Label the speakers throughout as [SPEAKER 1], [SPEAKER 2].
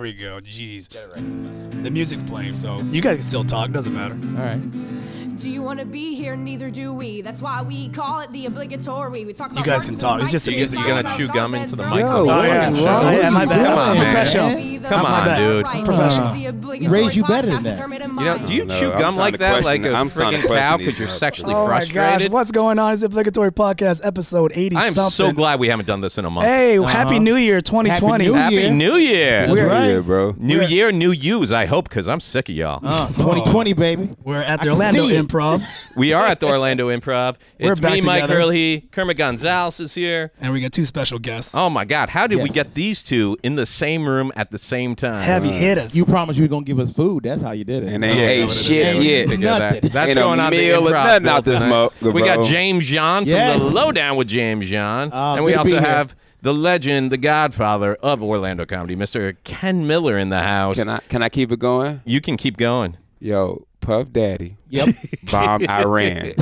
[SPEAKER 1] we go. Jeez.
[SPEAKER 2] Get it right.
[SPEAKER 1] The music's playing, so you guys can still talk. Doesn't matter.
[SPEAKER 2] All right.
[SPEAKER 3] Do you want to be here? Neither do we. That's why we call it the obligatory. We talk about
[SPEAKER 1] guys can
[SPEAKER 3] hearts,
[SPEAKER 1] talk.
[SPEAKER 3] we
[SPEAKER 1] It's just
[SPEAKER 3] might
[SPEAKER 1] the
[SPEAKER 3] be
[SPEAKER 1] music.
[SPEAKER 3] fine
[SPEAKER 1] You're
[SPEAKER 2] gonna
[SPEAKER 3] about
[SPEAKER 2] chew
[SPEAKER 3] that,
[SPEAKER 2] gum
[SPEAKER 3] that's
[SPEAKER 2] into the
[SPEAKER 3] not-
[SPEAKER 2] microphone.
[SPEAKER 1] Oh,
[SPEAKER 2] Oh,
[SPEAKER 1] yeah.
[SPEAKER 2] yeah. Sure.
[SPEAKER 1] Oh, yeah, my bad.
[SPEAKER 2] Come on,
[SPEAKER 1] I'm
[SPEAKER 2] man.
[SPEAKER 1] Professional.
[SPEAKER 3] Be the
[SPEAKER 2] Come on,
[SPEAKER 3] obligatory.
[SPEAKER 2] dude.
[SPEAKER 3] This is
[SPEAKER 4] Professional.
[SPEAKER 3] the obligatory
[SPEAKER 4] Ray, you better
[SPEAKER 3] podcast
[SPEAKER 4] than
[SPEAKER 3] determined in
[SPEAKER 2] You know,
[SPEAKER 3] mind.
[SPEAKER 2] do you
[SPEAKER 5] No,
[SPEAKER 2] chew gum
[SPEAKER 5] I'm starting
[SPEAKER 2] like
[SPEAKER 5] to
[SPEAKER 2] that, like a
[SPEAKER 5] question- I'm starting
[SPEAKER 2] freaking
[SPEAKER 5] to question
[SPEAKER 2] cow,
[SPEAKER 5] these
[SPEAKER 2] because you're
[SPEAKER 5] nerds.
[SPEAKER 2] sexually
[SPEAKER 4] Oh my gosh,
[SPEAKER 2] frustrated?
[SPEAKER 4] what's going on? It's obligatory podcast episode 80
[SPEAKER 2] I am
[SPEAKER 4] something.
[SPEAKER 2] so glad we haven't done this in a month.
[SPEAKER 4] Hey, happy new year 2020.
[SPEAKER 6] Happy New
[SPEAKER 2] Happy
[SPEAKER 6] Year.
[SPEAKER 2] New Year!
[SPEAKER 6] That's
[SPEAKER 4] We're-
[SPEAKER 6] right.
[SPEAKER 5] Yeah, bro.
[SPEAKER 2] New Year, new yous. I hope, because I'm sick of y'all.
[SPEAKER 6] Uh. 2020, baby.
[SPEAKER 1] We're at the
[SPEAKER 6] I can
[SPEAKER 1] Orlando
[SPEAKER 6] see it.
[SPEAKER 1] Improv,
[SPEAKER 2] We are at the Orlando Improv. It's
[SPEAKER 1] We're back
[SPEAKER 2] me, Mike
[SPEAKER 1] together.
[SPEAKER 2] Hurley. Kermit Gonzalez is here.
[SPEAKER 1] and we got two special guests.
[SPEAKER 2] Oh my God! How did we
[SPEAKER 6] Yes.
[SPEAKER 2] get these two in the same room at the same time?
[SPEAKER 4] Have you hit us?
[SPEAKER 6] You promised you were gonna give us food. That's how you did it.
[SPEAKER 5] And they ain't shit
[SPEAKER 6] Ain't
[SPEAKER 5] yet.
[SPEAKER 6] nothing.
[SPEAKER 2] That's
[SPEAKER 5] Ain't a
[SPEAKER 2] going on the
[SPEAKER 5] meal or
[SPEAKER 2] improv
[SPEAKER 5] nothing out this
[SPEAKER 2] building.
[SPEAKER 5] mo-
[SPEAKER 2] We got
[SPEAKER 5] bro.
[SPEAKER 2] James John from
[SPEAKER 6] Yes.
[SPEAKER 2] the Lowdown with James John,
[SPEAKER 6] Uh,
[SPEAKER 2] and we
[SPEAKER 6] good to be
[SPEAKER 2] also
[SPEAKER 6] here.
[SPEAKER 2] have the legend, the Godfather of Orlando comedy, Mr. Ken Miller in the house.
[SPEAKER 5] Can I can I keep it going?
[SPEAKER 2] you can keep going.
[SPEAKER 5] Yo, Puff Daddy,
[SPEAKER 6] Yep.
[SPEAKER 5] bomb Iran.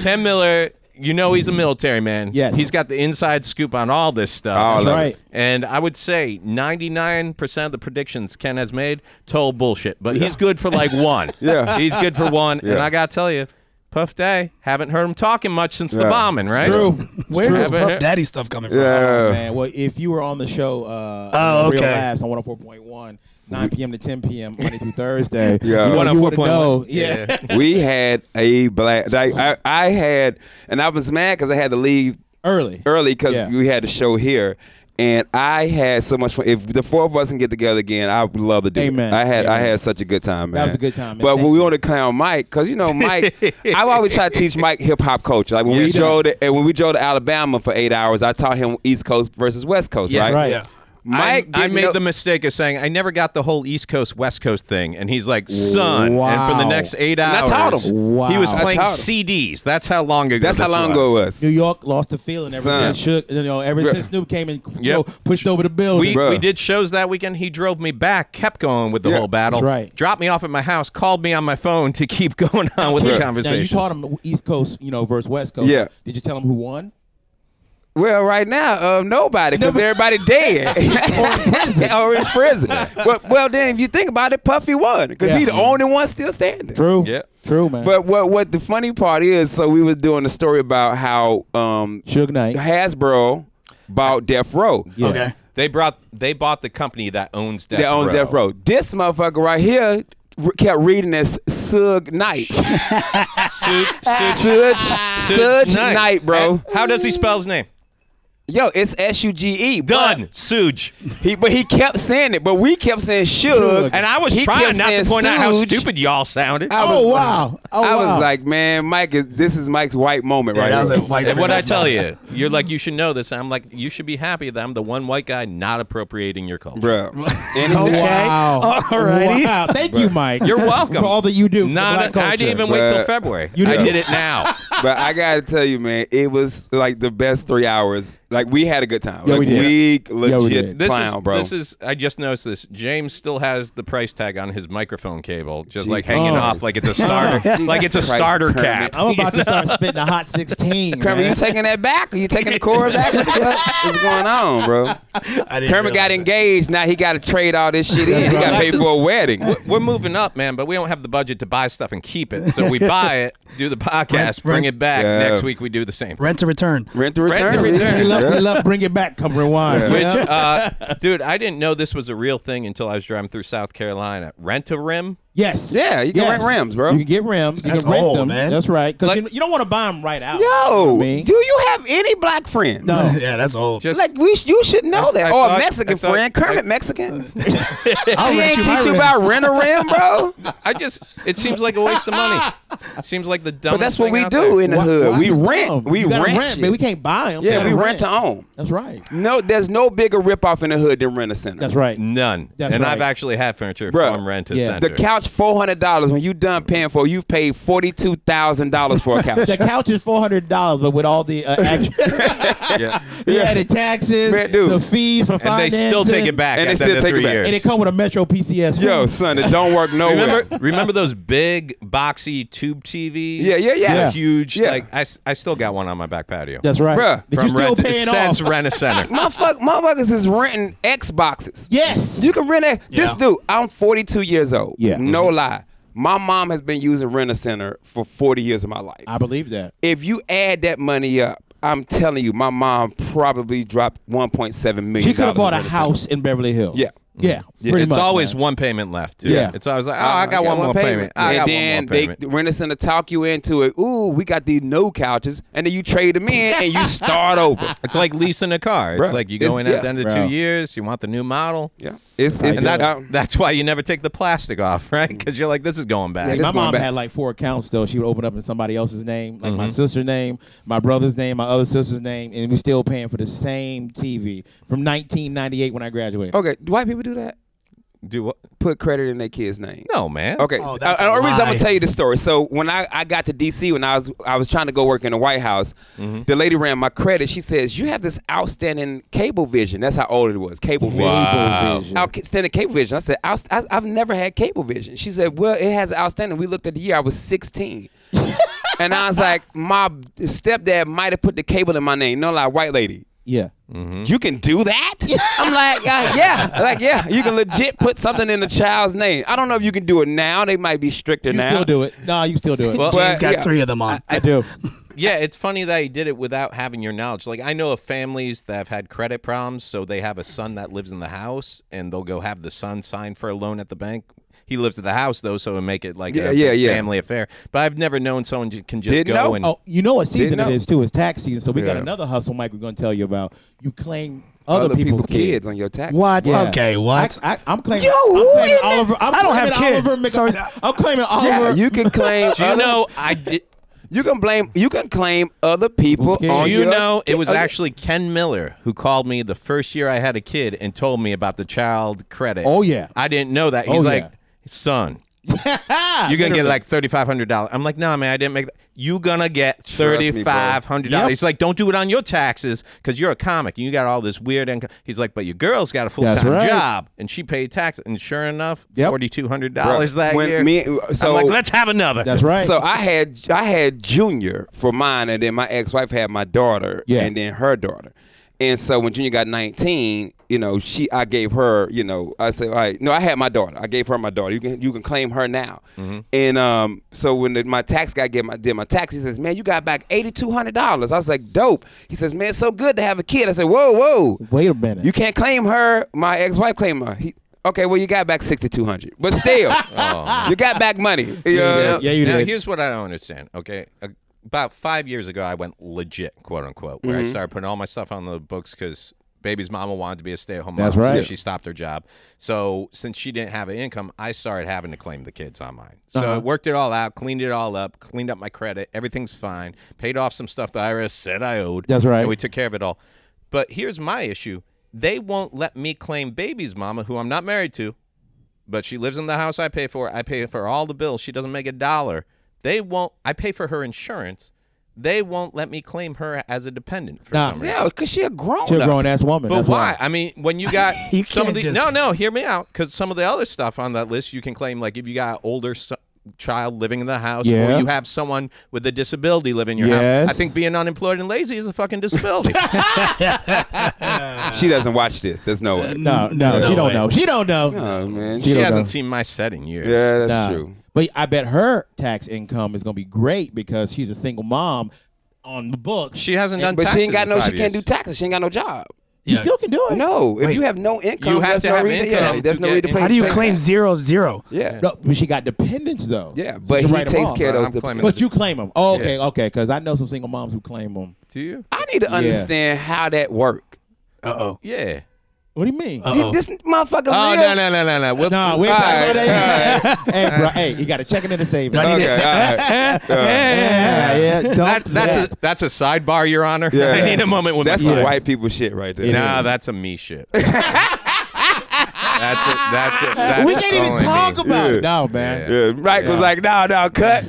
[SPEAKER 2] Ken Miller, you know he's a military man.
[SPEAKER 6] Yes.
[SPEAKER 2] he's got the inside scoop on all this stuff.
[SPEAKER 6] That's
[SPEAKER 5] All of it.
[SPEAKER 6] right.
[SPEAKER 2] And I would say 99% of the predictions Ken has made total bullshit, but he's good for like one.
[SPEAKER 5] Yeah.
[SPEAKER 2] He's good for one. And
[SPEAKER 5] Yeah.
[SPEAKER 2] I got to tell you, Puff Day, haven't heard him talking much since the
[SPEAKER 5] Yeah.
[SPEAKER 2] bombing, right?
[SPEAKER 6] True.
[SPEAKER 4] Where's
[SPEAKER 2] True.
[SPEAKER 4] this
[SPEAKER 2] Have it
[SPEAKER 4] Puff
[SPEAKER 2] hit-
[SPEAKER 1] Daddy stuff coming from.
[SPEAKER 5] Yeah.
[SPEAKER 6] Man, well, if you were on the show, uh,
[SPEAKER 4] Oh,
[SPEAKER 6] Real
[SPEAKER 4] okay.
[SPEAKER 6] Labs on 104.1, 9 p.m. to 10 p.m. Monday through Thursday.
[SPEAKER 5] Yeah.
[SPEAKER 6] you, know, you would've
[SPEAKER 2] 104.1.
[SPEAKER 6] known. Yeah.
[SPEAKER 5] we had a black. Like, I, I had, and I was mad because I had to leave
[SPEAKER 6] Early.
[SPEAKER 5] early because
[SPEAKER 6] Yeah.
[SPEAKER 5] we had the show here. And I had so much fun. If the four of us can get together again, I would love to do
[SPEAKER 6] Amen.
[SPEAKER 5] it. I had I
[SPEAKER 6] Amen.
[SPEAKER 5] had such a good time, man.
[SPEAKER 6] was a good time, man.
[SPEAKER 5] But when
[SPEAKER 6] Thank
[SPEAKER 5] we
[SPEAKER 6] you.
[SPEAKER 5] on the clown Mike, because you know Mike, I always try to teach Mike hip hop culture. Like when we
[SPEAKER 6] Yes.
[SPEAKER 5] drove to, and when we drove to Alabama for eight hours, I taught him East Coast versus West Coast.
[SPEAKER 2] Yeah.
[SPEAKER 5] right?
[SPEAKER 6] Right.
[SPEAKER 1] Yeah.
[SPEAKER 5] Mike,
[SPEAKER 2] I, I
[SPEAKER 5] didn't
[SPEAKER 2] made
[SPEAKER 5] know-
[SPEAKER 2] the mistake of saying I never got the whole East Coast West Coast thing, and he's like, "Son!" And for the
[SPEAKER 6] Wow.
[SPEAKER 2] next eight
[SPEAKER 5] And I
[SPEAKER 2] hours,
[SPEAKER 5] taught him.
[SPEAKER 6] Wow.
[SPEAKER 2] he was
[SPEAKER 6] I
[SPEAKER 2] playing
[SPEAKER 5] taught him.
[SPEAKER 2] CDs. That's how long ago.
[SPEAKER 5] That's how
[SPEAKER 2] this
[SPEAKER 5] long
[SPEAKER 2] was.
[SPEAKER 5] ago it was.
[SPEAKER 6] New York lost the feeling ever
[SPEAKER 5] Son.
[SPEAKER 6] since Shook, you know, ever
[SPEAKER 5] Bruh.
[SPEAKER 6] since Snoop came and you
[SPEAKER 2] Yep.
[SPEAKER 6] know, pushed over the
[SPEAKER 2] We,
[SPEAKER 6] building.
[SPEAKER 5] Bruh.
[SPEAKER 2] we did shows that weekend. He drove me back, kept going with the
[SPEAKER 5] Yeah.
[SPEAKER 2] whole battle.
[SPEAKER 6] That's right.
[SPEAKER 2] Dropped me off at my house, called me on my phone to keep going on with the
[SPEAKER 5] Bruh.
[SPEAKER 6] now you
[SPEAKER 2] conversation.
[SPEAKER 6] taught him East Coast, you know, versus West Coast.
[SPEAKER 5] Yeah.
[SPEAKER 6] Did you tell him who won?
[SPEAKER 5] Well, right now, um, nobody, because everybody dead or in prison. But well, then if you think about it, Puffy won because
[SPEAKER 6] Yeah.
[SPEAKER 5] he the only one still standing.
[SPEAKER 6] True.
[SPEAKER 2] Yeah.
[SPEAKER 6] True, man.
[SPEAKER 5] But what what the funny part is, so we were doing a story about how um,
[SPEAKER 6] Suge Knight.
[SPEAKER 5] Hasbro bought Death Row. Uh,
[SPEAKER 6] Yeah.
[SPEAKER 1] Okay.
[SPEAKER 2] they brought they bought the company that owns Death
[SPEAKER 5] that owns
[SPEAKER 2] Row.
[SPEAKER 5] Death Row. This motherfucker right here r- kept reading as Suge Knight.
[SPEAKER 2] Su- Su-
[SPEAKER 5] Suge,
[SPEAKER 2] Su-
[SPEAKER 5] Suge Knight. bro.
[SPEAKER 2] And how does he spell his name?
[SPEAKER 5] Yo, it's S U G E.
[SPEAKER 2] Done. Suge.
[SPEAKER 5] He, but he kept saying it. But we kept saying Suge.
[SPEAKER 2] And I was
[SPEAKER 5] He
[SPEAKER 2] trying
[SPEAKER 5] kept
[SPEAKER 2] not to
[SPEAKER 5] saying
[SPEAKER 2] point out how
[SPEAKER 5] Suge.
[SPEAKER 2] stupid y'all sounded.
[SPEAKER 5] I
[SPEAKER 6] oh,
[SPEAKER 5] was-
[SPEAKER 6] wow. Oh,
[SPEAKER 5] I
[SPEAKER 6] wow.
[SPEAKER 5] was like, man, Mike is. This is Mike's white moment right
[SPEAKER 1] that was
[SPEAKER 5] here.
[SPEAKER 1] a white.
[SPEAKER 2] And what I tell you, you're like, you should know this. And I'm like, you should be happy that I'm the one white guy not appropriating your culture.
[SPEAKER 5] bro. And
[SPEAKER 1] Oh,
[SPEAKER 4] Okay.
[SPEAKER 6] Wow.
[SPEAKER 4] Alrighty.
[SPEAKER 6] Wow. Thank you, Mike.
[SPEAKER 2] You're welcome.
[SPEAKER 6] For all that you do. for
[SPEAKER 2] Not,
[SPEAKER 6] black
[SPEAKER 2] I didn't
[SPEAKER 6] culture.
[SPEAKER 2] even wait till
[SPEAKER 5] But-
[SPEAKER 2] February.
[SPEAKER 6] You
[SPEAKER 2] I
[SPEAKER 6] did.
[SPEAKER 2] did it now.
[SPEAKER 5] but I gotta tell you, man, it was like the best three hours. Like we had a good time.
[SPEAKER 6] Yeah,
[SPEAKER 5] Like,
[SPEAKER 6] we did.
[SPEAKER 5] legit
[SPEAKER 6] Yeah, we did.
[SPEAKER 2] This
[SPEAKER 5] clown,
[SPEAKER 2] is
[SPEAKER 5] bro.
[SPEAKER 2] this is. I just noticed this. James still has the price tag on his microphone cable, just like
[SPEAKER 5] Jesus.
[SPEAKER 2] hanging
[SPEAKER 6] Oh.
[SPEAKER 2] off, like it's a starter, like it's a
[SPEAKER 5] Christ,
[SPEAKER 2] starter
[SPEAKER 5] Kermit.
[SPEAKER 2] cap.
[SPEAKER 6] I'm about to start spitting a hot 16.
[SPEAKER 5] Kermit, you
[SPEAKER 6] man.
[SPEAKER 5] taking that back? Are you taking the core back? What the fuck is going on, bro?
[SPEAKER 1] I didn't
[SPEAKER 5] Kermit got
[SPEAKER 1] realize that.
[SPEAKER 5] engaged. Now he got to trade all this shit in. He got paid for a wedding.
[SPEAKER 2] We're moving up, man, but we don't have the budget to buy stuff and keep it. So we buy it, do the podcast, bring it back.
[SPEAKER 5] Yeah.
[SPEAKER 2] Next week we do the same.
[SPEAKER 1] Rent to return.
[SPEAKER 5] Rent to
[SPEAKER 2] Rent
[SPEAKER 5] return.
[SPEAKER 2] to return.
[SPEAKER 6] We love, we
[SPEAKER 5] Yeah.
[SPEAKER 6] love, bring it back, come rewind.
[SPEAKER 2] Which,
[SPEAKER 6] Yeah.
[SPEAKER 2] uh, dude, I didn't know this was a real thing until I was driving through South Carolina. Rent a rim?
[SPEAKER 6] Yes.
[SPEAKER 5] Yeah, you can
[SPEAKER 6] Yes.
[SPEAKER 5] rent rims, bro.
[SPEAKER 6] You can get rims. You
[SPEAKER 1] That's
[SPEAKER 6] can rent
[SPEAKER 1] old,
[SPEAKER 6] them.
[SPEAKER 1] man.
[SPEAKER 6] That's right. Because
[SPEAKER 2] Like-
[SPEAKER 6] you, you don't want to buy them right out. you know what
[SPEAKER 5] Yo,
[SPEAKER 6] I mean?
[SPEAKER 5] do you have any black friends?
[SPEAKER 6] No.
[SPEAKER 1] Yeah, that's old.
[SPEAKER 2] Just
[SPEAKER 5] Like we, sh- you should know
[SPEAKER 2] I
[SPEAKER 5] that. Or
[SPEAKER 2] thought-
[SPEAKER 5] a
[SPEAKER 2] I
[SPEAKER 5] Mexican
[SPEAKER 2] thought-
[SPEAKER 5] friend, Kermit
[SPEAKER 2] I-
[SPEAKER 5] Mexican.
[SPEAKER 1] I'll
[SPEAKER 5] He
[SPEAKER 1] rent
[SPEAKER 5] ain't
[SPEAKER 1] you
[SPEAKER 5] teach
[SPEAKER 1] my
[SPEAKER 5] you
[SPEAKER 1] rooms.
[SPEAKER 5] about rent a rim, bro.
[SPEAKER 2] I just it seems like a waste of money. It seems like the dumbest
[SPEAKER 5] But that's what
[SPEAKER 2] thing
[SPEAKER 5] we
[SPEAKER 2] out
[SPEAKER 5] do
[SPEAKER 2] there.
[SPEAKER 5] in the
[SPEAKER 6] Why-
[SPEAKER 5] hood.
[SPEAKER 6] why
[SPEAKER 5] We
[SPEAKER 6] you
[SPEAKER 5] rent.
[SPEAKER 6] dumb?
[SPEAKER 5] We
[SPEAKER 6] You gotta
[SPEAKER 5] rent. shit.
[SPEAKER 6] man. We can't buy them.
[SPEAKER 5] yeah, we rent to own.
[SPEAKER 6] That's right.
[SPEAKER 5] No, there's no bigger ripoff in the hood than rent a center.
[SPEAKER 6] That's right.
[SPEAKER 2] None.
[SPEAKER 6] That's
[SPEAKER 2] and
[SPEAKER 6] right.
[SPEAKER 2] I've actually had furniture
[SPEAKER 5] Bruh,
[SPEAKER 2] from rent to
[SPEAKER 6] yeah.
[SPEAKER 2] center.
[SPEAKER 5] The couch four hundred dollars. When you done paying for, it, you've paid forty two thousand dollars for a couch.
[SPEAKER 6] The couch is four hundred dollars, but with all the uh, extra,
[SPEAKER 2] yeah.
[SPEAKER 6] the added taxes,
[SPEAKER 5] Man, dude.
[SPEAKER 6] the fees for
[SPEAKER 2] And they
[SPEAKER 6] financing,
[SPEAKER 2] still take it back
[SPEAKER 5] And they
[SPEAKER 2] after
[SPEAKER 5] still
[SPEAKER 2] the
[SPEAKER 5] take it
[SPEAKER 2] three
[SPEAKER 5] back.
[SPEAKER 2] years.
[SPEAKER 6] and it come with a Metro PCS.
[SPEAKER 5] Yo,
[SPEAKER 6] fee.
[SPEAKER 5] son, it don't work nowhere.
[SPEAKER 2] remember remember those big boxy tube TVs.
[SPEAKER 5] Yeah, yeah, yeah.
[SPEAKER 2] the
[SPEAKER 6] Yeah.
[SPEAKER 2] Huge.
[SPEAKER 5] Yeah.
[SPEAKER 2] Like I, s- I still got one on my back patio.
[SPEAKER 6] That's right.
[SPEAKER 5] Bruh,
[SPEAKER 6] That
[SPEAKER 2] From
[SPEAKER 6] you still
[SPEAKER 2] rent,
[SPEAKER 6] paying
[SPEAKER 2] it
[SPEAKER 6] off.
[SPEAKER 2] says rent a center.
[SPEAKER 5] Motherfuck, motherfuckers is renting Xboxes.
[SPEAKER 6] Yes.
[SPEAKER 5] You can rent it. This
[SPEAKER 1] Yeah.
[SPEAKER 5] dude, I'm 42 years old.
[SPEAKER 6] Yeah. Mm-hmm.
[SPEAKER 5] No lie. My mom has been using Rent a Center for 40 years of my life.
[SPEAKER 6] I believe that.
[SPEAKER 5] if you add that money up, I'm telling you, my mom probably dropped 1.7 million.
[SPEAKER 6] She could have bought a
[SPEAKER 5] dollars in Rent-A-Center.
[SPEAKER 6] house in Beverly Hills.
[SPEAKER 5] Yeah.
[SPEAKER 6] Yeah. Pretty
[SPEAKER 2] it's
[SPEAKER 6] much,
[SPEAKER 2] always
[SPEAKER 6] man.
[SPEAKER 2] one payment left. Too.
[SPEAKER 6] Yeah.
[SPEAKER 2] It's always like, oh, I got one more payment. I
[SPEAKER 5] and
[SPEAKER 2] got
[SPEAKER 5] then
[SPEAKER 2] one more payment.
[SPEAKER 5] they rent a center talk you into it. Ooh, we got these no couches, and then you trade them in and you start over.
[SPEAKER 2] It's like leasing a car. It's
[SPEAKER 5] Bruh.
[SPEAKER 2] like you
[SPEAKER 5] It's-
[SPEAKER 2] go in at
[SPEAKER 5] yeah.
[SPEAKER 2] the end of
[SPEAKER 6] Bruh.
[SPEAKER 2] two years, you want the new model.
[SPEAKER 5] Yeah, it's, it's
[SPEAKER 2] And that's
[SPEAKER 5] uh,
[SPEAKER 2] that's why you never take the plastic off, right? Because you're like, this is going back.
[SPEAKER 5] Yeah,
[SPEAKER 6] My
[SPEAKER 5] It's going
[SPEAKER 6] mom
[SPEAKER 5] back.
[SPEAKER 6] had like four accounts though. She would open up in somebody else's name, like
[SPEAKER 2] Mm-hmm.
[SPEAKER 6] my sister's name, my brother's name, my other sister's name, and we still paying for the same TV from 1998 when I
[SPEAKER 2] Oh.
[SPEAKER 6] graduated.
[SPEAKER 5] okay. Do white people do that?
[SPEAKER 2] Do what?
[SPEAKER 5] Put credit in their kids' name.
[SPEAKER 2] No, man.
[SPEAKER 5] Okay. Uh,
[SPEAKER 1] Oh, that's
[SPEAKER 5] I,
[SPEAKER 1] a
[SPEAKER 5] reason I'm
[SPEAKER 1] lie.
[SPEAKER 5] gonna tell you the story. So when I, I got to DC when I was I was trying to go work in the White House, the lady ran my credit. She says you have this outstanding cable vision. That's how old it was. Cable vision.
[SPEAKER 6] Cablevision.
[SPEAKER 5] Outstanding cable vision. I said "Outst- I, I've never had cable vision. She said, well, it has outstanding. We looked at the year. I was 16. and I was like, my stepdad might have put the cable in my name. No lie, white lady.
[SPEAKER 6] Yeah.
[SPEAKER 5] You can do that? I'm like, uh, yeah, like yeah, you can legit put something in the child's name. I don't know if you can do it now. They might be stricter
[SPEAKER 6] You
[SPEAKER 5] now.
[SPEAKER 6] still do it. No, you still do it.
[SPEAKER 2] Well,
[SPEAKER 1] He's got
[SPEAKER 5] yeah.
[SPEAKER 1] three of them on.
[SPEAKER 6] I do.
[SPEAKER 2] Yeah, it's funny that he did it without having your knowledge. Like I know of families that have had credit problems, so they have a son that lives in the house, and they'll go have the son sign for a loan at the bank. He lives at the house though, so it make it like
[SPEAKER 5] Yeah,
[SPEAKER 2] a
[SPEAKER 5] yeah, yeah.
[SPEAKER 2] family affair. But I've never known someone ju- can just go
[SPEAKER 5] Didn't know?
[SPEAKER 2] and
[SPEAKER 6] Oh, you know what season
[SPEAKER 5] Didn't
[SPEAKER 6] it
[SPEAKER 5] know.
[SPEAKER 6] is too? It's tax season. So we got
[SPEAKER 5] Yeah.
[SPEAKER 6] another hustle, Mike. We're gonna tell you about. You claim other, people's, kids.
[SPEAKER 5] on your tax.
[SPEAKER 4] What?
[SPEAKER 6] Yeah.
[SPEAKER 1] Okay, what?
[SPEAKER 6] I, I, I'm claiming.
[SPEAKER 5] Yo,
[SPEAKER 6] I'm
[SPEAKER 5] who
[SPEAKER 6] claiming
[SPEAKER 5] is that?
[SPEAKER 6] Oliver. I'm
[SPEAKER 4] I don't
[SPEAKER 6] claiming
[SPEAKER 4] have kids.
[SPEAKER 6] Oliver Mc-
[SPEAKER 4] Sorry.
[SPEAKER 6] I'm claiming Oliver.
[SPEAKER 5] Yeah, you can claim.
[SPEAKER 2] Do you
[SPEAKER 5] other-
[SPEAKER 2] know Uh, I did?
[SPEAKER 5] You can blame. You can claim other people.
[SPEAKER 6] Do
[SPEAKER 5] on
[SPEAKER 2] Do you
[SPEAKER 5] your
[SPEAKER 2] know it was
[SPEAKER 5] other-
[SPEAKER 2] actually Ken Miller who called me the first year I had a kid and told me about the child credit?
[SPEAKER 6] Oh, yeah.
[SPEAKER 2] I didn't know that. He's
[SPEAKER 6] Oh,
[SPEAKER 2] like,
[SPEAKER 6] yeah.
[SPEAKER 2] son, you're gonna get like thirty five hundred dollars. I'm like, no, man, I didn't make that. You gonna get
[SPEAKER 5] Trust me,
[SPEAKER 2] thirty
[SPEAKER 5] bro.
[SPEAKER 2] five hundred dollars.
[SPEAKER 6] Yep.
[SPEAKER 2] He's like, don't do it on your taxes because you're a comic and you got all this weird income. He's like, but your girl's got a full time
[SPEAKER 6] right.
[SPEAKER 2] job and she paid taxes. And sure enough,
[SPEAKER 6] Yep.
[SPEAKER 2] forty two hundred dollars that
[SPEAKER 5] when
[SPEAKER 2] year.
[SPEAKER 5] me- so-
[SPEAKER 2] I'm like, let's have another.
[SPEAKER 6] That's right.
[SPEAKER 5] So I had I had Junior for mine, and then my ex wife had my daughter,
[SPEAKER 6] Yeah.
[SPEAKER 5] and then her daughter. And so when Junior got 19, you know, she I gave her, you know, I said, all right, no, I had my daughter. I gave her my daughter. You can you can claim her now.
[SPEAKER 6] Mm-hmm.
[SPEAKER 5] And um, so when the, my tax guy get my did my tax, he says, man, you got back eighty two hundred dollars. I was like, dope. He says, man, it's so good to have a kid. I said, whoa, whoa,
[SPEAKER 6] Wait a minute.
[SPEAKER 5] you can't claim her. My ex wife claimed her. He, okay, well, you got back sixty two hundred, but still,
[SPEAKER 6] Oh,
[SPEAKER 5] you got back money.
[SPEAKER 2] Now-
[SPEAKER 5] Yeah.
[SPEAKER 6] Yeah, you
[SPEAKER 2] Uh, now,
[SPEAKER 6] did.
[SPEAKER 2] here's what I don't understand. Okay, A- about five years ago, I went legit, quote unquote,
[SPEAKER 6] Mm-hmm.
[SPEAKER 2] where I started putting all my stuff on the books because baby's mama wanted to be a stay-at-home
[SPEAKER 6] That's
[SPEAKER 2] mom, so
[SPEAKER 6] right.
[SPEAKER 2] she stopped her job. So since she didn't have an income, I started having to claim the kids on mine. So
[SPEAKER 6] Uh-huh.
[SPEAKER 2] I worked it all out, cleaned it all up, cleaned up my credit, everything's fine, paid off some stuff the IRS said I owed.
[SPEAKER 6] That's right.
[SPEAKER 2] And we took care of it all. But here's my issue: they won't let me claim baby's mama, who I'm not married to but she lives in the house I pay for. I pay for all the bills. She doesn't make a dollar. They won't. I pay for her insurance. They won't let me claim her as a dependent for
[SPEAKER 6] Nah.
[SPEAKER 2] some reason.
[SPEAKER 5] Yeah, because she a grown
[SPEAKER 6] You're a
[SPEAKER 5] up.
[SPEAKER 6] grown ass woman.
[SPEAKER 2] But
[SPEAKER 6] That's
[SPEAKER 2] why? I mean, when you got
[SPEAKER 4] You
[SPEAKER 2] some
[SPEAKER 4] can't
[SPEAKER 2] of the
[SPEAKER 4] just-
[SPEAKER 2] no, no, hear me out. Because some of the other stuff on that list, you can claim like if you got older so- child living in the house,
[SPEAKER 6] Yeah.
[SPEAKER 2] or you have someone with a disability living in your
[SPEAKER 6] Yes.
[SPEAKER 2] house. I think being unemployed and lazy is a fucking disability.
[SPEAKER 5] She doesn't watch this. There's no way.
[SPEAKER 6] No, no,
[SPEAKER 1] There's
[SPEAKER 6] she
[SPEAKER 1] no
[SPEAKER 6] don't
[SPEAKER 1] way.
[SPEAKER 6] know. She don't know.
[SPEAKER 5] Oh man.
[SPEAKER 6] She
[SPEAKER 2] she
[SPEAKER 6] don't know.
[SPEAKER 2] hasn't seen my set in years.
[SPEAKER 5] yeah, that's
[SPEAKER 6] Nah.
[SPEAKER 5] true.
[SPEAKER 6] But I bet her tax income is gonna be great because she's a single mom on the books.
[SPEAKER 2] She hasn't done.
[SPEAKER 5] But she
[SPEAKER 2] taxes
[SPEAKER 5] ain't got
[SPEAKER 2] in
[SPEAKER 5] no. She
[SPEAKER 2] five
[SPEAKER 5] can't do
[SPEAKER 2] years.
[SPEAKER 5] taxes. She ain't got no job.
[SPEAKER 6] you
[SPEAKER 1] Yeah.
[SPEAKER 6] still can do it.
[SPEAKER 5] No, if you have no income,
[SPEAKER 2] You have
[SPEAKER 5] that's
[SPEAKER 2] to
[SPEAKER 5] no
[SPEAKER 2] have
[SPEAKER 5] reason,
[SPEAKER 2] income
[SPEAKER 5] Yeah, there's
[SPEAKER 2] to
[SPEAKER 5] no
[SPEAKER 2] get
[SPEAKER 5] reason to pay.
[SPEAKER 4] How do you
[SPEAKER 5] tax.
[SPEAKER 4] claim zero of zero?
[SPEAKER 5] Yeah,
[SPEAKER 6] No, but she got dependents though.
[SPEAKER 5] yeah,
[SPEAKER 6] So
[SPEAKER 5] but
[SPEAKER 6] she
[SPEAKER 5] he
[SPEAKER 6] can write 'em
[SPEAKER 5] takes
[SPEAKER 6] off.
[SPEAKER 5] care
[SPEAKER 2] Right,
[SPEAKER 5] of
[SPEAKER 2] I'm
[SPEAKER 5] those. dep-
[SPEAKER 2] claiming
[SPEAKER 6] But you claim them. Oh, okay,
[SPEAKER 2] Yeah.
[SPEAKER 6] okay. Because I know some single moms who claim them.
[SPEAKER 2] Do you?
[SPEAKER 5] I need to understand how that work.
[SPEAKER 1] Uh oh.
[SPEAKER 2] Yeah.
[SPEAKER 6] What do you mean?
[SPEAKER 5] You- This motherfucker.
[SPEAKER 2] Oh
[SPEAKER 5] live-
[SPEAKER 2] no no no no no! We'll,
[SPEAKER 6] Nah, we ain't
[SPEAKER 5] Uh, All
[SPEAKER 6] talking
[SPEAKER 5] right,
[SPEAKER 6] about that. hey, bro. Hey, you got to check it in the savings.
[SPEAKER 4] I need
[SPEAKER 5] Okay,
[SPEAKER 4] it.
[SPEAKER 5] all right.
[SPEAKER 6] yeah, yeah. Don't
[SPEAKER 2] that, that's
[SPEAKER 6] yeah.
[SPEAKER 2] a, that's a sidebar, Your Honor.
[SPEAKER 5] Yeah.
[SPEAKER 2] I need a moment with
[SPEAKER 5] That's
[SPEAKER 2] my
[SPEAKER 5] some
[SPEAKER 2] side.
[SPEAKER 5] white people shit right there.
[SPEAKER 2] Nah, that's a me shit. that's it. That's it. That's
[SPEAKER 6] we can't even
[SPEAKER 2] only
[SPEAKER 6] talk
[SPEAKER 2] me.
[SPEAKER 6] about it.
[SPEAKER 5] Yeah.
[SPEAKER 6] No, man.
[SPEAKER 5] Yeah, Mike was
[SPEAKER 2] Yeah.
[SPEAKER 5] like, no, no, cut, cut.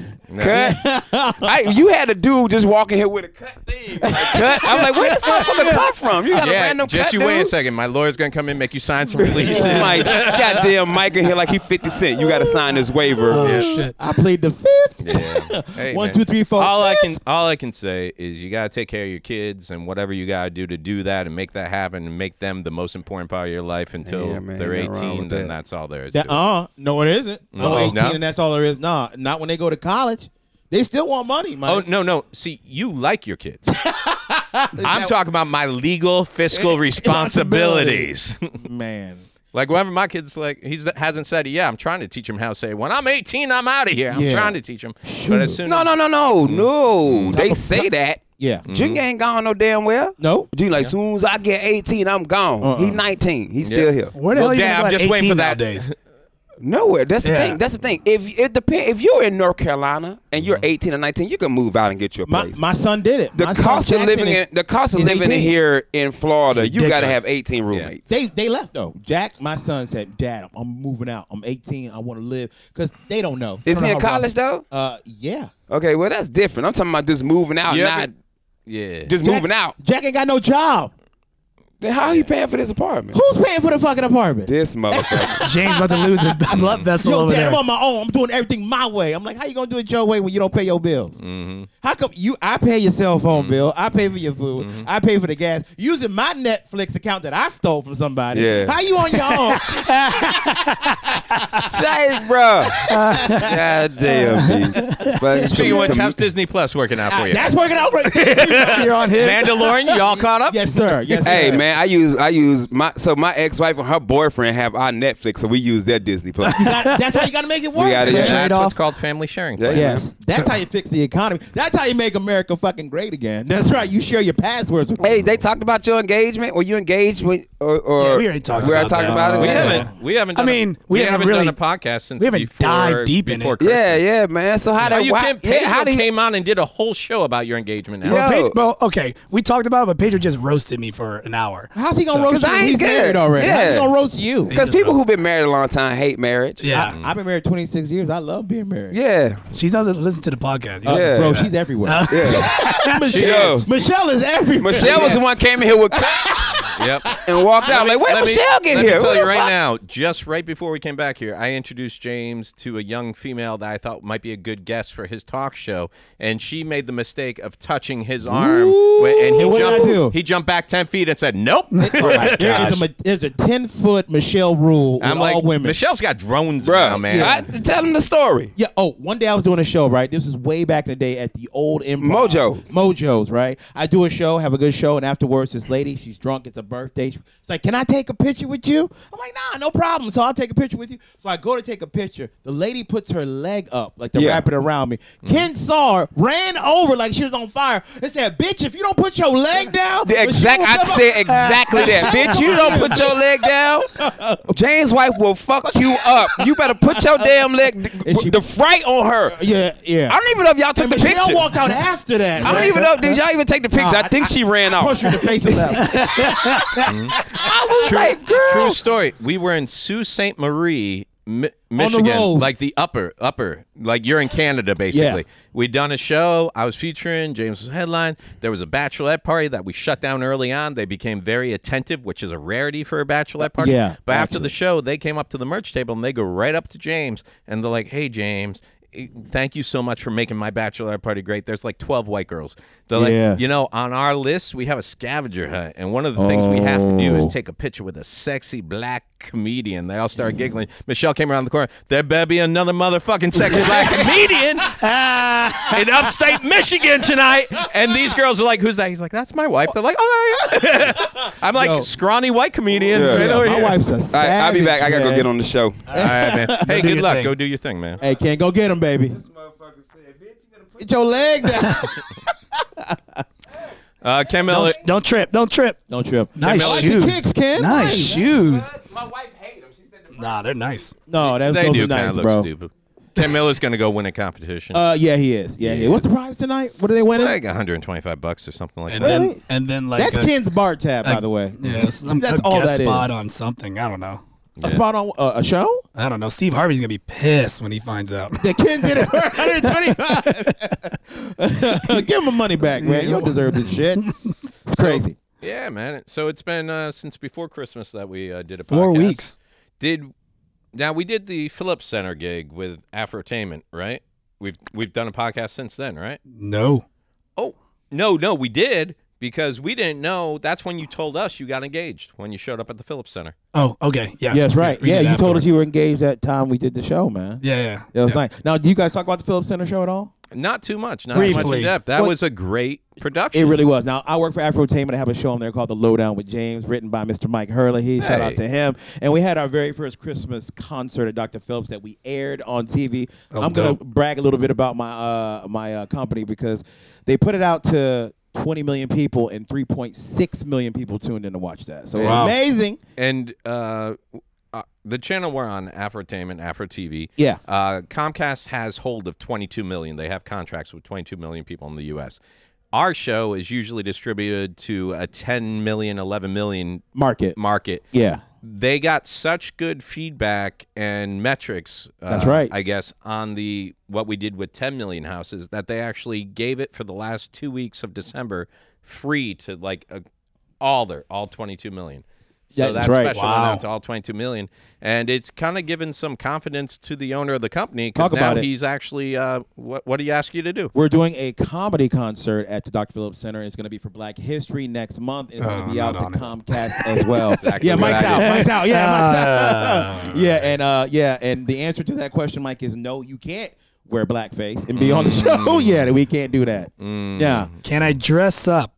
[SPEAKER 5] I, you had a dude just walking here with a cut thing. Like, cut. I'm like, where this motherfucker come from? You got a
[SPEAKER 2] yeah,
[SPEAKER 5] random
[SPEAKER 2] just
[SPEAKER 5] cut,
[SPEAKER 2] you
[SPEAKER 5] dude?
[SPEAKER 2] wait a second. My lawyer's gonna come in, make you sign some releases.
[SPEAKER 5] Mike, goddamn Mike in here like he 50 Cent. You got to sign this waiver.
[SPEAKER 1] Shit.
[SPEAKER 6] I played the fifth.
[SPEAKER 2] Yeah. Hey,
[SPEAKER 6] One,
[SPEAKER 2] man.
[SPEAKER 6] two, three, four,
[SPEAKER 2] All I
[SPEAKER 6] fifth.
[SPEAKER 2] can all I can say is you gotta take care of your kids and whatever you gotta do to do that and make that happen and make them the most important part of your life until
[SPEAKER 5] Yeah, man,
[SPEAKER 2] they're
[SPEAKER 5] ain't nothing wrong
[SPEAKER 2] 18.
[SPEAKER 5] with
[SPEAKER 2] Then
[SPEAKER 5] that.
[SPEAKER 2] that's all there is.
[SPEAKER 6] That,
[SPEAKER 2] to it.
[SPEAKER 6] uh, no, it isn't.
[SPEAKER 2] No.
[SPEAKER 6] I'm 18
[SPEAKER 2] No.
[SPEAKER 6] and that's all there is. Nah, not when they go to college. They still want money, man.
[SPEAKER 2] Oh no no! See, you like your kids. I'm talking about my legal fiscal responsibilities.
[SPEAKER 6] Man.
[SPEAKER 2] like whenever my kids like he's hasn't said it. Yeah, I'm trying to teach him how to say when I'm 18, I'm out of here. I'm
[SPEAKER 6] Yeah.
[SPEAKER 2] trying to teach him. But as soon
[SPEAKER 5] No,
[SPEAKER 2] as
[SPEAKER 5] no, no, no, no. They say that.
[SPEAKER 6] Yeah.
[SPEAKER 5] Junior ain't gone no Uh-uh. damn well.
[SPEAKER 6] No.
[SPEAKER 5] Junior like, soon as I get 18, I'm gone. He 19. He's still here.
[SPEAKER 4] Where the
[SPEAKER 2] Well,
[SPEAKER 4] hell you
[SPEAKER 2] damn,
[SPEAKER 4] gonna go at
[SPEAKER 2] just wait for
[SPEAKER 4] 18
[SPEAKER 2] that.
[SPEAKER 4] nowadays?
[SPEAKER 5] Nowhere. That's the
[SPEAKER 4] Yeah.
[SPEAKER 5] thing. That's the thing. If it depend, if you're in North Carolina and you're 18 or 19, you can move out and get your
[SPEAKER 6] My,
[SPEAKER 5] place.
[SPEAKER 6] my son did it.
[SPEAKER 5] the
[SPEAKER 6] My son
[SPEAKER 5] cost of
[SPEAKER 6] Jackson
[SPEAKER 5] living
[SPEAKER 6] is-
[SPEAKER 5] in the cost of
[SPEAKER 6] is
[SPEAKER 5] living in
[SPEAKER 6] 18.
[SPEAKER 5] here in Florida, you got to
[SPEAKER 1] Ridiculous.
[SPEAKER 5] have 18 roommates.
[SPEAKER 6] They they left though. Jack, my son said, "Dad, I'm, I'm moving out. I'm 18. I want to live because they don't know. They
[SPEAKER 5] Is
[SPEAKER 6] don't
[SPEAKER 5] he
[SPEAKER 6] know
[SPEAKER 5] in
[SPEAKER 6] how
[SPEAKER 5] college,
[SPEAKER 6] Rob-
[SPEAKER 5] though?
[SPEAKER 6] Uh, yeah.
[SPEAKER 5] Okay, well that's different. I'm talking about just moving out,
[SPEAKER 2] Yeah,
[SPEAKER 5] not
[SPEAKER 2] yeah,
[SPEAKER 5] just
[SPEAKER 6] Jack-
[SPEAKER 5] moving out.
[SPEAKER 6] Jack ain't got no job.
[SPEAKER 5] Then how are you paying for this apartment?
[SPEAKER 6] Who's paying for the fucking apartment?
[SPEAKER 5] This motherfucker.
[SPEAKER 4] James about to lose his blood vessel
[SPEAKER 6] Yo,
[SPEAKER 4] over
[SPEAKER 6] Dad,
[SPEAKER 4] there.
[SPEAKER 6] I'm on my own. I'm doing everything my way. I'm like, how you gonna do it your way when you don't pay your bills?
[SPEAKER 5] Mm-hmm.
[SPEAKER 6] How come you? I pay your cell phone bill. I pay for your food.
[SPEAKER 5] Mm-hmm.
[SPEAKER 6] I pay for the gas using my Netflix account that I stole from somebody.
[SPEAKER 5] Yeah.
[SPEAKER 6] How you on your own?
[SPEAKER 5] Jeez, bro. God damn, B. But
[SPEAKER 2] Speaking of which,
[SPEAKER 5] com-
[SPEAKER 2] how's Disney Plus working out
[SPEAKER 5] Oh,
[SPEAKER 2] for you?
[SPEAKER 6] Ah, That's working out right. there.
[SPEAKER 4] You're on his.
[SPEAKER 2] Mandalorian, y'all caught up?
[SPEAKER 6] yes, sir. Yes,
[SPEAKER 5] Hey
[SPEAKER 6] sir.
[SPEAKER 5] man, I use I use my so my ex wife and her boyfriend have our Netflix, so we use their Disney Plus.
[SPEAKER 6] That- that's how you gotta make it work.
[SPEAKER 5] We gotta-
[SPEAKER 2] That's
[SPEAKER 5] yeah.
[SPEAKER 4] Trade
[SPEAKER 2] what's
[SPEAKER 4] off.
[SPEAKER 2] called family sharing.
[SPEAKER 5] Yeah.
[SPEAKER 2] plan.
[SPEAKER 6] Yes, that's how you fix the economy. That's how you make America fucking great again. That's right. You share your passwords with
[SPEAKER 5] Hey, they talked about your engagement. Were you engaged with or, or
[SPEAKER 4] Yeah, we already talked
[SPEAKER 5] we already
[SPEAKER 4] about
[SPEAKER 5] talked
[SPEAKER 4] that.
[SPEAKER 5] about it.
[SPEAKER 2] We
[SPEAKER 5] yeah.
[SPEAKER 2] haven't. We haven't.
[SPEAKER 4] I
[SPEAKER 2] Done a-
[SPEAKER 4] mean, we
[SPEAKER 2] we, haven't,
[SPEAKER 4] haven't really-
[SPEAKER 2] done a podcast since
[SPEAKER 4] we haven't
[SPEAKER 2] before,
[SPEAKER 4] dived deep in
[SPEAKER 2] before
[SPEAKER 4] it.
[SPEAKER 2] Christmas.
[SPEAKER 5] Yeah, yeah, man. So
[SPEAKER 2] How
[SPEAKER 5] how did
[SPEAKER 2] you
[SPEAKER 5] why-
[SPEAKER 2] can Pedro
[SPEAKER 5] yeah, how do you-
[SPEAKER 2] came on and did a whole show about your engagement. Al.
[SPEAKER 5] Yeah.
[SPEAKER 4] Pedro,
[SPEAKER 5] Yo.
[SPEAKER 4] bro, okay, we talked about it, but Pedro just roasted me for an hour.
[SPEAKER 6] How's he gonna
[SPEAKER 4] So-
[SPEAKER 6] roast you?
[SPEAKER 5] I
[SPEAKER 6] when
[SPEAKER 5] ain't
[SPEAKER 6] He's
[SPEAKER 5] good.
[SPEAKER 6] married already. How's he
[SPEAKER 5] Yeah.
[SPEAKER 6] gonna roast you?
[SPEAKER 5] Because people who've been married a long time hate marriage.
[SPEAKER 4] Yeah,
[SPEAKER 6] I, have been married 26 years. I love being married.
[SPEAKER 5] Yeah.
[SPEAKER 4] she doesn't listen to the podcast. You
[SPEAKER 6] Uh,
[SPEAKER 4] have to
[SPEAKER 5] Yeah.
[SPEAKER 4] say
[SPEAKER 6] bro,
[SPEAKER 4] that.
[SPEAKER 6] she's everywhere.
[SPEAKER 5] Yeah.
[SPEAKER 6] Michelle,
[SPEAKER 5] is.
[SPEAKER 6] Michelle is everywhere.
[SPEAKER 5] Michelle was the one came in here with
[SPEAKER 2] Yep.
[SPEAKER 5] and walked out. like, where
[SPEAKER 2] Let me-
[SPEAKER 5] Michelle get
[SPEAKER 2] let
[SPEAKER 5] here?
[SPEAKER 2] me tell
[SPEAKER 5] What
[SPEAKER 2] you
[SPEAKER 5] the
[SPEAKER 2] right
[SPEAKER 5] fuck?
[SPEAKER 2] now, just right before we came back here, I introduced James to a young female that I thought might be a good guest for his talk show, and she made the mistake of touching his arm, wh- and he
[SPEAKER 6] And what did I
[SPEAKER 2] jumped.
[SPEAKER 6] do?
[SPEAKER 2] He jumped back ten feet and said, "Nope."
[SPEAKER 6] There is a, mi- there's a 10 foot Michelle rule with
[SPEAKER 2] I'm
[SPEAKER 6] all
[SPEAKER 2] like,
[SPEAKER 6] women.
[SPEAKER 2] Michelle's got drones now,
[SPEAKER 5] Bruh,
[SPEAKER 2] man.
[SPEAKER 5] I, tell him the story.
[SPEAKER 6] Yeah. Oh, one day I was doing a show, right? This is way back in the day at the old Improv.
[SPEAKER 5] Mojo's.
[SPEAKER 6] Mojo's, right? I do a show, have a good show, and afterwards, this lady, she's drunk. It's a birthday. She's like, "Can I take a picture with you?" I'm like, "Nah, no problem." So I'll take a picture with you. So I go to take a picture. The lady puts her leg up, like to
[SPEAKER 5] Yeah. Mm-hmm.
[SPEAKER 6] wrap it around me. Ken saw her, ran over like she was on fire, and said, "Bitch, if you don't put your leg down,
[SPEAKER 5] The exact. I said exactly that, bitch. You don't put your leg down. James' wife will fuck you up. You better put your damn leg.
[SPEAKER 6] And she-
[SPEAKER 5] The fright on her.
[SPEAKER 6] Yeah, yeah.
[SPEAKER 5] I don't even know if y'all took
[SPEAKER 6] and
[SPEAKER 5] the
[SPEAKER 6] Michelle
[SPEAKER 5] picture.
[SPEAKER 6] walked out after that.
[SPEAKER 5] I don't
[SPEAKER 6] right?
[SPEAKER 5] even know. Did y'all even take the picture?
[SPEAKER 6] Nah,
[SPEAKER 5] I think
[SPEAKER 6] I-
[SPEAKER 5] she ran off.
[SPEAKER 6] Push her in the face and left.
[SPEAKER 5] I was like, girl.
[SPEAKER 2] True story. We were in Sault Ste. Marie, Mi- Michigan,
[SPEAKER 6] road.
[SPEAKER 2] like the upper, upper, like you're in Canada, basically.
[SPEAKER 6] Yeah.
[SPEAKER 2] We'd done a show. I was featuring. James was headline. There was a bachelorette party that we shut down early on. They became very attentive, which is a rarity for a bachelorette party.
[SPEAKER 6] yeah,
[SPEAKER 2] But after
[SPEAKER 6] actually.
[SPEAKER 2] the show, they came up to the merch table and they go right up to James and they're like, "Hey, James." eh, Thank you so much for making my bachelorette party great. There's like 12 white girls. They're like,
[SPEAKER 6] Yeah.
[SPEAKER 2] you know, on our list, we have a scavenger hunt. And one of the things we have to
[SPEAKER 6] Oh.
[SPEAKER 2] do is take a picture with a sexy black comedian. They all started giggling. Michelle came around the corner. There better be another motherfucking sexy black comedian in upstate Michigan tonight. And these girls are like, who's that? He's like, that's my wife. They're like, oh, yeah." I'm like,
[SPEAKER 6] Yo.
[SPEAKER 2] scrawny white comedian.
[SPEAKER 5] Yeah.
[SPEAKER 2] Right over
[SPEAKER 6] My
[SPEAKER 2] here.
[SPEAKER 6] wife's a savage.
[SPEAKER 5] All right, I'll be back. I gotta go
[SPEAKER 6] man.
[SPEAKER 5] get on the show.
[SPEAKER 2] All right, man. Hey,
[SPEAKER 1] do
[SPEAKER 2] good
[SPEAKER 1] your
[SPEAKER 2] luck.
[SPEAKER 1] thing.
[SPEAKER 2] Go do your thing, man.
[SPEAKER 6] Hey, Ken, go get him, baby. Get your leg down.
[SPEAKER 2] Uh, Ken Miller.
[SPEAKER 4] Don't, don't trip. Don't trip.
[SPEAKER 6] Don't trip.
[SPEAKER 4] Nice
[SPEAKER 2] I like
[SPEAKER 6] your
[SPEAKER 4] shoes.
[SPEAKER 6] kicks, Ken.
[SPEAKER 4] Nice,
[SPEAKER 6] Nice.
[SPEAKER 4] shoes.
[SPEAKER 5] My wife hates him. She said the
[SPEAKER 1] Nah, they're nice.
[SPEAKER 6] No, that,
[SPEAKER 2] They
[SPEAKER 6] those
[SPEAKER 2] do
[SPEAKER 6] are
[SPEAKER 2] kind
[SPEAKER 6] nice,
[SPEAKER 2] of look
[SPEAKER 6] bro.
[SPEAKER 2] stupid. Ken Miller's going to go win a competition.
[SPEAKER 6] Uh, yeah, he is. Yeah, he is. What's the prize tonight? What are they winning?
[SPEAKER 2] like 125 bucks or something like
[SPEAKER 1] And
[SPEAKER 2] that.
[SPEAKER 6] Really?
[SPEAKER 1] then and then like
[SPEAKER 6] That's
[SPEAKER 1] a,
[SPEAKER 6] Ken's bar tab, by the way.
[SPEAKER 1] Yeah, some,
[SPEAKER 6] That's
[SPEAKER 4] a
[SPEAKER 6] all
[SPEAKER 4] guest
[SPEAKER 6] that is.
[SPEAKER 4] spot on something. I don't know.
[SPEAKER 6] A spot on uh, a show?
[SPEAKER 1] I don't know. Steve Harvey's gonna be pissed when he finds out.
[SPEAKER 6] The Ken did it for 125. Give him my money back, man. You don't deserve this shit. It's crazy.
[SPEAKER 2] Yeah, man. So it's been uh, since before Christmas that we uh, did a
[SPEAKER 1] Four
[SPEAKER 2] podcast.
[SPEAKER 1] weeks.
[SPEAKER 2] Did now we did the Phillips Center gig with Afrotainment, right? We've we've done a podcast since then, right?
[SPEAKER 1] No.
[SPEAKER 2] Oh no, no, we did because we didn't know. That's when you told us you got engaged when you showed up at the Phillips Center.
[SPEAKER 1] Oh, okay. Yes.
[SPEAKER 6] Yes, right.
[SPEAKER 1] We
[SPEAKER 6] yeah,
[SPEAKER 1] did
[SPEAKER 6] you told us
[SPEAKER 1] afterwards.
[SPEAKER 6] you were engaged that time we did the show, man.
[SPEAKER 1] Yeah, yeah.
[SPEAKER 6] That was nice. Now, do you guys talk about the Phillips Center show at all?
[SPEAKER 2] Not too much, not too much
[SPEAKER 1] Briefly.
[SPEAKER 2] in depth. That
[SPEAKER 6] Well-
[SPEAKER 2] was a great production.
[SPEAKER 6] It really was. Now, I work for Afrotainment. I have a show on there called The Lowdown with James, written by Mr. Mike Hurley. Shout out
[SPEAKER 2] Hey.
[SPEAKER 6] to him. And we had our very first Christmas concert at Dr. Phillips that we aired on TV.
[SPEAKER 1] was
[SPEAKER 6] I'm going to
[SPEAKER 1] dope.
[SPEAKER 6] brag a little bit about my uh, my uh, company because they put it out to 20 million people and 3.6 million people tuned in to watch that. So
[SPEAKER 1] Wow.
[SPEAKER 6] amazing.
[SPEAKER 2] And uh, uh, the channel we're on, Afrotainment, Afro TV.
[SPEAKER 6] Yeah.
[SPEAKER 2] Uh, Comcast has hold of 22 million. They have contracts with 22 million people in the U.S. Our show is usually distributed to a 10 million, 11 million
[SPEAKER 6] Market.
[SPEAKER 2] market.
[SPEAKER 6] Yeah.
[SPEAKER 2] They got such good feedback and metrics. Uh,
[SPEAKER 6] That's right.
[SPEAKER 2] I guess on the what we did with 10 million houses that they actually gave it for the last two weeks of December free to like a, all their all 22 million. So
[SPEAKER 6] Yeah,
[SPEAKER 2] that
[SPEAKER 6] that's right.
[SPEAKER 2] special
[SPEAKER 1] Wow.
[SPEAKER 2] went out to all 22 million, and it's kind of given some confidence to the owner of the company
[SPEAKER 6] Talk
[SPEAKER 2] because now
[SPEAKER 6] about it.
[SPEAKER 2] he's actually uh, what what do you ask you to do?
[SPEAKER 6] We're doing a comedy concert at the Dr. Phillips Center. It's going to be for Black History next month. It's going
[SPEAKER 1] Oh,
[SPEAKER 6] to be out
[SPEAKER 1] not
[SPEAKER 6] to
[SPEAKER 1] on it.
[SPEAKER 6] Comcast as well. Yeah,
[SPEAKER 2] what
[SPEAKER 6] Mike's
[SPEAKER 2] I
[SPEAKER 6] out.
[SPEAKER 2] did.
[SPEAKER 6] Mike's out. Yeah, Mike's out.
[SPEAKER 1] Ah.
[SPEAKER 6] yeah, and uh, yeah, and the answer to that question, Mike, is no. You can't wear blackface and be on the
[SPEAKER 1] Mm.
[SPEAKER 6] show. yeah, we can't do that. Yeah,
[SPEAKER 1] Can I dress up?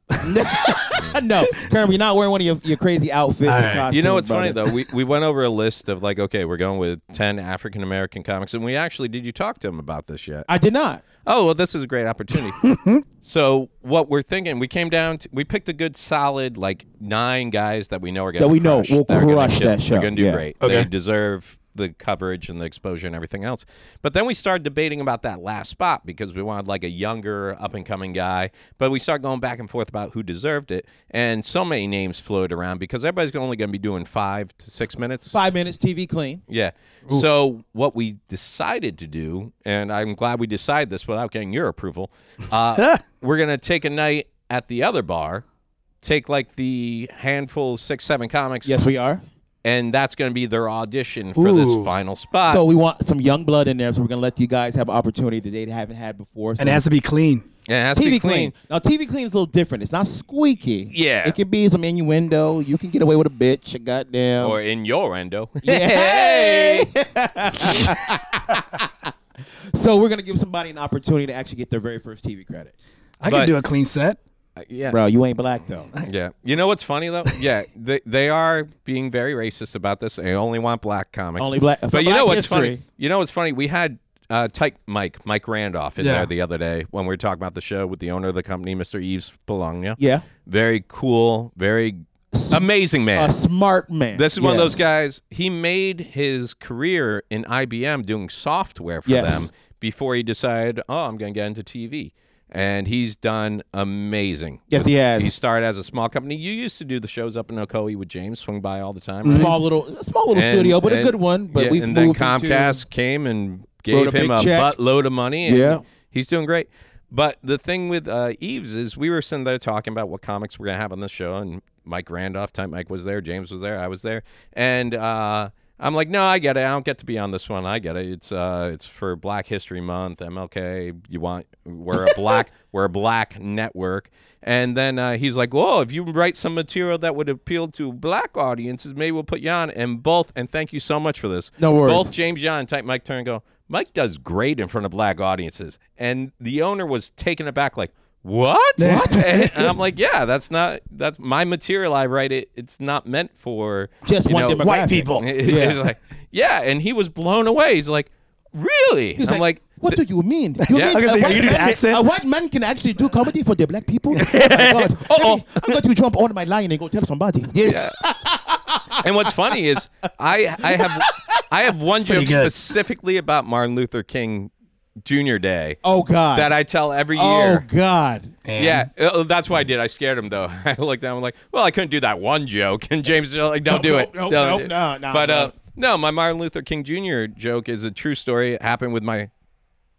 [SPEAKER 6] no, Kermit, you're not wearing one of your, your crazy outfits.
[SPEAKER 1] All
[SPEAKER 6] and
[SPEAKER 1] right.
[SPEAKER 2] You
[SPEAKER 6] costumes,
[SPEAKER 2] know what's funny
[SPEAKER 6] brother.
[SPEAKER 2] though? We we went over a list of like, okay, we're going with 10 African American comics, and we actually did you talk to him about this yet?
[SPEAKER 6] I did not.
[SPEAKER 2] Oh, well, this is a great opportunity. so, what we're thinking, we came down, to, we picked a good solid, like nine guys that we know are going to
[SPEAKER 6] That we know will crush that show.
[SPEAKER 2] They're going to do
[SPEAKER 6] Yeah.
[SPEAKER 2] great.
[SPEAKER 1] Okay.
[SPEAKER 2] They deserve the coverage and the exposure and everything else. But then we started debating about that last spot because we wanted like a younger, up and coming guy. But we started going back and forth about who deserved it. And so many names floated around because everybody's only going to be doing five to six minutes.
[SPEAKER 6] Five minutes TV clean.
[SPEAKER 2] Yeah. So what we decided to do, and I'm glad we decided this without getting your approval, uh, we're gonna take a night at the other bar, take like the handful six seven comics,
[SPEAKER 6] Yes, we are.
[SPEAKER 2] and that's gonna be their audition for
[SPEAKER 1] Ooh.
[SPEAKER 2] this final spot.
[SPEAKER 6] So we want some young blood in there, so we're gonna let you guys have an opportunity that they haven't had before. So
[SPEAKER 1] And it has to be clean.
[SPEAKER 2] And it has to
[SPEAKER 6] TV
[SPEAKER 2] be
[SPEAKER 6] clean. Now TV clean is a little different. It's not squeaky.
[SPEAKER 2] Yeah.
[SPEAKER 6] It can be some innuendo. You can get away with a bitch. A goddamn.
[SPEAKER 2] or in your endo.
[SPEAKER 6] Yay! so we're gonna give somebody an opportunity to actually get their very first TV credit.
[SPEAKER 1] I
[SPEAKER 2] But-
[SPEAKER 1] can do a clean set.
[SPEAKER 2] yeah.
[SPEAKER 6] Bro, you ain't black though.
[SPEAKER 2] Yeah. You know what's funny though? Yeah, they they are being very racist about this. They only want black comics.
[SPEAKER 6] Only black. for
[SPEAKER 2] But you
[SPEAKER 6] black
[SPEAKER 2] know what's
[SPEAKER 6] history.
[SPEAKER 2] funny? You know what's funny? We had uh, Tyke Mike, Mike Randolph in
[SPEAKER 1] Yeah.
[SPEAKER 2] there the other day when we were talking about the show with the owner of the company, Mr. Yves Bologna.
[SPEAKER 6] Yeah.
[SPEAKER 2] Very cool, very amazing man.
[SPEAKER 6] A smart man.
[SPEAKER 2] This is one of
[SPEAKER 6] Yes.
[SPEAKER 2] those guys. He made his career in IBM doing software for
[SPEAKER 6] Yes.
[SPEAKER 2] them before he decided, oh, I'm going to get into TV. And he's done amazing.
[SPEAKER 6] Yes, he has.
[SPEAKER 2] He started as a small company. You used to do the shows up in Ocoee with James, swing by all the time. right?
[SPEAKER 6] Small little, small little
[SPEAKER 2] And-
[SPEAKER 6] studio, but a
[SPEAKER 2] and-
[SPEAKER 6] good one. But
[SPEAKER 2] yeah,
[SPEAKER 6] we've
[SPEAKER 2] and then
[SPEAKER 6] moved
[SPEAKER 2] Comcast
[SPEAKER 6] Into,
[SPEAKER 2] came and
[SPEAKER 6] Wrote a
[SPEAKER 2] gave him
[SPEAKER 6] big
[SPEAKER 2] a
[SPEAKER 6] check.
[SPEAKER 2] buttload of money. and
[SPEAKER 6] Yeah.
[SPEAKER 2] he's doing great. But the thing with uh, Eves is we were sitting there talking about what comics we're gonna have on the show, and Mike Randolph, Type Mike was there, James was there, I was there, and uh, I'm like, no, I get it. I don't get to be on this one. I get it. It's uh, it's for Black History Month, MLK. You want we're a black we're a black network, and then uh, he's like, whoa, if you write some material that would appeal to black audiences, maybe we'll put you on. And both, and thank you so much for this.
[SPEAKER 6] No worries.
[SPEAKER 2] Both James Young and Type Mike Turn go, Mike does great in front of black audiences. And the owner was taken aback, like, what? and I'm like, yeah, that's not, that's my material. I write it. It's not meant for
[SPEAKER 6] Just
[SPEAKER 2] you
[SPEAKER 6] one
[SPEAKER 2] know,
[SPEAKER 6] demographic.
[SPEAKER 1] White people.
[SPEAKER 2] yeah. like, yeah. And he was blown away. He's like, really?
[SPEAKER 6] He's
[SPEAKER 2] I'm like,
[SPEAKER 6] what do you mean? You
[SPEAKER 2] Yeah.
[SPEAKER 6] mean
[SPEAKER 2] I
[SPEAKER 1] was gonna say,
[SPEAKER 6] a, white
[SPEAKER 1] you do the
[SPEAKER 6] man,
[SPEAKER 1] accent?
[SPEAKER 6] a white man can actually do comedy for the black people? Oh my God.
[SPEAKER 2] Uh-oh.
[SPEAKER 6] Let me- I'm going to jump on my line and go tell somebody. Yeah.
[SPEAKER 2] and what's funny is I I have I have one joke
[SPEAKER 1] pretty good.
[SPEAKER 2] specifically about Martin Luther King Jr. Day
[SPEAKER 6] Oh, God.
[SPEAKER 2] that I tell every
[SPEAKER 6] oh,
[SPEAKER 2] year.
[SPEAKER 6] God.
[SPEAKER 2] Yeah, uh, that's what I did. I scared him though. I looked down. I'm like, well, I couldn't do that one joke, and James is like, don't
[SPEAKER 6] No,
[SPEAKER 2] do
[SPEAKER 6] no,
[SPEAKER 2] it.
[SPEAKER 6] no,
[SPEAKER 2] Don't
[SPEAKER 6] no,
[SPEAKER 2] do it."
[SPEAKER 6] no, no,
[SPEAKER 2] But uh,
[SPEAKER 6] no.
[SPEAKER 2] No, my Martin Luther King Jr. joke is a true story. It happened with my.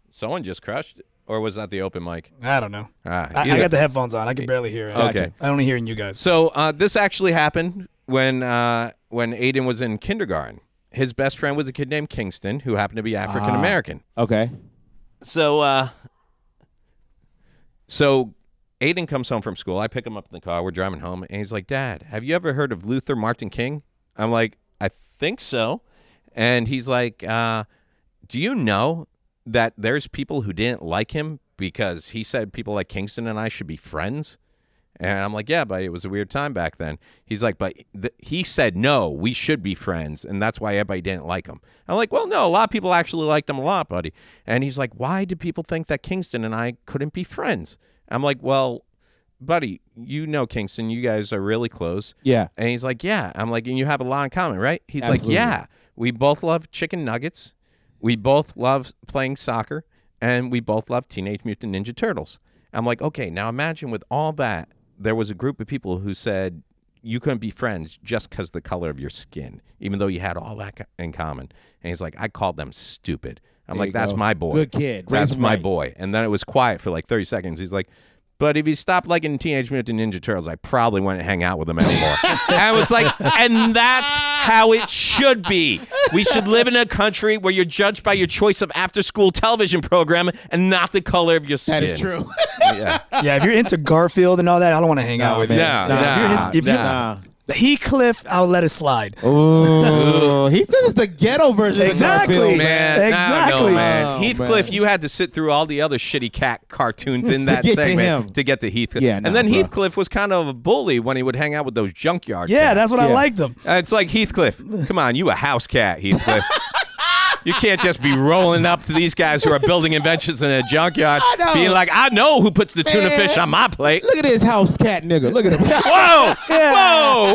[SPEAKER 2] Someone just crushed, it. or was that the open mic?
[SPEAKER 1] I don't know.
[SPEAKER 2] Ah,
[SPEAKER 1] I, I
[SPEAKER 2] either-
[SPEAKER 1] got the headphones on. I can barely hear it.
[SPEAKER 2] Okay.
[SPEAKER 1] I'm only hearing you guys.
[SPEAKER 2] So uh, this actually happened when uh, when Aiden was in kindergarten. His best friend was a kid named Kingston, who happened to be African
[SPEAKER 6] Ah.
[SPEAKER 2] American.
[SPEAKER 6] Okay.
[SPEAKER 2] So, uh, so Aiden comes home from school. I pick him up in the car. We're driving home, and he's like, "Dad, have you ever heard of Luther Martin King?" I'm like, "I think so," and he's like, uh, "Do you know that there's people who didn't like him because he said people like Kingston and I should be friends?" And I'm like, "Yeah, but it was a weird time back then." He's like, "But th- he said no, we should be friends, and that's why everybody didn't like him." I'm like, "Well, no, a lot of people actually liked him a lot, buddy." And he's like, "Why did people think that Kingston and I couldn't be friends?" I'm like, "Well, buddy, you know Kingston. You guys are really close.
[SPEAKER 6] Yeah.
[SPEAKER 2] And he's like, yeah. I'm like, and you have a lot in common, right? He's
[SPEAKER 6] Absolutely.
[SPEAKER 2] like, yeah. We both love chicken nuggets. We both love playing soccer. And we both love Teenage Mutant Ninja Turtles. I'm like, okay, now imagine with all that, there was a group of people who said you couldn't be friends just because the color of your skin, even though you had all that co- in common. And he's like, I called them stupid. I'm
[SPEAKER 6] There
[SPEAKER 2] like,
[SPEAKER 6] you
[SPEAKER 2] that's
[SPEAKER 6] go.
[SPEAKER 2] my boy.
[SPEAKER 6] Good kid. Raise
[SPEAKER 2] That's
[SPEAKER 6] him
[SPEAKER 2] my
[SPEAKER 6] right.
[SPEAKER 2] boy. And then it was quiet for like 30 seconds. He's like, but if he stopped liking Teenage Mutant Ninja Turtles, I probably wouldn't hang out with him anymore. and I was like, and that's how it should be. We should live in a country where you're judged by your choice of after school television program and not the color of your skin.
[SPEAKER 6] That is true.
[SPEAKER 2] Yeah.
[SPEAKER 1] yeah, if you're into Garfield and all that, I don't want to hang out with you.
[SPEAKER 2] Nah, nah,
[SPEAKER 1] If you're- if you-
[SPEAKER 6] nah.
[SPEAKER 1] Heathcliff, I'll let it slide.
[SPEAKER 6] Oh, he this is the ghetto version.
[SPEAKER 1] Exactly.
[SPEAKER 6] of Garfield, man.
[SPEAKER 2] Man, I don't know,
[SPEAKER 1] Exactly.
[SPEAKER 2] man.
[SPEAKER 6] Oh,
[SPEAKER 2] Heathcliff,
[SPEAKER 6] man.
[SPEAKER 2] you had to sit through all the other shitty cat cartoons in that
[SPEAKER 6] get to
[SPEAKER 2] segment
[SPEAKER 6] him.
[SPEAKER 2] to get to Heathcliff.
[SPEAKER 6] Yeah, nah,
[SPEAKER 2] and then
[SPEAKER 6] bro.
[SPEAKER 2] Heathcliff was kind of a bully when he would hang out with those junkyard.
[SPEAKER 1] Yeah,
[SPEAKER 2] cats.
[SPEAKER 1] that's what I
[SPEAKER 6] Yeah.
[SPEAKER 1] liked him.
[SPEAKER 2] Uh, It's like Heathcliff. Come on, you a house cat, Heathcliff. you can't just be rolling up to these guys who are building inventions in a junkyard,
[SPEAKER 6] I know.
[SPEAKER 2] being like, "I know who puts the tuna
[SPEAKER 6] Man.
[SPEAKER 2] fish on my plate."
[SPEAKER 6] Look at this house cat nigga. Look at him.
[SPEAKER 2] Whoa! Whoa!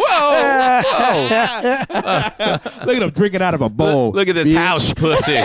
[SPEAKER 2] Whoa!
[SPEAKER 6] Look at him drinking out of a bowl.
[SPEAKER 2] Look at this
[SPEAKER 6] bitch.
[SPEAKER 2] house pussy.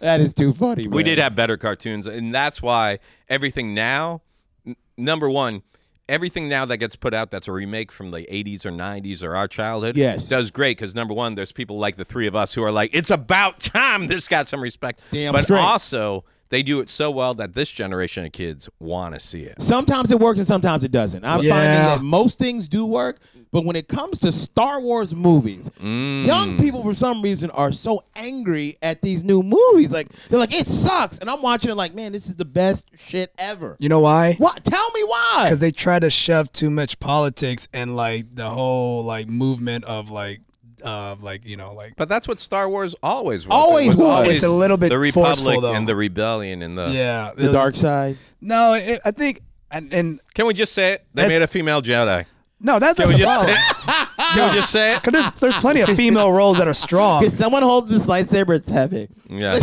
[SPEAKER 6] That is too funny.
[SPEAKER 2] we
[SPEAKER 6] man.
[SPEAKER 2] did have better cartoons, and that's why everything now. n- number one, everything now that gets put out that's a remake from the '80s or '90s or our childhood,
[SPEAKER 6] Yes.
[SPEAKER 2] does great because number one, there's people like the three of us who are like, it's about time this got some respect.
[SPEAKER 6] Damn
[SPEAKER 2] but
[SPEAKER 6] straight.
[SPEAKER 2] also, they do it so well that this generation of kids want to see it.
[SPEAKER 6] Sometimes it works and sometimes it doesn't. I'm finding
[SPEAKER 1] Yeah.
[SPEAKER 6] that most things do work, but when it comes to Star Wars movies,
[SPEAKER 2] Mm.
[SPEAKER 6] young people for some reason are so angry at these new movies. Like they're like, it sucks, and I'm watching it like, man, this is the best shit ever.
[SPEAKER 1] You know why?
[SPEAKER 6] What? Tell me why.
[SPEAKER 1] Because they try to shove too much politics and like the whole like movement of like, uh, like you know, like
[SPEAKER 2] But that's what Star Wars always was. It
[SPEAKER 6] Always was.
[SPEAKER 1] It's a little bit
[SPEAKER 2] the Republic
[SPEAKER 1] forceful, though.
[SPEAKER 2] and the rebellion and the.
[SPEAKER 1] yeah,
[SPEAKER 6] The dark side.
[SPEAKER 1] No, it, I think and, and
[SPEAKER 2] Can we just say it? They
[SPEAKER 1] That's-
[SPEAKER 2] made a female Jedi.
[SPEAKER 1] no, that's
[SPEAKER 2] Can
[SPEAKER 1] not
[SPEAKER 2] we
[SPEAKER 1] the
[SPEAKER 2] just say
[SPEAKER 1] problem.
[SPEAKER 2] it? Can we just say it?
[SPEAKER 1] 'Cause there's there's plenty of female roles that are strong.
[SPEAKER 6] Can someone hold this lightsaber? It's heavy.
[SPEAKER 2] Yeah.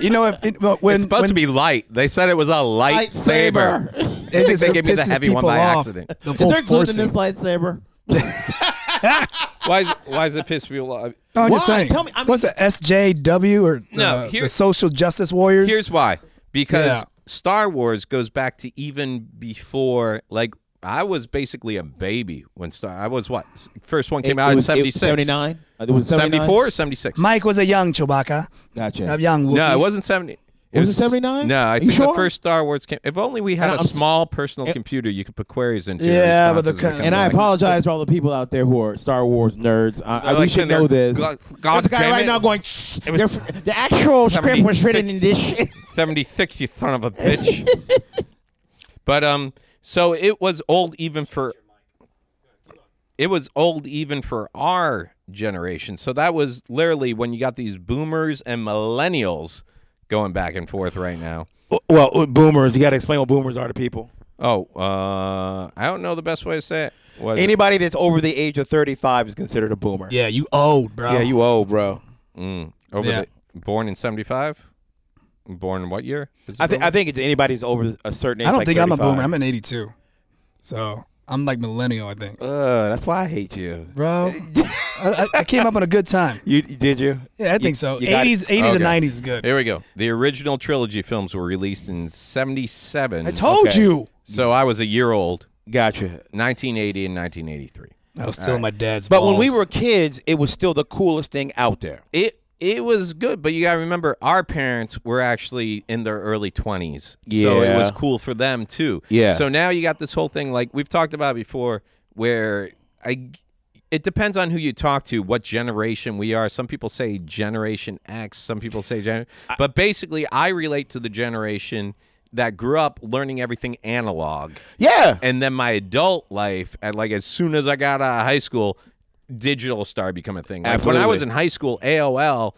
[SPEAKER 1] You know, if, it, but when
[SPEAKER 2] It's supposed
[SPEAKER 1] when,
[SPEAKER 2] to be light. They said it was a lightsaber.
[SPEAKER 6] Lightsaber.
[SPEAKER 1] It
[SPEAKER 2] They gave me the
[SPEAKER 1] pisses
[SPEAKER 2] heavy one
[SPEAKER 1] people
[SPEAKER 2] by
[SPEAKER 1] off.
[SPEAKER 2] accident.
[SPEAKER 1] The
[SPEAKER 6] Is
[SPEAKER 1] full
[SPEAKER 6] there glue in
[SPEAKER 1] forcing.
[SPEAKER 6] this lightsaber?
[SPEAKER 2] why? Is, why is it piss people off?
[SPEAKER 1] No, I'm just
[SPEAKER 6] Why?
[SPEAKER 1] saying.
[SPEAKER 6] Tell me- I mean-
[SPEAKER 1] What's the SJW or
[SPEAKER 2] No,
[SPEAKER 1] uh,
[SPEAKER 2] here-
[SPEAKER 1] the social justice warriors?
[SPEAKER 2] Here's why. Because
[SPEAKER 1] Yeah.
[SPEAKER 2] Star Wars goes back to even before. Like I was basically a baby when Star. I was what? S- First one came out
[SPEAKER 6] it
[SPEAKER 2] in
[SPEAKER 6] was,
[SPEAKER 2] seventy six.
[SPEAKER 6] 79? Uh, It was 79?
[SPEAKER 2] 74 or 76?
[SPEAKER 1] Mike was a young Chewbacca,
[SPEAKER 6] Gotcha.
[SPEAKER 1] a young Wookiee.
[SPEAKER 2] no, it wasn't 70.
[SPEAKER 6] Was it 79?
[SPEAKER 2] No, I
[SPEAKER 6] Are you
[SPEAKER 2] think the
[SPEAKER 6] sure?
[SPEAKER 2] first Star Wars came. If only we had
[SPEAKER 6] And
[SPEAKER 2] a
[SPEAKER 6] I'm s-
[SPEAKER 2] small personal computer you could put queries into. your
[SPEAKER 1] Yeah, but the
[SPEAKER 2] responses
[SPEAKER 1] co-
[SPEAKER 2] come
[SPEAKER 6] And I
[SPEAKER 2] back.
[SPEAKER 6] apologize for all the people out there who are Star Wars nerds. I, I,
[SPEAKER 2] They're
[SPEAKER 6] we
[SPEAKER 2] like
[SPEAKER 6] should
[SPEAKER 2] sitting there,
[SPEAKER 6] know this.
[SPEAKER 2] "God-
[SPEAKER 6] There's
[SPEAKER 2] God
[SPEAKER 6] a guy
[SPEAKER 2] damn
[SPEAKER 6] right
[SPEAKER 2] it."
[SPEAKER 6] now going. "They're f- the actual script was written in this shit.
[SPEAKER 2] 76, you son of a bitch. but um, so it was old even for. It was old even for our generation. So that was literally when you got these boomers and millennials going back and forth right now.
[SPEAKER 7] Well, uh, boomers. You got to explain what boomers are to people.
[SPEAKER 2] Oh, uh, I don't know the best way to say it. What is it?
[SPEAKER 7] Anybody that's over the age of 35 is considered a boomer.
[SPEAKER 1] Yeah, you old, bro.
[SPEAKER 7] Yeah, you old, bro.
[SPEAKER 2] Over
[SPEAKER 1] Yeah.
[SPEAKER 2] the born in seventy five, born in what year? Is it
[SPEAKER 7] I think
[SPEAKER 2] over?
[SPEAKER 7] I think it's anybody's over a certain age.
[SPEAKER 1] I don't
[SPEAKER 7] like
[SPEAKER 1] think I'm a
[SPEAKER 7] 35.
[SPEAKER 1] boomer. I'm an 82. So I'm like millennial, I think.
[SPEAKER 7] Uh, that's why I hate you.
[SPEAKER 1] Bro, I, I- I came up on a good time.
[SPEAKER 7] You you- did you?
[SPEAKER 1] Yeah, I think so.
[SPEAKER 7] you got it.
[SPEAKER 1] 80s, 80s
[SPEAKER 2] Okay.
[SPEAKER 1] and 90s is good.
[SPEAKER 2] Here we go. The original trilogy films were released in seventy seven.
[SPEAKER 1] I told
[SPEAKER 7] Okay.
[SPEAKER 1] you.
[SPEAKER 2] So I was a year old.
[SPEAKER 7] Gotcha.
[SPEAKER 2] 1980 and 1983.
[SPEAKER 1] I was still my dad's.
[SPEAKER 6] But when we
[SPEAKER 1] balls.
[SPEAKER 6] were kids, it was still the coolest thing out there.
[SPEAKER 2] It it was good, but you gotta remember our parents were actually in their early twenties, so it
[SPEAKER 6] Yeah.
[SPEAKER 2] was cool for them too.
[SPEAKER 6] Yeah.
[SPEAKER 2] So now you got this whole thing like we've talked about before, where I g- it depends on who you talk to, what generation we are. Some people say Generation X, some people say Gen, but basically I relate to the generation that grew up learning everything analog.
[SPEAKER 6] Yeah.
[SPEAKER 2] and then my adult life at like as soon as i got out of high school digital started becoming a thing like when i
[SPEAKER 6] Absolutely.
[SPEAKER 2] was in high school aol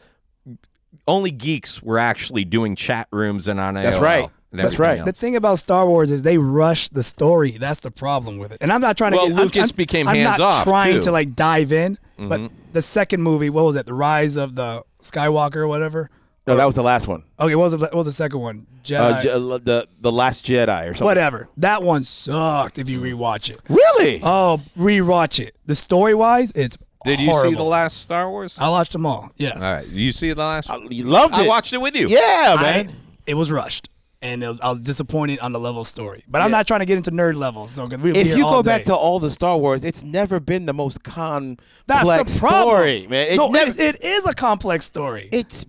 [SPEAKER 2] only geeks were actually doing chat rooms and on
[SPEAKER 6] That's
[SPEAKER 2] AOL
[SPEAKER 6] right.
[SPEAKER 2] and
[SPEAKER 6] That's
[SPEAKER 2] everything
[SPEAKER 6] right.
[SPEAKER 2] else.
[SPEAKER 1] The thing about Star Wars is they rush the story. That's the problem with it. And I'm not trying
[SPEAKER 2] Well,
[SPEAKER 1] to. Get, I'm-
[SPEAKER 2] Lucas
[SPEAKER 1] I'm,
[SPEAKER 2] became
[SPEAKER 1] I'm not
[SPEAKER 2] hands-off,
[SPEAKER 1] trying
[SPEAKER 2] too. Mm-hmm.
[SPEAKER 1] to like dive in, but the second movie, what was it? The Rise of the Skywalker, or whatever.
[SPEAKER 6] No, that was the last one.
[SPEAKER 1] Okay, what was the, what was the second one? Jedi.
[SPEAKER 6] Uh, Je- uh, the the Last Jedi or something.
[SPEAKER 1] whatever. That one sucked. If you
[SPEAKER 2] Mm.
[SPEAKER 1] rewatch it,
[SPEAKER 7] Uh,
[SPEAKER 6] Really?
[SPEAKER 1] oh, rewatch it. The story wise, it's
[SPEAKER 2] did you see the
[SPEAKER 1] horrible.
[SPEAKER 2] last star wars
[SPEAKER 1] I watched them all. Yes.
[SPEAKER 2] all right you see the last I,
[SPEAKER 6] you loved it.
[SPEAKER 2] watched it with you
[SPEAKER 6] Yeah,
[SPEAKER 1] I-
[SPEAKER 6] man.
[SPEAKER 1] it was rushed, and it was, I was disappointed on the level of story. But I'm not trying to get into nerd levels, so 'cause we would
[SPEAKER 6] if
[SPEAKER 1] be here
[SPEAKER 6] you
[SPEAKER 1] all
[SPEAKER 6] go back
[SPEAKER 1] day.
[SPEAKER 6] to all the Star Wars, it's never been the most complex
[SPEAKER 1] that's the problem,
[SPEAKER 6] story, man. It
[SPEAKER 1] no,
[SPEAKER 6] never-
[SPEAKER 1] it, it is a complex story.
[SPEAKER 6] it's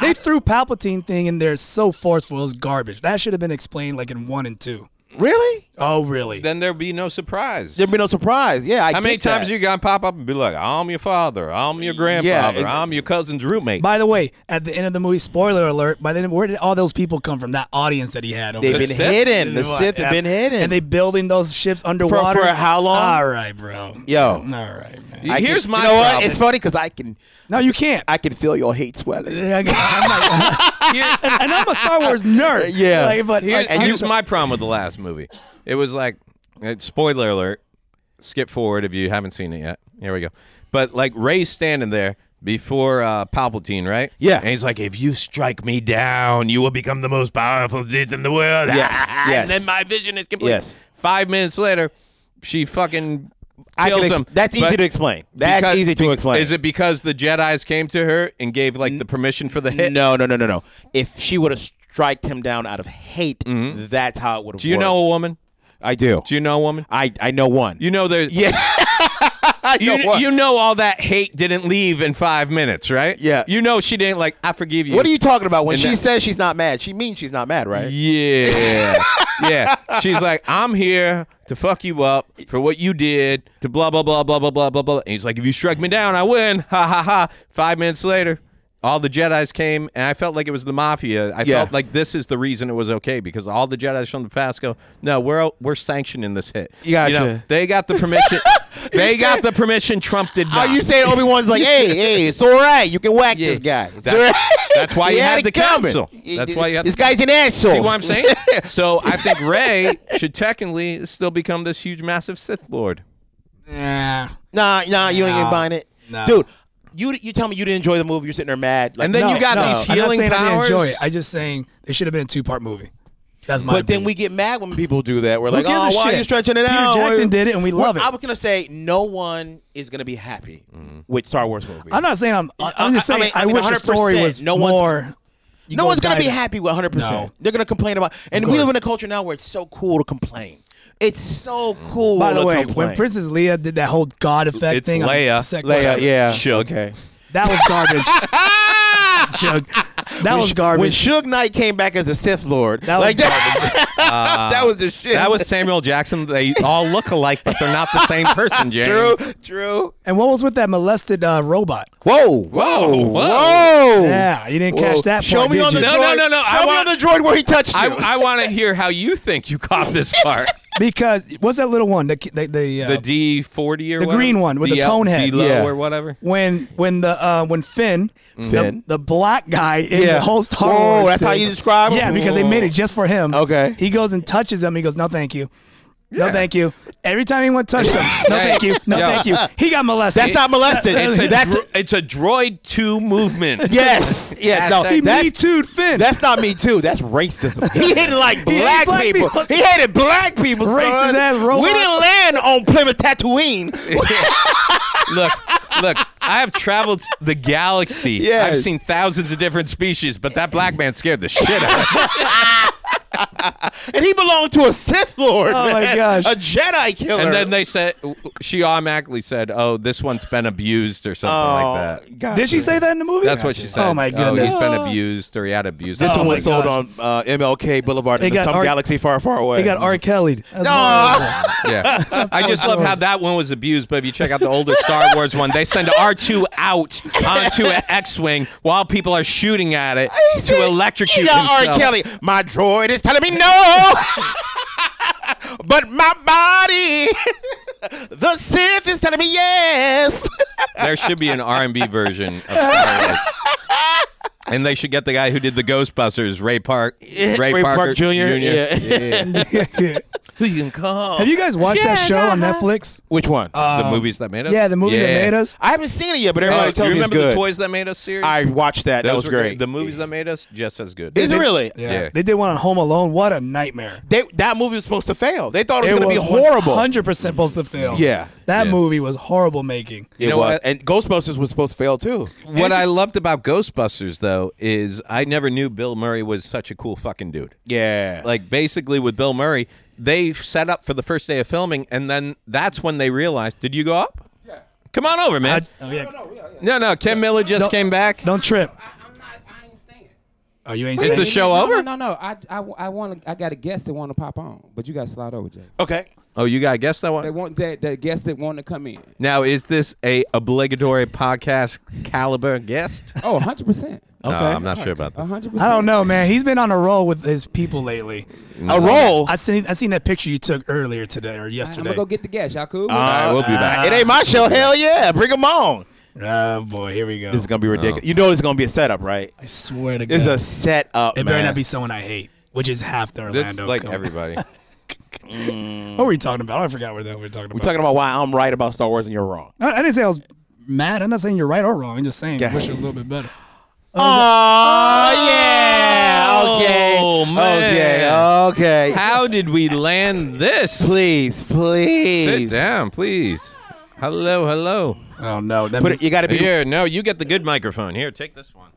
[SPEAKER 1] they threw Palpatine thing in there so forceful, it was garbage. That should have been explained like in one and two.
[SPEAKER 6] really
[SPEAKER 1] Oh, really?
[SPEAKER 2] then there'd be no surprise
[SPEAKER 6] there'd be no surprise. Yeah, I
[SPEAKER 2] how many
[SPEAKER 6] get that.
[SPEAKER 2] times you gonna pop up and be like i'm your father i'm your grandfather
[SPEAKER 6] it's-
[SPEAKER 2] i'm your cousin's roommate
[SPEAKER 1] by the way, at the end of the movie, spoiler alert. By then, where did all those people come from? That audience that he had. Over
[SPEAKER 6] they've
[SPEAKER 1] there.
[SPEAKER 6] been
[SPEAKER 2] Sith?
[SPEAKER 6] hidden? The
[SPEAKER 1] What?
[SPEAKER 6] Sith
[SPEAKER 1] Yeah.
[SPEAKER 6] have been hidden,
[SPEAKER 1] And they building those ships underwater
[SPEAKER 6] for how long?
[SPEAKER 1] All right, bro.
[SPEAKER 6] Yo.
[SPEAKER 1] all right, man.
[SPEAKER 6] I can-
[SPEAKER 2] here's my
[SPEAKER 6] You know what?
[SPEAKER 2] problem.
[SPEAKER 6] It's funny because I can
[SPEAKER 1] No, you can't.
[SPEAKER 6] I can feel your hate swelling.
[SPEAKER 1] Yeah, I got- I'm like- and, and I'm a Star Wars nerd.
[SPEAKER 6] Yeah.
[SPEAKER 1] like, but
[SPEAKER 2] Here,
[SPEAKER 1] like,
[SPEAKER 2] and
[SPEAKER 1] I'm-
[SPEAKER 2] here's my problem with the last movie. It was like, uh, spoiler alert. Skip forward if you haven't seen it yet. Here we go. But like Ray's standing there before uh, Palpatine, right?
[SPEAKER 6] Yeah.
[SPEAKER 2] And he's like, "If you strike me down, you will become the most powerful Sith in the world."
[SPEAKER 6] Yes,
[SPEAKER 2] and
[SPEAKER 6] yes.
[SPEAKER 2] then my vision is complete.
[SPEAKER 6] Yes.
[SPEAKER 2] Five minutes later, she fucking
[SPEAKER 6] I can
[SPEAKER 2] kills
[SPEAKER 6] ex-
[SPEAKER 2] him.
[SPEAKER 6] That's easy
[SPEAKER 2] But
[SPEAKER 6] to explain. That's
[SPEAKER 2] because-
[SPEAKER 6] easy to
[SPEAKER 2] be-
[SPEAKER 6] explain.
[SPEAKER 2] Is it because the Jedi's came to her and gave like the permission for the hit?
[SPEAKER 6] Eh, No, no, no, no, no. If she would have striked him down out of hate, that's how it would have.
[SPEAKER 2] Mm-hmm. Do you know a woman?
[SPEAKER 6] I do.
[SPEAKER 2] Do you know a woman?
[SPEAKER 6] I I know one.
[SPEAKER 2] You know there's
[SPEAKER 6] yeah. I know
[SPEAKER 2] you,
[SPEAKER 6] one.
[SPEAKER 2] you know all that hate didn't leave in five minutes, right?
[SPEAKER 6] Yeah.
[SPEAKER 2] You know she didn't like. I forgive you.
[SPEAKER 6] What are you talking about? When
[SPEAKER 2] And
[SPEAKER 6] she
[SPEAKER 2] that-
[SPEAKER 6] says she's not mad, she means she's not mad, right?
[SPEAKER 2] Yeah. yeah. She's like, I'm here to fuck you up for what you did to blah blah blah blah blah blah blah blah. And he's like, if you strike me down, I win. Ha ha ha. Five minutes later. All the Jedi's came, and I felt like it was the mafia. I
[SPEAKER 6] Yeah.
[SPEAKER 2] felt like this is the reason it was okay because all the Jedi's from the past go, "No, we're we're sanctioning this hit." You know,
[SPEAKER 6] Gotcha.
[SPEAKER 2] they got the permission. they got the permission. Trump did not.
[SPEAKER 6] Are Oh, you saying Obi Wan's like, hey, hey, it's all right. You can whack
[SPEAKER 2] Yeah.
[SPEAKER 6] this guy. It's
[SPEAKER 2] That's-
[SPEAKER 6] all right."
[SPEAKER 2] that's why
[SPEAKER 6] He
[SPEAKER 2] you had
[SPEAKER 6] it
[SPEAKER 2] the
[SPEAKER 6] coming.
[SPEAKER 2] council.
[SPEAKER 6] He-
[SPEAKER 2] That's why you had
[SPEAKER 6] this
[SPEAKER 2] the-
[SPEAKER 6] guy's an asshole.
[SPEAKER 2] See what I'm saying? so I think Ray should technically still become this huge, massive Sith Lord.
[SPEAKER 1] Nah.
[SPEAKER 6] Nah, nah, you ain't buying it,
[SPEAKER 1] Nah.
[SPEAKER 6] dude. You you tell me you didn't enjoy the movie. You're sitting there mad. Like,
[SPEAKER 2] And then you got these
[SPEAKER 1] I'm not
[SPEAKER 2] healing
[SPEAKER 1] saying I didn't
[SPEAKER 2] powers.
[SPEAKER 1] enjoy it. I just saying it should have been a two part movie. That's my.
[SPEAKER 6] But then we
[SPEAKER 1] opinion.
[SPEAKER 6] get mad when people do that. We're
[SPEAKER 1] Who
[SPEAKER 6] like,
[SPEAKER 1] gives
[SPEAKER 6] oh,
[SPEAKER 1] a
[SPEAKER 6] why are
[SPEAKER 1] shit?
[SPEAKER 6] you stretching it
[SPEAKER 1] Peter
[SPEAKER 6] out?
[SPEAKER 1] Jackson
[SPEAKER 6] Why-
[SPEAKER 1] did it and we love it.
[SPEAKER 6] I was gonna say no one is gonna be happy
[SPEAKER 2] Mm-hmm.
[SPEAKER 6] with Star Wars movies.
[SPEAKER 1] I'm not saying I'm. I'm just
[SPEAKER 6] I- I
[SPEAKER 1] saying I,
[SPEAKER 6] mean- I mean,
[SPEAKER 1] wish the story
[SPEAKER 6] 100%
[SPEAKER 1] was
[SPEAKER 6] no one's-
[SPEAKER 1] more. you
[SPEAKER 6] no
[SPEAKER 1] go
[SPEAKER 6] one's gonna
[SPEAKER 1] dive-
[SPEAKER 6] be happy with 100.
[SPEAKER 1] No.
[SPEAKER 6] percent They're gonna complain about, and we live
[SPEAKER 1] course.
[SPEAKER 6] in a culture now where it's so cool to complain. It's so cool.
[SPEAKER 1] By the
[SPEAKER 6] to
[SPEAKER 1] way,
[SPEAKER 6] complain.
[SPEAKER 1] when Princess Leia did that whole god effect
[SPEAKER 2] It's
[SPEAKER 1] thing, on
[SPEAKER 2] Leia.
[SPEAKER 1] the second one,
[SPEAKER 6] Leia, uh, yeah,
[SPEAKER 2] Shook.
[SPEAKER 6] okay.
[SPEAKER 1] that was garbage. Chug. That was garbage.
[SPEAKER 6] When Suge Knight came back as a Sith Lord,
[SPEAKER 1] That was
[SPEAKER 6] like that, that was the shit.
[SPEAKER 2] Uh, That was Samuel Jackson. They all look alike, but they're not the same person, James.
[SPEAKER 6] true, true.
[SPEAKER 1] and what was with that molested uh, robot?
[SPEAKER 6] Whoa,
[SPEAKER 2] Whoa, whoa.
[SPEAKER 6] whoa.
[SPEAKER 1] Yeah, you didn't catch that.
[SPEAKER 6] Oh! Show
[SPEAKER 1] part,
[SPEAKER 6] me
[SPEAKER 1] did
[SPEAKER 6] on the
[SPEAKER 1] you?
[SPEAKER 2] No,
[SPEAKER 6] droid.
[SPEAKER 2] no, no, no,
[SPEAKER 6] Show
[SPEAKER 2] I
[SPEAKER 6] me
[SPEAKER 2] want-
[SPEAKER 6] on the droid where he touched you.
[SPEAKER 2] I, I want to hear how you think you caught this part.
[SPEAKER 1] Because what's that little one? The ki- the the, uh,
[SPEAKER 2] The D forty or
[SPEAKER 1] The
[SPEAKER 2] whatever?
[SPEAKER 1] green one with the
[SPEAKER 2] DL
[SPEAKER 1] cone head.
[SPEAKER 2] DLO
[SPEAKER 6] Yeah.
[SPEAKER 2] or whatever.
[SPEAKER 1] when when the uh, when Finn,
[SPEAKER 6] Finn.
[SPEAKER 1] The, the black guy in
[SPEAKER 6] Yeah.
[SPEAKER 1] the whole Star
[SPEAKER 6] Whoa,
[SPEAKER 1] Wars
[SPEAKER 6] that's how
[SPEAKER 1] thing-
[SPEAKER 6] you describe him?
[SPEAKER 1] Yeah, because they made it just for him.
[SPEAKER 6] Okay.
[SPEAKER 1] He goes and touches him. He goes, no, thank you. No,
[SPEAKER 2] Yeah.
[SPEAKER 1] thank you. Every time anyone touched him, no,
[SPEAKER 2] Hey.
[SPEAKER 1] thank you. No,
[SPEAKER 2] Yo.
[SPEAKER 1] thank you. He got molested.
[SPEAKER 6] That's not molested.
[SPEAKER 2] It's a,
[SPEAKER 6] that's
[SPEAKER 2] dro- it's a droid two movement.
[SPEAKER 6] yes, yes. No,
[SPEAKER 1] he
[SPEAKER 6] that's,
[SPEAKER 1] me too Finn.
[SPEAKER 6] that's not me too. That's racism. He hated like
[SPEAKER 1] hated
[SPEAKER 6] black,
[SPEAKER 1] black
[SPEAKER 6] people.
[SPEAKER 1] people.
[SPEAKER 6] He hated black people.
[SPEAKER 1] Racist
[SPEAKER 6] son.
[SPEAKER 1] ass
[SPEAKER 6] We
[SPEAKER 1] robots.
[SPEAKER 6] didn't land on Plymouth Tatooine.
[SPEAKER 2] look, look. I have traveled the galaxy.
[SPEAKER 6] Yes.
[SPEAKER 2] I've seen thousands of different species, but that black man scared the shit out of me.
[SPEAKER 6] and he belonged to a Sith Lord.
[SPEAKER 1] Oh my
[SPEAKER 6] man.
[SPEAKER 1] gosh.
[SPEAKER 6] a Jedi killer.
[SPEAKER 2] And then they said she automatically said, "Oh, this one's been abused or something like that."
[SPEAKER 6] Oh, God.
[SPEAKER 1] Did she say that in the movie?
[SPEAKER 2] That's what she said.
[SPEAKER 1] Oh my
[SPEAKER 2] Oh,
[SPEAKER 1] goodness.
[SPEAKER 2] he's been abused or he had abuse.
[SPEAKER 6] This
[SPEAKER 1] Oh
[SPEAKER 6] one
[SPEAKER 1] my
[SPEAKER 6] was sold
[SPEAKER 1] God.
[SPEAKER 6] on uh, MLK Boulevard
[SPEAKER 1] They
[SPEAKER 6] in
[SPEAKER 1] got
[SPEAKER 6] some
[SPEAKER 1] Ar-
[SPEAKER 6] galaxy far, far away.
[SPEAKER 1] they got R. Kelly.
[SPEAKER 6] No.
[SPEAKER 2] Yeah. I just love how that one was abused, but if you check out the older Star Wars one, they send R2 out onto an X-wing while people are shooting at it to electrocute
[SPEAKER 6] You got
[SPEAKER 2] himself.
[SPEAKER 6] R. Kelly. My droid is telling me no, but my body, the Sith is telling me yes.
[SPEAKER 2] There should be an R&B version of Star Wars. And they should get the guy who did the Ghostbusters, Ray Park, Ray,
[SPEAKER 6] Ray Park Jr., yeah.
[SPEAKER 1] Yeah.
[SPEAKER 2] Who you can call?
[SPEAKER 1] Have you guys watched that show on Netflix?
[SPEAKER 6] Which one?
[SPEAKER 1] Uh,
[SPEAKER 2] the movies that made us?
[SPEAKER 1] Yeah, the movies that
[SPEAKER 2] Yeah.
[SPEAKER 1] made us.
[SPEAKER 6] I haven't seen it yet, but
[SPEAKER 2] Oh,
[SPEAKER 6] everybody
[SPEAKER 2] you
[SPEAKER 6] tells me it's
[SPEAKER 2] remember
[SPEAKER 6] good.
[SPEAKER 2] the Toys That Made Us series?
[SPEAKER 6] I watched that. that
[SPEAKER 2] Those
[SPEAKER 6] was
[SPEAKER 2] were
[SPEAKER 6] great.
[SPEAKER 2] The movies that made us just as good.
[SPEAKER 6] is it really?
[SPEAKER 1] Yeah.
[SPEAKER 2] Yeah.
[SPEAKER 1] They did one on Home Alone. What a nightmare.
[SPEAKER 6] They, that movie was supposed to fail. They thought it was going to be horrible.
[SPEAKER 1] 100% supposed to fail.
[SPEAKER 6] Yeah.
[SPEAKER 1] That
[SPEAKER 2] Yeah.
[SPEAKER 1] movie was horrible making.
[SPEAKER 6] It
[SPEAKER 2] You know
[SPEAKER 6] was.
[SPEAKER 2] what?
[SPEAKER 6] And Ghostbusters was supposed to fail too.
[SPEAKER 2] What I loved about Ghostbusters though is I never knew Bill Murray was such a cool fucking dude.
[SPEAKER 6] Yeah.
[SPEAKER 2] Like basically with Bill Murray, they set up for the first day of filming and then that's when they realized, did you go up? Yeah. Come on over, man.
[SPEAKER 1] Oh, yeah.
[SPEAKER 2] no, no, Ken Miller just
[SPEAKER 1] Don't-
[SPEAKER 2] came back.
[SPEAKER 1] Don't trip.
[SPEAKER 5] I'm not. I ain't staying.
[SPEAKER 1] Oh, you ain't
[SPEAKER 2] Is
[SPEAKER 1] seen
[SPEAKER 2] the
[SPEAKER 1] it?
[SPEAKER 2] show
[SPEAKER 5] no,
[SPEAKER 2] over?
[SPEAKER 5] No, no, no. I, I, I want. I got a guest that want to pop on, but you got to slide over, Jay.
[SPEAKER 6] okay.
[SPEAKER 2] Oh, you got to guess that
[SPEAKER 5] They
[SPEAKER 2] one.
[SPEAKER 5] want that that guest that want to come in.
[SPEAKER 2] Now, is this a obligatory podcast caliber guest?
[SPEAKER 5] Oh, 100 percent.
[SPEAKER 2] No, I'm not sure about
[SPEAKER 6] Uh-huh.
[SPEAKER 2] this.
[SPEAKER 5] 100.
[SPEAKER 1] I don't know, man. He's been on a roll with his people lately.
[SPEAKER 6] A roll.
[SPEAKER 1] I seen I seen that picture you took earlier today or
[SPEAKER 5] I'm
[SPEAKER 1] yesterday.
[SPEAKER 5] gonna go get the guest. Y'all cool?
[SPEAKER 2] All right, we'll be back.
[SPEAKER 6] it ain't my show. Hell yeah. Bring them on.
[SPEAKER 1] oh boy, here we go.
[SPEAKER 6] This is going to be ridiculous. You know it's going to be a setup, right?
[SPEAKER 1] I swear to God,
[SPEAKER 6] It's a setup.
[SPEAKER 1] it better
[SPEAKER 6] man.
[SPEAKER 1] not be someone I hate, which is half the Orlando.
[SPEAKER 2] That's like
[SPEAKER 1] code.
[SPEAKER 2] everybody.
[SPEAKER 1] What were we talking about? I forgot what the hell we were talking
[SPEAKER 6] We're
[SPEAKER 1] about.
[SPEAKER 6] talking about why I'm right about Star Wrong. Wars and you're wrong.
[SPEAKER 1] I, I didn't say I was mad. I'm not saying you're right or wrong. I'm just saying
[SPEAKER 6] Yeah.
[SPEAKER 1] I wish it was a little bit better.
[SPEAKER 6] Oh, yeah. Okay.
[SPEAKER 2] Oh, man.
[SPEAKER 6] Okay. Okay.
[SPEAKER 2] How did we land this?
[SPEAKER 6] please,
[SPEAKER 2] Sit
[SPEAKER 6] please.
[SPEAKER 2] down, please. Hello, hello.
[SPEAKER 1] Oh no, that
[SPEAKER 6] Put
[SPEAKER 1] means,
[SPEAKER 6] it, you got to be.
[SPEAKER 2] Here, no, you get the good microphone. Here, take this one.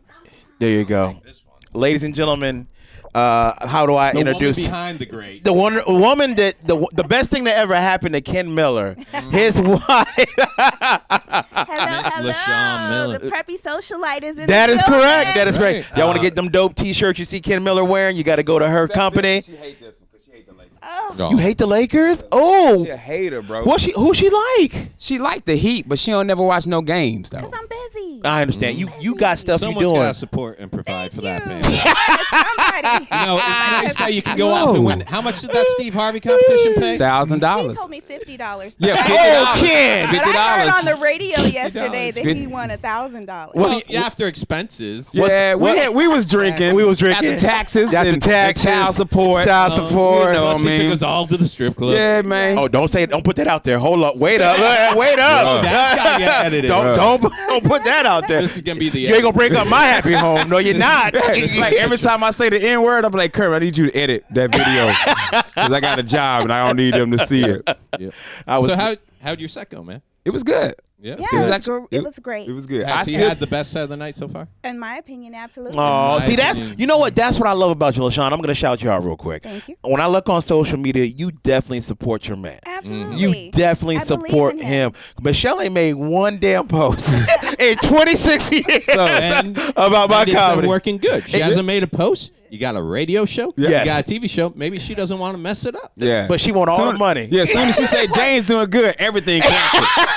[SPEAKER 6] There you go.
[SPEAKER 2] This one.
[SPEAKER 6] Ladies and gentlemen, uh, how do I introduce
[SPEAKER 5] the grate.
[SPEAKER 6] the one woman that the the best thing that ever happened to Ken Miller, his wife.
[SPEAKER 8] Hello,
[SPEAKER 2] Miss LaShawn
[SPEAKER 8] hello.
[SPEAKER 2] Miller.
[SPEAKER 8] The preppy socialite is in
[SPEAKER 6] That
[SPEAKER 8] the
[SPEAKER 6] is
[SPEAKER 8] building.
[SPEAKER 6] correct. That is correct.
[SPEAKER 2] Right.
[SPEAKER 6] Y'all want to get them dope T-shirts you see Ken Miller wearing? You got to go to her company.
[SPEAKER 5] hate this one because she hate the lady.
[SPEAKER 8] Oh,
[SPEAKER 6] You hate the Lakers? Oh,
[SPEAKER 5] a hater, bro.
[SPEAKER 6] what she? Who she like?
[SPEAKER 5] She like the Heat, but she don't never watch no games though.
[SPEAKER 8] Cause I'm busy.
[SPEAKER 6] I understand. You you got stuff you doing.
[SPEAKER 9] to support and provide for that
[SPEAKER 8] Thank
[SPEAKER 9] family.
[SPEAKER 8] you. Yes,
[SPEAKER 9] You
[SPEAKER 8] Somebody.
[SPEAKER 9] know, it's nice how you can go off and win. How much did that Steve Harvey competition pay?
[SPEAKER 5] Thousand
[SPEAKER 8] He
[SPEAKER 5] dollars.
[SPEAKER 8] told me fifty dollars.
[SPEAKER 9] Yeah,
[SPEAKER 8] but, I,
[SPEAKER 6] oh, Ken.
[SPEAKER 8] but I heard
[SPEAKER 5] $50.
[SPEAKER 8] on the radio yesterday that
[SPEAKER 5] Fifty-
[SPEAKER 8] he won a thousand dollars.
[SPEAKER 6] What-
[SPEAKER 9] Well, yeah, after expenses.
[SPEAKER 6] What-
[SPEAKER 5] Yeah, we
[SPEAKER 6] what-
[SPEAKER 5] had-
[SPEAKER 6] we was drinking. We was drinking.
[SPEAKER 5] After taxes
[SPEAKER 6] After
[SPEAKER 5] and-
[SPEAKER 6] taxes.
[SPEAKER 5] and child support.
[SPEAKER 6] Child
[SPEAKER 9] Um,
[SPEAKER 6] support.
[SPEAKER 9] you know,
[SPEAKER 6] Oh,
[SPEAKER 9] she took us all to the strip club.
[SPEAKER 5] Yeah, man.
[SPEAKER 6] Oh, don't say it. Don't put that out there. Hold up. Wait up. Wait up.
[SPEAKER 9] That's gotta get edited.
[SPEAKER 6] Don't don't don't put that out there.
[SPEAKER 9] This is gonna be the.
[SPEAKER 6] You ain't gonna break up my happy home. No, you're not.
[SPEAKER 5] It's like every time I say the N word, I'm like, Kurt, I need you to edit that video because I got a job and I don't need them to see it.
[SPEAKER 9] Yeah.
[SPEAKER 6] I was,
[SPEAKER 9] So how how'd your set go, man?
[SPEAKER 5] It was good.
[SPEAKER 9] Yeah.
[SPEAKER 8] Yeah, it was,
[SPEAKER 5] actually-
[SPEAKER 8] gr- it was great.
[SPEAKER 5] It was good.
[SPEAKER 9] Has
[SPEAKER 5] I
[SPEAKER 9] he
[SPEAKER 5] still-
[SPEAKER 9] had the best set of the night so far?
[SPEAKER 8] in my opinion, absolutely.
[SPEAKER 9] Mm-hmm.
[SPEAKER 6] Oh, see, that's
[SPEAKER 9] opinion.
[SPEAKER 6] you know what? That's what I love about you, LaShawn. I'm gonna shout you out real quick.
[SPEAKER 8] Thank you.
[SPEAKER 6] When I look on social media, you definitely support your man.
[SPEAKER 8] absolutely.
[SPEAKER 6] You definitely
[SPEAKER 8] I believe
[SPEAKER 6] support
[SPEAKER 8] in
[SPEAKER 6] him. Michelle ain't made one damn post in 26 years
[SPEAKER 9] And-
[SPEAKER 6] about my
[SPEAKER 9] and It's
[SPEAKER 6] comedy.
[SPEAKER 9] been working good. She
[SPEAKER 6] It-
[SPEAKER 9] hasn't made a post. You got a radio show.
[SPEAKER 6] Yes.
[SPEAKER 9] You got a TV show. Maybe she doesn't want to mess it up.
[SPEAKER 5] Yeah.
[SPEAKER 6] But she want all
[SPEAKER 5] Soon-
[SPEAKER 6] the money.
[SPEAKER 5] Yeah, as soon as she say Jane's doing good, everything counts.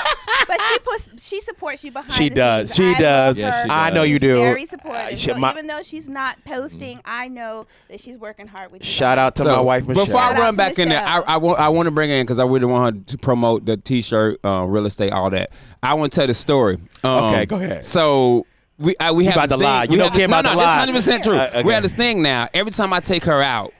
[SPEAKER 8] But she puts, she supports you behind.
[SPEAKER 6] She
[SPEAKER 8] the
[SPEAKER 6] does.
[SPEAKER 8] scenes.
[SPEAKER 6] She
[SPEAKER 8] I
[SPEAKER 6] does.
[SPEAKER 8] love
[SPEAKER 9] Yes,
[SPEAKER 8] her.
[SPEAKER 9] she
[SPEAKER 6] I know
[SPEAKER 9] does.
[SPEAKER 6] you
[SPEAKER 8] She's
[SPEAKER 6] do.
[SPEAKER 8] Very
[SPEAKER 6] Uh,
[SPEAKER 8] supportive.
[SPEAKER 6] she-
[SPEAKER 8] so
[SPEAKER 6] my-
[SPEAKER 8] even though she's not posting,
[SPEAKER 9] Mm-hmm.
[SPEAKER 8] I know that she's working hard with you.
[SPEAKER 6] shout out to
[SPEAKER 5] So,
[SPEAKER 6] my wife, Michelle.
[SPEAKER 5] Before I
[SPEAKER 8] Shout out
[SPEAKER 5] run
[SPEAKER 8] to
[SPEAKER 5] back in there, I,
[SPEAKER 8] Michelle.
[SPEAKER 5] I want I want to bring her in because I really want her to promote the T-shirt, uh, real estate, all that. I want to tell the story. Um,
[SPEAKER 6] Okay, go ahead.
[SPEAKER 5] So. We, I, we
[SPEAKER 6] You
[SPEAKER 5] have
[SPEAKER 6] about
[SPEAKER 5] this
[SPEAKER 6] to lie.
[SPEAKER 5] thing-
[SPEAKER 6] You
[SPEAKER 5] we
[SPEAKER 6] know
[SPEAKER 5] have-
[SPEAKER 6] Kim
[SPEAKER 5] no,
[SPEAKER 6] about to
[SPEAKER 5] no,
[SPEAKER 6] lie.
[SPEAKER 5] This 100% true.
[SPEAKER 6] Uh, okay.
[SPEAKER 5] We have this thing now. Every time I take her out,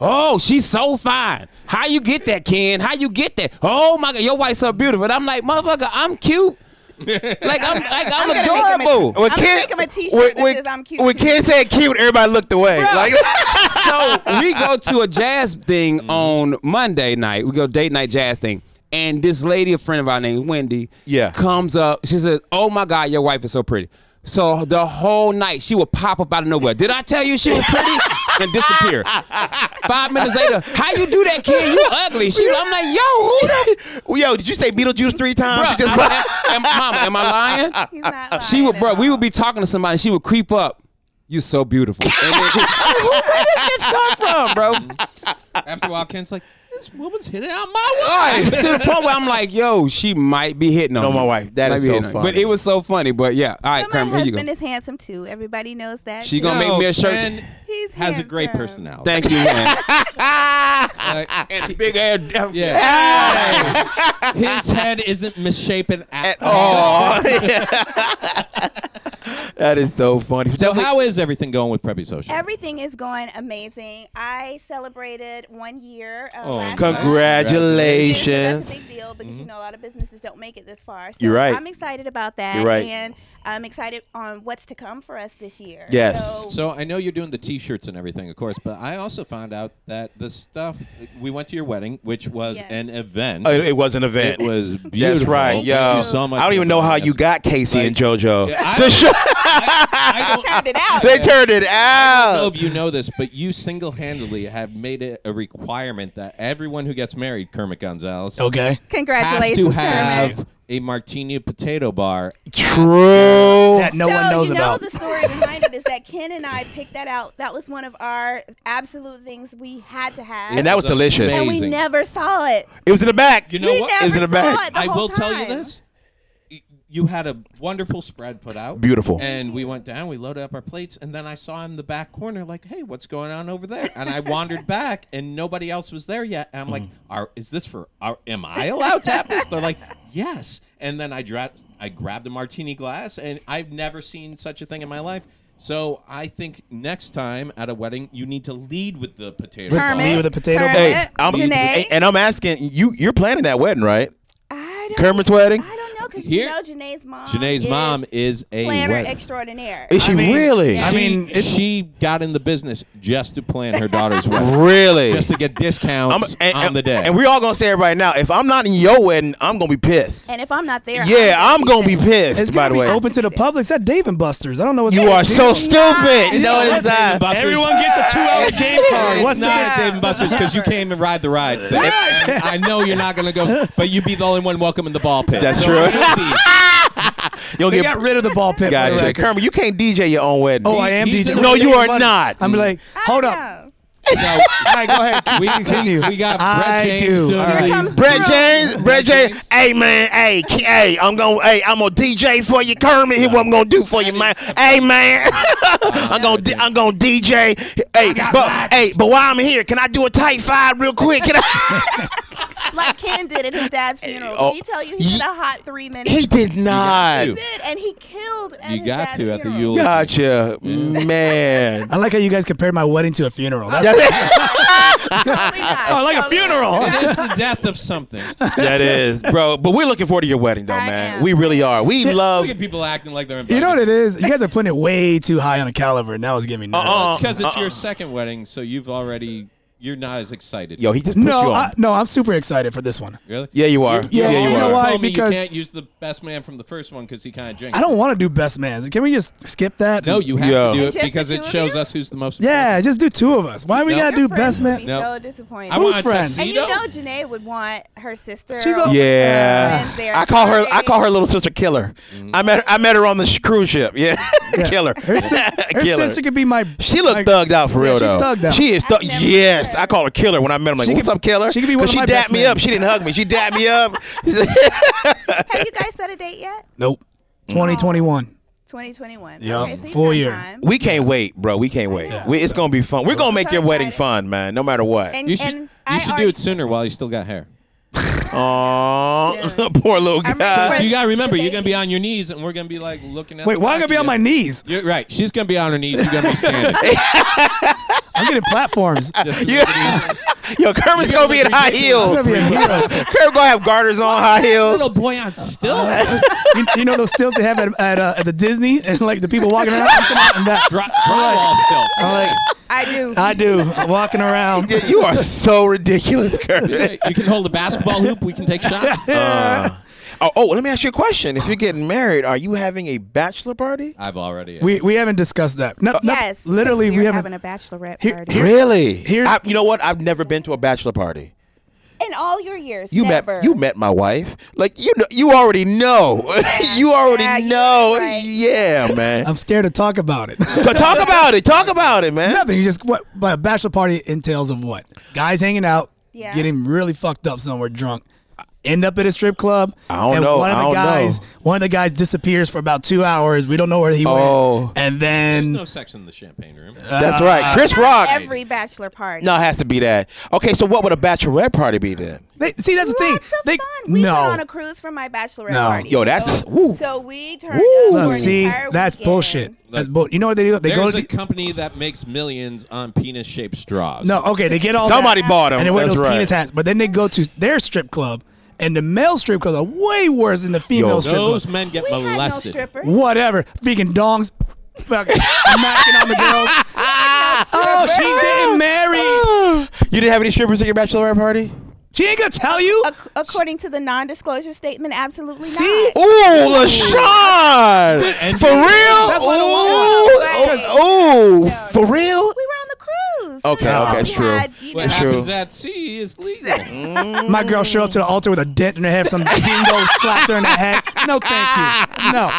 [SPEAKER 5] oh, she's so fine. How you get that, Ken? How you get that? Oh my God, your wife's so beautiful. And I'm like, motherfucker, I'm cute. like I'm like I'm,
[SPEAKER 8] I'm gonna make him a-
[SPEAKER 5] adorable.
[SPEAKER 8] I'm gonna
[SPEAKER 6] Ken-
[SPEAKER 8] make him a T-shirt that
[SPEAKER 6] when-
[SPEAKER 8] says, "I'm cute
[SPEAKER 6] When
[SPEAKER 8] too."
[SPEAKER 6] Ken said cute, everybody looked away. Like,
[SPEAKER 5] so we go to a jazz thing on Monday night. We go date night jazz thing. And this lady, a friend of our named Wendy,
[SPEAKER 6] Yeah.
[SPEAKER 5] comes up. She says, "Oh my God, your wife is so pretty." So the whole night she would pop up out of nowhere. Did I tell you she was pretty? and disappear. Five minutes later, how you do that, kid? You ugly. She, I'm like, yo, who the? Yo, did you say Beetlejuice three times?
[SPEAKER 6] You just-
[SPEAKER 5] am, Mama, am I lying?
[SPEAKER 8] He's not lying
[SPEAKER 5] She would,
[SPEAKER 8] at
[SPEAKER 5] bro.
[SPEAKER 8] all.
[SPEAKER 5] We would be talking to somebody. She would creep up. You so beautiful. And then, where did this bitch come from, bro?
[SPEAKER 9] After a while, Ken's like, this woman's hitting out my
[SPEAKER 5] Right,
[SPEAKER 9] wife.
[SPEAKER 5] to the point where I'm like, yo, she might be hitting on
[SPEAKER 10] No,
[SPEAKER 5] me.
[SPEAKER 10] my wife. That
[SPEAKER 5] Might
[SPEAKER 10] is
[SPEAKER 5] be
[SPEAKER 10] so
[SPEAKER 5] hitting on me. But
[SPEAKER 10] funny.
[SPEAKER 5] it was so funny. But yeah, all right,
[SPEAKER 8] But my
[SPEAKER 5] Kermit, here you go.
[SPEAKER 8] husband is handsome too. Everybody knows that.
[SPEAKER 5] She gonna make me a shirt.
[SPEAKER 9] Ken
[SPEAKER 8] He's
[SPEAKER 9] has a great
[SPEAKER 8] handsome.
[SPEAKER 9] personality.
[SPEAKER 5] Thank you, man.
[SPEAKER 9] Like,
[SPEAKER 5] and big ass.
[SPEAKER 9] yeah. His head isn't misshapen at, all.
[SPEAKER 10] That is so funny.
[SPEAKER 9] So how is everything going with Preppy Social?
[SPEAKER 8] Everything is going amazing. I celebrated one year. Uh,
[SPEAKER 9] Oh, Mm-hmm.
[SPEAKER 8] last month. So that's
[SPEAKER 10] Congratulations.
[SPEAKER 8] a big deal because you know a lot of businesses don't make it this far. So
[SPEAKER 10] You're right.
[SPEAKER 8] I'm excited about that.
[SPEAKER 10] You're right.
[SPEAKER 8] And I'm excited on what's to come for us this year.
[SPEAKER 10] Yes.
[SPEAKER 8] So,
[SPEAKER 9] so I know you're doing the T-shirts and everything, of course, but I also found out that the stuff we went to your wedding, which was
[SPEAKER 8] Yes.
[SPEAKER 9] an event.
[SPEAKER 6] Oh, It, it was an event.
[SPEAKER 9] It was beautiful.
[SPEAKER 6] That's right,
[SPEAKER 9] Thank
[SPEAKER 6] yo.
[SPEAKER 9] you so much
[SPEAKER 6] I don't even
[SPEAKER 9] for
[SPEAKER 6] know
[SPEAKER 9] doing
[SPEAKER 6] how
[SPEAKER 9] this.
[SPEAKER 6] you got Casey and JoJo.
[SPEAKER 9] Yeah, I
[SPEAKER 6] The
[SPEAKER 9] don't-
[SPEAKER 6] show-
[SPEAKER 9] I don't,
[SPEAKER 8] turned it out.
[SPEAKER 6] they turned it
[SPEAKER 9] I don't know
[SPEAKER 6] out.
[SPEAKER 9] if you know this, but you single-handedly have made it a requirement that everyone who gets married, Kermit Gonzalez,
[SPEAKER 1] Okay.
[SPEAKER 9] has
[SPEAKER 8] Congratulations.
[SPEAKER 9] to
[SPEAKER 8] Kermit.
[SPEAKER 9] have a martini potato bar.
[SPEAKER 6] True.
[SPEAKER 1] That no
[SPEAKER 8] so
[SPEAKER 1] one knows
[SPEAKER 8] you know
[SPEAKER 1] about.
[SPEAKER 8] the story behind it is that Ken and I picked that out. That was one of our absolute things we had to have,
[SPEAKER 6] And that was
[SPEAKER 9] That's
[SPEAKER 6] delicious.
[SPEAKER 9] amazing.
[SPEAKER 8] and we never saw it.
[SPEAKER 6] It was in the back.
[SPEAKER 9] You know
[SPEAKER 8] we
[SPEAKER 9] what?
[SPEAKER 8] never
[SPEAKER 6] It was in the
[SPEAKER 8] saw
[SPEAKER 6] bag.
[SPEAKER 8] it the
[SPEAKER 9] I
[SPEAKER 8] whole
[SPEAKER 9] will tell you
[SPEAKER 8] time.
[SPEAKER 9] this. Y- You had a wonderful spread put out.
[SPEAKER 6] Beautiful.
[SPEAKER 9] And we went down, we loaded up our plates, and then I saw in the back corner, like, hey, what's going on over there? And I wandered back, and nobody else was there yet. And I'm like, are, is this for, are, am I allowed to have this? They're like, yes. And then I, dra- I grabbed a martini glass, and I've never seen such a thing in my life. So I think next time at a wedding, you need to lead with the potato.
[SPEAKER 8] Kermit,
[SPEAKER 9] bun.
[SPEAKER 1] Leave with a potato
[SPEAKER 8] Kermit,
[SPEAKER 6] Hey, I'm
[SPEAKER 8] Janae.
[SPEAKER 6] and- and I'm asking you. You're planning that wedding, right?
[SPEAKER 8] I don't,
[SPEAKER 6] Kermit's wedding?
[SPEAKER 8] I don't know because
[SPEAKER 9] Here-
[SPEAKER 8] you know Janae's mom.
[SPEAKER 9] Janae's
[SPEAKER 8] is
[SPEAKER 9] mom is a
[SPEAKER 8] planner
[SPEAKER 9] wedding.
[SPEAKER 8] extraordinaire.
[SPEAKER 6] Is she really?
[SPEAKER 1] I
[SPEAKER 9] She-
[SPEAKER 1] mean, it's-
[SPEAKER 9] she got in the business just to plan her daughter's wedding,
[SPEAKER 6] really?
[SPEAKER 9] just to get
[SPEAKER 6] I'm-
[SPEAKER 9] discounts
[SPEAKER 6] and-
[SPEAKER 9] on
[SPEAKER 6] and-
[SPEAKER 9] the day.
[SPEAKER 6] And we're all gonna say it right now. If I'm not in your wedding, I'm gonna be pissed.
[SPEAKER 8] and if I'm not there,
[SPEAKER 6] Yeah, I'm gonna be pissed.
[SPEAKER 1] It's gonna
[SPEAKER 6] by the
[SPEAKER 1] be
[SPEAKER 6] way,
[SPEAKER 1] open to the public. It's at Dave and Buster's. I don't know what
[SPEAKER 6] you
[SPEAKER 1] that
[SPEAKER 6] are
[SPEAKER 1] is.
[SPEAKER 6] so stupid.
[SPEAKER 8] It's
[SPEAKER 6] No,
[SPEAKER 8] not
[SPEAKER 6] it's not.
[SPEAKER 9] Buster's.
[SPEAKER 1] Everyone gets a two-hour game card.
[SPEAKER 9] It's
[SPEAKER 1] What's
[SPEAKER 9] not
[SPEAKER 1] that?
[SPEAKER 9] at Dave and Buster's because you came and ride the rides. There. And I know you're not going to go, but you'd be the only one welcome in the ball pit.
[SPEAKER 6] That's
[SPEAKER 9] So
[SPEAKER 6] true.
[SPEAKER 9] it'll be-
[SPEAKER 6] You'll
[SPEAKER 1] They
[SPEAKER 6] get
[SPEAKER 1] got rid of the ball pit. for the
[SPEAKER 6] gotcha.
[SPEAKER 1] record.
[SPEAKER 6] Kermit, you can't DJ your own wedding.
[SPEAKER 1] Oh, I am
[SPEAKER 9] He's
[SPEAKER 1] DJ.
[SPEAKER 9] in a-
[SPEAKER 6] no,
[SPEAKER 9] We're
[SPEAKER 6] you
[SPEAKER 9] taking
[SPEAKER 6] are
[SPEAKER 1] money.
[SPEAKER 6] not.
[SPEAKER 1] I'm like, hold up.
[SPEAKER 9] no,
[SPEAKER 1] All right, go ahead.
[SPEAKER 9] we,
[SPEAKER 1] Continue.
[SPEAKER 9] we got
[SPEAKER 1] I
[SPEAKER 9] Brett James
[SPEAKER 1] do.
[SPEAKER 9] doing
[SPEAKER 1] All
[SPEAKER 9] the-
[SPEAKER 1] right.
[SPEAKER 8] comes-
[SPEAKER 6] Brett
[SPEAKER 8] Bro.
[SPEAKER 6] James, Brett James.
[SPEAKER 9] James.
[SPEAKER 6] Hey man, hey, K- hey, I'm gonna, hey, I'm gonna DJ for you, Kermit. Here, what I'm gonna do for you, man. Hey man, I'm gonna, di- I'm gonna DJ. Hey, but, hey, but while I'm here, can I do a tight five real quick? Can I?
[SPEAKER 8] like Ken did at his dad's funeral.
[SPEAKER 6] oh,
[SPEAKER 8] Did he tell you he did
[SPEAKER 6] ye-
[SPEAKER 8] a hot three minutes?
[SPEAKER 6] he did not.
[SPEAKER 8] He did, and he killed. At
[SPEAKER 9] You
[SPEAKER 8] his
[SPEAKER 9] got
[SPEAKER 8] dad's
[SPEAKER 9] to at the
[SPEAKER 8] funeral.
[SPEAKER 9] Yule.
[SPEAKER 6] Gotcha, man.
[SPEAKER 1] I like how you guys compared my wedding to a funeral. That's
[SPEAKER 8] Totally not.
[SPEAKER 1] oh, like a
[SPEAKER 8] Totally not.
[SPEAKER 1] funeral.
[SPEAKER 9] It is the death of something. Look
[SPEAKER 6] that is, bro. But we're looking forward to your wedding, though,
[SPEAKER 8] I
[SPEAKER 6] man.
[SPEAKER 8] am.
[SPEAKER 6] We really are. We love.
[SPEAKER 9] at people acting like they're invited.
[SPEAKER 1] You know what it is? You guys are putting it way too high on a caliber, and that was getting me nervous.
[SPEAKER 6] Uh-uh.
[SPEAKER 9] because it's your second wedding, so you've already you're not as excited.
[SPEAKER 6] Yo, he just put you
[SPEAKER 1] No,
[SPEAKER 6] on.
[SPEAKER 1] I, no, I'm super excited for this one.
[SPEAKER 9] really?
[SPEAKER 6] yeah, you are.
[SPEAKER 1] Yeah,
[SPEAKER 6] yeah, you,
[SPEAKER 1] you
[SPEAKER 6] are.
[SPEAKER 1] know why?
[SPEAKER 9] Told me
[SPEAKER 1] Because-
[SPEAKER 9] you can't use the best man from the first one because he kind of jinxed.
[SPEAKER 1] I
[SPEAKER 9] it.
[SPEAKER 1] don't want to do best man. Can we just skip that?
[SPEAKER 9] No, you have
[SPEAKER 6] Yo.
[SPEAKER 9] to do
[SPEAKER 8] Just
[SPEAKER 9] it
[SPEAKER 8] the
[SPEAKER 9] because
[SPEAKER 8] two
[SPEAKER 9] it
[SPEAKER 8] of
[SPEAKER 9] shows
[SPEAKER 8] you?
[SPEAKER 9] us who's the most.
[SPEAKER 1] Yeah, just do two of us. Why we
[SPEAKER 9] No.
[SPEAKER 1] gotta
[SPEAKER 8] Your
[SPEAKER 1] do best
[SPEAKER 8] friends would be
[SPEAKER 1] man?
[SPEAKER 9] No.
[SPEAKER 8] So disappointed.
[SPEAKER 9] I
[SPEAKER 1] Who's
[SPEAKER 9] want a
[SPEAKER 1] friends?
[SPEAKER 8] and you
[SPEAKER 9] tuxedo.
[SPEAKER 8] know Janae would want her sister.
[SPEAKER 1] She's
[SPEAKER 8] or
[SPEAKER 1] a-
[SPEAKER 6] Yeah,
[SPEAKER 8] friends there
[SPEAKER 6] I call her. I
[SPEAKER 8] celebrating.
[SPEAKER 6] call her little sister Killer. I met. Her, I met her on the sh- cruise ship. Yeah, Killer.
[SPEAKER 1] Her, sis- her
[SPEAKER 6] Killer.
[SPEAKER 1] sister could be my.
[SPEAKER 6] she looked
[SPEAKER 1] my-
[SPEAKER 6] thugged out for
[SPEAKER 1] Yeah,
[SPEAKER 6] real
[SPEAKER 1] she's
[SPEAKER 6] though.
[SPEAKER 1] thugged out.
[SPEAKER 6] She is
[SPEAKER 8] I've
[SPEAKER 6] thugged.
[SPEAKER 8] never
[SPEAKER 6] Yes,
[SPEAKER 8] met her.
[SPEAKER 6] I call her Killer when I met him. Like,
[SPEAKER 1] She
[SPEAKER 6] what's
[SPEAKER 1] could-
[SPEAKER 6] up, Killer?
[SPEAKER 1] she could be one
[SPEAKER 6] 'Cause
[SPEAKER 1] of
[SPEAKER 6] she
[SPEAKER 1] my
[SPEAKER 6] dapped
[SPEAKER 1] best
[SPEAKER 6] me
[SPEAKER 1] men.
[SPEAKER 6] up. She didn't hug me. She dapped me up.
[SPEAKER 8] Have you guys set a date yet?
[SPEAKER 1] Nope. 2021.
[SPEAKER 8] 2021.
[SPEAKER 1] Yup,
[SPEAKER 8] Okay, so you
[SPEAKER 1] full
[SPEAKER 8] got
[SPEAKER 1] year.
[SPEAKER 8] time.
[SPEAKER 6] we can't wait, bro. We can't wait. we, it's gonna be fun. We're gonna make your
[SPEAKER 8] so
[SPEAKER 6] wedding
[SPEAKER 8] excited.
[SPEAKER 6] fun, man. No matter what.
[SPEAKER 8] And,
[SPEAKER 9] You should
[SPEAKER 8] and
[SPEAKER 9] you
[SPEAKER 8] I
[SPEAKER 9] should do
[SPEAKER 8] already-
[SPEAKER 9] it sooner while you still got hair.
[SPEAKER 6] Aw, poor little
[SPEAKER 8] I'm
[SPEAKER 6] guy.
[SPEAKER 8] ready
[SPEAKER 9] You gotta remember, you're gonna be on your knees, and we're gonna be like looking at.
[SPEAKER 1] Wait,
[SPEAKER 9] the
[SPEAKER 1] why am I gonna be on my
[SPEAKER 9] document.
[SPEAKER 1] knees?
[SPEAKER 9] You're right. She's gonna be on her knees. You're gonna be standing.
[SPEAKER 1] I'm getting platforms.
[SPEAKER 6] Oh,
[SPEAKER 9] Just to
[SPEAKER 6] Yeah.
[SPEAKER 9] make it easy.
[SPEAKER 6] Yo, Kermit's
[SPEAKER 9] You're
[SPEAKER 6] gonna
[SPEAKER 9] gonna
[SPEAKER 6] be in
[SPEAKER 9] look
[SPEAKER 6] high
[SPEAKER 9] ridiculous.
[SPEAKER 1] I'm gonna
[SPEAKER 6] heels.
[SPEAKER 1] be a hero.
[SPEAKER 6] Kermit gonna have garters on, high heels.
[SPEAKER 9] Little boy on still.
[SPEAKER 1] You, you know those stills they have at at, uh, at the Disney and like the people walking around. I'm coming out in that.
[SPEAKER 9] Drop all
[SPEAKER 1] I'm
[SPEAKER 9] still.
[SPEAKER 1] like,
[SPEAKER 8] I do.
[SPEAKER 1] I do. I'm walking around.
[SPEAKER 6] Yeah, you are so ridiculous, Kermit.
[SPEAKER 9] You can hold a basketball hoop. We can take shots.
[SPEAKER 6] Uh,
[SPEAKER 5] Oh, oh, let me ask you a question. If you're getting married, are you having a bachelor party?
[SPEAKER 9] I've already.
[SPEAKER 1] We we haven't discussed that. No, no,
[SPEAKER 8] yes.
[SPEAKER 1] literally
[SPEAKER 8] we're
[SPEAKER 1] we haven't.
[SPEAKER 8] having a bachelorette
[SPEAKER 1] Here-
[SPEAKER 8] party.
[SPEAKER 5] really?
[SPEAKER 1] here-
[SPEAKER 5] I, you know what? I've never been to a bachelor party.
[SPEAKER 8] In all your years,
[SPEAKER 5] You
[SPEAKER 8] never.
[SPEAKER 5] met you met my wife. Like you know, you already know. you already
[SPEAKER 8] yeah, you
[SPEAKER 5] know.
[SPEAKER 8] know, right?
[SPEAKER 5] Yeah, man.
[SPEAKER 1] I'm scared to talk about it.
[SPEAKER 5] So talk about it. Talk about it, man.
[SPEAKER 1] Nothing. Just what? But a bachelor party entails of what? Guys hanging out,
[SPEAKER 8] Yeah.
[SPEAKER 1] getting really fucked up somewhere, drunk. End up at a strip club.
[SPEAKER 5] I don't
[SPEAKER 1] and
[SPEAKER 5] know,
[SPEAKER 1] One of the
[SPEAKER 5] I don't
[SPEAKER 1] guys,
[SPEAKER 5] know.
[SPEAKER 1] one of the guys disappears for about two hours. We don't know where he
[SPEAKER 5] Oh.
[SPEAKER 1] went. And then
[SPEAKER 9] There's no sex in the champagne room.
[SPEAKER 5] That's
[SPEAKER 1] Ah.
[SPEAKER 5] right. Chris Rock.
[SPEAKER 8] Every bachelor party.
[SPEAKER 5] No, it has to be that. Okay, so what would a bachelorette party be then?
[SPEAKER 1] they, see, that's the thing.
[SPEAKER 8] Lots of
[SPEAKER 1] They-
[SPEAKER 8] fun. We
[SPEAKER 1] no.
[SPEAKER 8] went on a cruise for my bachelorette
[SPEAKER 1] No.
[SPEAKER 8] party.
[SPEAKER 5] Yo, that's-
[SPEAKER 8] so,
[SPEAKER 5] woo.
[SPEAKER 8] so we turned
[SPEAKER 5] Woo.
[SPEAKER 8] up for
[SPEAKER 1] Look,
[SPEAKER 8] an
[SPEAKER 1] see,
[SPEAKER 8] entire
[SPEAKER 1] that's
[SPEAKER 8] weekend.
[SPEAKER 1] bullshit. That's bull. You know what they do? They go.
[SPEAKER 9] There's
[SPEAKER 1] To
[SPEAKER 9] a
[SPEAKER 1] the-
[SPEAKER 9] company that makes millions on penis-shaped straws.
[SPEAKER 1] no, okay, they get all that-
[SPEAKER 5] Somebody bought him.
[SPEAKER 1] and they wear
[SPEAKER 5] That's
[SPEAKER 1] those
[SPEAKER 5] right.
[SPEAKER 1] penis hats. But then they go to their strip club, and the male strip clubs are way worse than the female strip clubs.
[SPEAKER 9] those men get
[SPEAKER 8] We had no
[SPEAKER 9] molested.
[SPEAKER 8] stripper.
[SPEAKER 1] whatever. Vegan dongs, fucking knocking on the girls. oh, she's getting married.
[SPEAKER 5] You didn't have any strippers at your bachelorette party?
[SPEAKER 1] She ain't gonna tell you.
[SPEAKER 8] Ac- according to the non-disclosure statement, absolutely
[SPEAKER 1] See?
[SPEAKER 8] not.
[SPEAKER 5] Ooh, LaShawn! For real?
[SPEAKER 1] That's why I
[SPEAKER 5] Ooh, oh, ooh, ooh, for real?
[SPEAKER 8] We were on the cruise.
[SPEAKER 5] Okay,
[SPEAKER 8] So,
[SPEAKER 5] okay,
[SPEAKER 8] we
[SPEAKER 5] it's true.
[SPEAKER 8] had, you
[SPEAKER 9] What
[SPEAKER 8] know,
[SPEAKER 9] happens at sea is
[SPEAKER 1] Mm.
[SPEAKER 9] legal.
[SPEAKER 1] My girl showed up to the altar with a dent in her head. Some dingo slapped her in the head. No, thank you. No.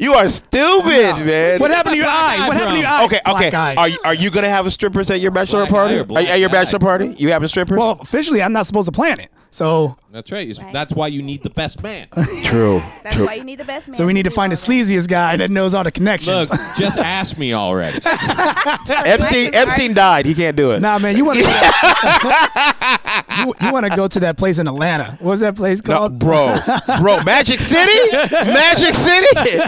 [SPEAKER 5] You are stupid, man.
[SPEAKER 1] What happened to your eye? What happened to your eye?
[SPEAKER 5] Okay,
[SPEAKER 1] Black
[SPEAKER 5] okay.
[SPEAKER 1] eye.
[SPEAKER 5] Are, you- are you gonna have a strippers at your bachelorette
[SPEAKER 9] Black guy
[SPEAKER 5] party?
[SPEAKER 9] or
[SPEAKER 5] Are you- at your
[SPEAKER 9] black
[SPEAKER 5] bachelor
[SPEAKER 9] guy?
[SPEAKER 5] party, you have a stripper?
[SPEAKER 1] well, officially, I'm not supposed to plan it. So,
[SPEAKER 9] That's right. You-
[SPEAKER 8] Right.
[SPEAKER 9] That's why you need the best man.
[SPEAKER 5] true.
[SPEAKER 8] That's why you need the best man.
[SPEAKER 1] so we need to
[SPEAKER 8] do
[SPEAKER 1] find the
[SPEAKER 8] all that.
[SPEAKER 1] sleaziest guy that knows all the connections.
[SPEAKER 9] Look, just ask me already.
[SPEAKER 5] Epstein,
[SPEAKER 8] Black is
[SPEAKER 5] Epstein died. He can't do it.
[SPEAKER 1] Nah, man, you want to you, you want to go to that place in Atlanta? What's that place
[SPEAKER 5] No,
[SPEAKER 1] called?
[SPEAKER 5] bro, bro, Magic City, Magic City.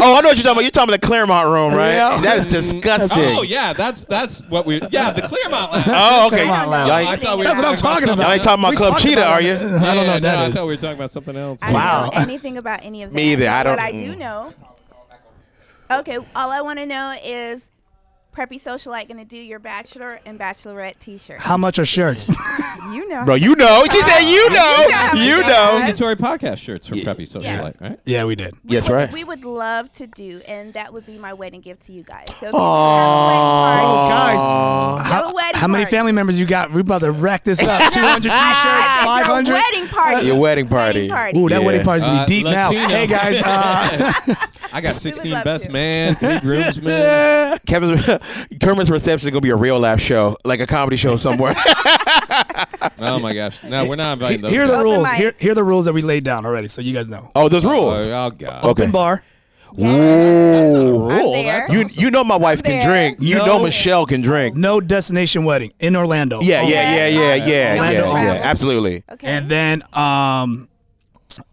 [SPEAKER 5] Oh, I know what you're talking about. You're talking about the Claremont room, right?
[SPEAKER 1] Yeah.
[SPEAKER 5] That is disgusting.
[SPEAKER 9] oh yeah, that's that's what we. Yeah, the Claremont. Lounge.
[SPEAKER 5] Oh, okay.
[SPEAKER 1] Claremont Lounge.
[SPEAKER 5] Y'all
[SPEAKER 9] I
[SPEAKER 5] ain't,
[SPEAKER 9] thought we
[SPEAKER 1] That's
[SPEAKER 9] were
[SPEAKER 1] what I'm talking
[SPEAKER 9] something
[SPEAKER 1] about.
[SPEAKER 5] y'all ain't talking about
[SPEAKER 1] We
[SPEAKER 5] Club
[SPEAKER 1] talked
[SPEAKER 5] Cheetah,
[SPEAKER 1] about
[SPEAKER 5] are you?
[SPEAKER 1] it. I don't know
[SPEAKER 9] Yeah,
[SPEAKER 1] what that
[SPEAKER 9] no,
[SPEAKER 1] is.
[SPEAKER 9] I thought we were talking about something else.
[SPEAKER 8] I don't
[SPEAKER 1] Wow.
[SPEAKER 8] know anything about any of that.
[SPEAKER 5] Me either. I
[SPEAKER 8] but
[SPEAKER 5] don't- mm.
[SPEAKER 8] What I do know. Okay, all I want to know is preppy socialite going to do your bachelor and bachelorette T-shirt.
[SPEAKER 1] How much are shirts?
[SPEAKER 8] You know.
[SPEAKER 5] Bro, you know. Oh, She
[SPEAKER 8] Oh,
[SPEAKER 5] said, you know.
[SPEAKER 8] know.
[SPEAKER 5] You
[SPEAKER 8] Yeah.
[SPEAKER 5] know.
[SPEAKER 9] Mandatory podcast shirts from Preppy Social Light, right?
[SPEAKER 1] yeah, we did.
[SPEAKER 5] Yes,
[SPEAKER 8] would-
[SPEAKER 5] right.
[SPEAKER 8] We would love to do, and that would be my wedding gift to you guys. So if you could have
[SPEAKER 5] Oh,
[SPEAKER 8] a wedding party,
[SPEAKER 1] Guys,
[SPEAKER 8] Have
[SPEAKER 1] how,
[SPEAKER 8] a wedding
[SPEAKER 1] how many
[SPEAKER 8] party.
[SPEAKER 1] family members you got? We're about to rack this up. 200 t-shirts,
[SPEAKER 8] I said your
[SPEAKER 1] 500.
[SPEAKER 8] wedding party.
[SPEAKER 5] Your wedding party.
[SPEAKER 8] Wedding party.
[SPEAKER 1] Ooh, that
[SPEAKER 5] Yeah.
[SPEAKER 1] wedding party's gonna
[SPEAKER 9] Uh,
[SPEAKER 1] be deep now.
[SPEAKER 9] Latino.
[SPEAKER 1] Hey guys, uh,
[SPEAKER 9] I got
[SPEAKER 8] would
[SPEAKER 9] 16
[SPEAKER 8] love
[SPEAKER 9] best
[SPEAKER 8] to.
[SPEAKER 9] man, three groomsmen.
[SPEAKER 5] Kevin's Kermit's reception is gonna be a real life show, like a comedy show somewhere.
[SPEAKER 9] oh my gosh! No, we're not inviting those.
[SPEAKER 1] here are the
[SPEAKER 9] guys.
[SPEAKER 8] Open
[SPEAKER 1] rules.
[SPEAKER 8] mic.
[SPEAKER 1] Here, here are the rules that we laid down already, so you guys know.
[SPEAKER 5] oh, there's rules.
[SPEAKER 9] Oh, oh, God.
[SPEAKER 1] Open bar.
[SPEAKER 5] Ooh.
[SPEAKER 9] Rule.
[SPEAKER 8] there.
[SPEAKER 9] That's
[SPEAKER 5] You you know my wife can
[SPEAKER 8] There.
[SPEAKER 5] drink. You know
[SPEAKER 1] No.
[SPEAKER 5] Michelle can drink.
[SPEAKER 1] No destination wedding in Orlando.
[SPEAKER 5] Yeah, yeah, yeah,
[SPEAKER 8] Yes.
[SPEAKER 5] yeah, yeah, yeah,
[SPEAKER 1] Orlando
[SPEAKER 5] yeah,
[SPEAKER 1] only.
[SPEAKER 5] Absolutely.
[SPEAKER 8] Okay.
[SPEAKER 1] And then, um,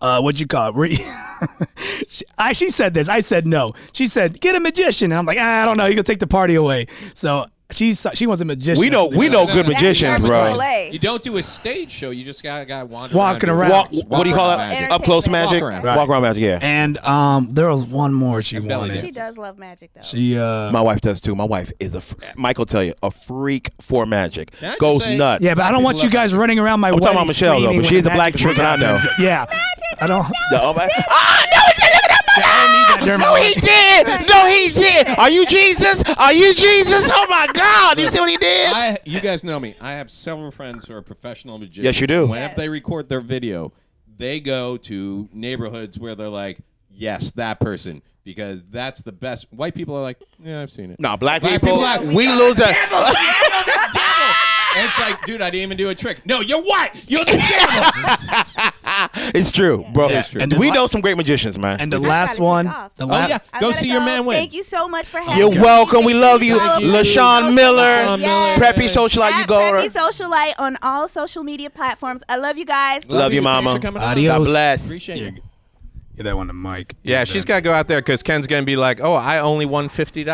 [SPEAKER 1] uh, what you call it? Re- she, I, she said this. I said no. She said get a magician. And I'm like, "Ah, I don't know. You gonna take the party away. So she she wants a magician.
[SPEAKER 5] We know we know good
[SPEAKER 8] That's
[SPEAKER 5] magicians,
[SPEAKER 8] Kermit's
[SPEAKER 5] bro.
[SPEAKER 8] Ballet.
[SPEAKER 9] You don't do a stage show. You just got a guy wandering
[SPEAKER 1] Walking around.
[SPEAKER 9] around.
[SPEAKER 5] Walk,
[SPEAKER 1] Walk
[SPEAKER 5] what do you call
[SPEAKER 9] around
[SPEAKER 5] it?
[SPEAKER 9] magic.
[SPEAKER 5] Up close
[SPEAKER 8] Walk
[SPEAKER 5] magic.
[SPEAKER 9] around.
[SPEAKER 5] Walk around magic. Yeah.
[SPEAKER 1] And um, there was one more she
[SPEAKER 9] belly
[SPEAKER 1] wanted.
[SPEAKER 8] she does love magic, though.
[SPEAKER 1] She uh
[SPEAKER 5] My wife does too. My wife is a fr- Michael tell you a freak for magic.
[SPEAKER 9] Can I just
[SPEAKER 5] Goes
[SPEAKER 9] say-
[SPEAKER 5] nuts.
[SPEAKER 1] Yeah, but I don't want you guys running around my
[SPEAKER 5] I'm talking
[SPEAKER 1] wedding
[SPEAKER 5] about Michelle though,
[SPEAKER 1] screaming
[SPEAKER 5] but
[SPEAKER 1] when
[SPEAKER 5] she's
[SPEAKER 1] the
[SPEAKER 5] a black
[SPEAKER 1] magic
[SPEAKER 5] person I know.
[SPEAKER 1] happens. Yeah. I don't
[SPEAKER 5] The- oh, my- Ah, no,
[SPEAKER 1] I don't need that during my
[SPEAKER 5] no, he
[SPEAKER 1] wedding.
[SPEAKER 5] did. No, he did. Are you Jesus? Are you Jesus? Oh my God! You see what he did?
[SPEAKER 9] I, you guys know me. I have several friends who are professional magicians.
[SPEAKER 5] Yes, you do.
[SPEAKER 9] Whenever they record their video, they go to neighborhoods where they're like, "Yes, that person," because that's the best. White people are like, "Yeah, I've seen it."
[SPEAKER 5] No, black,
[SPEAKER 9] Black
[SPEAKER 5] people,
[SPEAKER 9] people are-
[SPEAKER 5] we lose that.
[SPEAKER 9] And it's like, dude, I didn't even do a trick. No, you're white. You're the devil.
[SPEAKER 5] It's true, bro.
[SPEAKER 1] It's true. And
[SPEAKER 5] we
[SPEAKER 1] the-
[SPEAKER 5] know some great magicians, man.
[SPEAKER 1] And the
[SPEAKER 8] I gotta
[SPEAKER 1] last
[SPEAKER 8] take
[SPEAKER 1] one,
[SPEAKER 8] off.
[SPEAKER 1] the
[SPEAKER 8] Oh,
[SPEAKER 1] last
[SPEAKER 9] yeah.
[SPEAKER 8] I
[SPEAKER 9] Go
[SPEAKER 8] gotta
[SPEAKER 9] see your man win.
[SPEAKER 8] Thank you so much for having
[SPEAKER 5] You're
[SPEAKER 8] me.
[SPEAKER 5] welcome. We
[SPEAKER 8] Make
[SPEAKER 5] love
[SPEAKER 8] sure
[SPEAKER 5] you,
[SPEAKER 8] follow
[SPEAKER 9] you.
[SPEAKER 5] LaShawn
[SPEAKER 8] Social
[SPEAKER 5] Miller,
[SPEAKER 9] Miller.
[SPEAKER 8] Yes.
[SPEAKER 5] Preppy Socialite. You
[SPEAKER 8] At
[SPEAKER 5] go.
[SPEAKER 8] Preppy
[SPEAKER 5] over.
[SPEAKER 8] Socialite on all social media platforms. I love you guys.
[SPEAKER 5] Love you,
[SPEAKER 9] Thanks
[SPEAKER 5] Mama.
[SPEAKER 9] for coming on.
[SPEAKER 1] Adios.
[SPEAKER 5] God bless.
[SPEAKER 9] Appreciate you.
[SPEAKER 1] Get that one to Mike.
[SPEAKER 2] Yeah, she's got to go out there because Ken's going to be like, oh, I only won $50.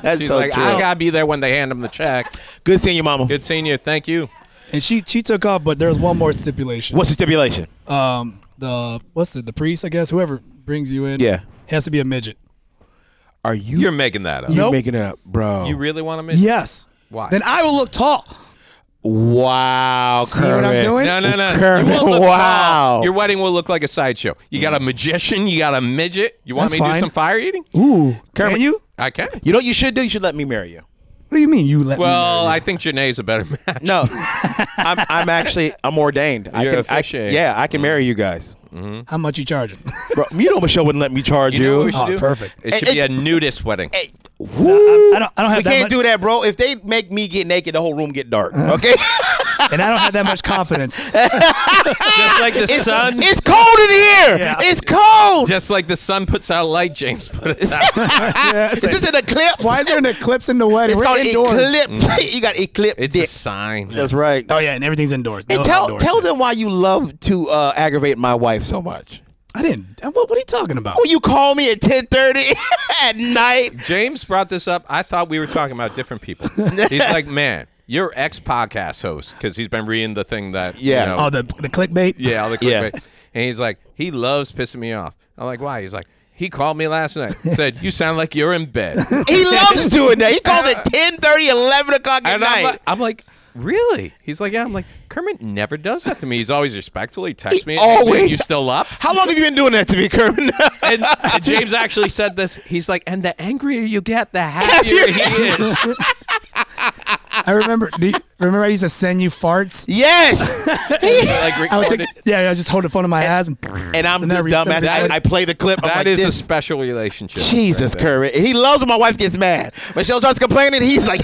[SPEAKER 5] That's
[SPEAKER 2] She's
[SPEAKER 5] so
[SPEAKER 2] like,
[SPEAKER 5] true.
[SPEAKER 2] I got to be there when they hand him the check.
[SPEAKER 5] Good seeing you, Mama.
[SPEAKER 2] Good seeing you. Thank you.
[SPEAKER 1] And she she took off, but there's one more stipulation.
[SPEAKER 5] What's the stipulation?
[SPEAKER 1] Um, the what's it? The priest, I guess. Whoever brings you in,
[SPEAKER 5] Yeah.
[SPEAKER 1] has to be a midget.
[SPEAKER 5] Are you
[SPEAKER 2] You're making that up.
[SPEAKER 5] you
[SPEAKER 1] Nope.
[SPEAKER 5] making it up, bro?
[SPEAKER 2] You really want to make
[SPEAKER 1] Yes.
[SPEAKER 2] Why?
[SPEAKER 1] Then I will look tall.
[SPEAKER 6] Wow.
[SPEAKER 1] See what I'm doing?
[SPEAKER 2] No, no, no.
[SPEAKER 6] Kermit,
[SPEAKER 2] You won't look
[SPEAKER 6] wow.
[SPEAKER 2] tall. Your wedding will look like a sideshow. You got a magician. You got a midget. You want
[SPEAKER 1] That's
[SPEAKER 2] me to do
[SPEAKER 1] fine.
[SPEAKER 2] some fire eating?
[SPEAKER 1] Ooh, Kermit, you?
[SPEAKER 2] I can.
[SPEAKER 7] You know what you should do? You should let me marry you.
[SPEAKER 1] What do you mean you let
[SPEAKER 2] Well,
[SPEAKER 1] me?
[SPEAKER 2] I think Janae's a better match.
[SPEAKER 7] No, I'm, I'm actually I'm ordained. I
[SPEAKER 2] You're
[SPEAKER 7] can, I,
[SPEAKER 2] officiating.
[SPEAKER 7] yeah, I can marry you guys.
[SPEAKER 1] Well, how much you charging?
[SPEAKER 7] Bro, you know Michelle wouldn't let me charge
[SPEAKER 2] You know what
[SPEAKER 7] you.
[SPEAKER 2] we should
[SPEAKER 1] Oh,
[SPEAKER 2] do?
[SPEAKER 1] perfect.
[SPEAKER 2] It should
[SPEAKER 7] Hey,
[SPEAKER 2] be
[SPEAKER 7] hey,
[SPEAKER 2] a nudist wedding.
[SPEAKER 7] Hey,
[SPEAKER 1] I don't. I don't have
[SPEAKER 7] we
[SPEAKER 1] that
[SPEAKER 7] can't
[SPEAKER 1] much,
[SPEAKER 7] do that, bro. If they make me get naked, the whole room get dark.
[SPEAKER 6] Uh-huh.
[SPEAKER 7] Okay,
[SPEAKER 1] and I don't have that much confidence.
[SPEAKER 2] Just like the sun.
[SPEAKER 7] it's cold in here. It's cold.
[SPEAKER 2] Just like the sun puts out light, James put it out.
[SPEAKER 7] Is this an eclipse?
[SPEAKER 1] Why is there an eclipse in the wedding?
[SPEAKER 7] It's
[SPEAKER 1] We're
[SPEAKER 7] called
[SPEAKER 1] indoors.
[SPEAKER 7] eclipse. you got eclipse.
[SPEAKER 2] It's a
[SPEAKER 7] dick.
[SPEAKER 2] sign.
[SPEAKER 7] That's right.
[SPEAKER 1] Oh yeah, and everything's indoors.
[SPEAKER 7] Hey,
[SPEAKER 1] No
[SPEAKER 7] tell
[SPEAKER 1] outdoors.
[SPEAKER 7] Uh, tell them why you
[SPEAKER 6] Oh,
[SPEAKER 7] love to uh, aggravate my wife so much.
[SPEAKER 1] I didn't. uh, What, what are you talking about?
[SPEAKER 6] Oh,
[SPEAKER 7] When you call me at ten thirty at night,
[SPEAKER 2] James brought this up. I thought we were talking about different people. He's like, man, you're ex podcast host because he's been reading the thing that you
[SPEAKER 7] Yeah.
[SPEAKER 2] know,
[SPEAKER 1] Oh, the the clickbait.
[SPEAKER 2] Yeah, all the
[SPEAKER 7] Yeah.
[SPEAKER 2] clickbait. And he's like, he loves pissing me off. I'm like, why? He's like, he called me last night. Said you sound like you're in bed. and
[SPEAKER 7] he loves doing that. He calls at 10, 11 o'clock at night.
[SPEAKER 2] I'm like, I'm like, really? He's like, yeah. I'm like, Kermit never does that to me. He's always respectful. He texts me.
[SPEAKER 7] always-
[SPEAKER 2] Always. You still up?
[SPEAKER 7] How long have you been doing that to me, Kermit?
[SPEAKER 2] And, and James actually said this. He's like, and the angrier you get, the happier he is.
[SPEAKER 1] I remember. do you- remember, I used to send you farts.
[SPEAKER 7] yes.
[SPEAKER 2] like
[SPEAKER 1] I would
[SPEAKER 2] recorded.
[SPEAKER 1] take, yeah, I just hold the phone in my ass and,
[SPEAKER 7] And I'm the
[SPEAKER 1] then resend
[SPEAKER 7] dumbass.
[SPEAKER 1] it.
[SPEAKER 2] That-
[SPEAKER 7] I, I play the clip. I'm
[SPEAKER 2] That
[SPEAKER 7] like,
[SPEAKER 2] is a
[SPEAKER 7] this-
[SPEAKER 2] special relationship. right
[SPEAKER 7] Jesus,
[SPEAKER 2] there.
[SPEAKER 7] Kermit. He loves when my wife gets mad. Michelle starts complaining. He's like,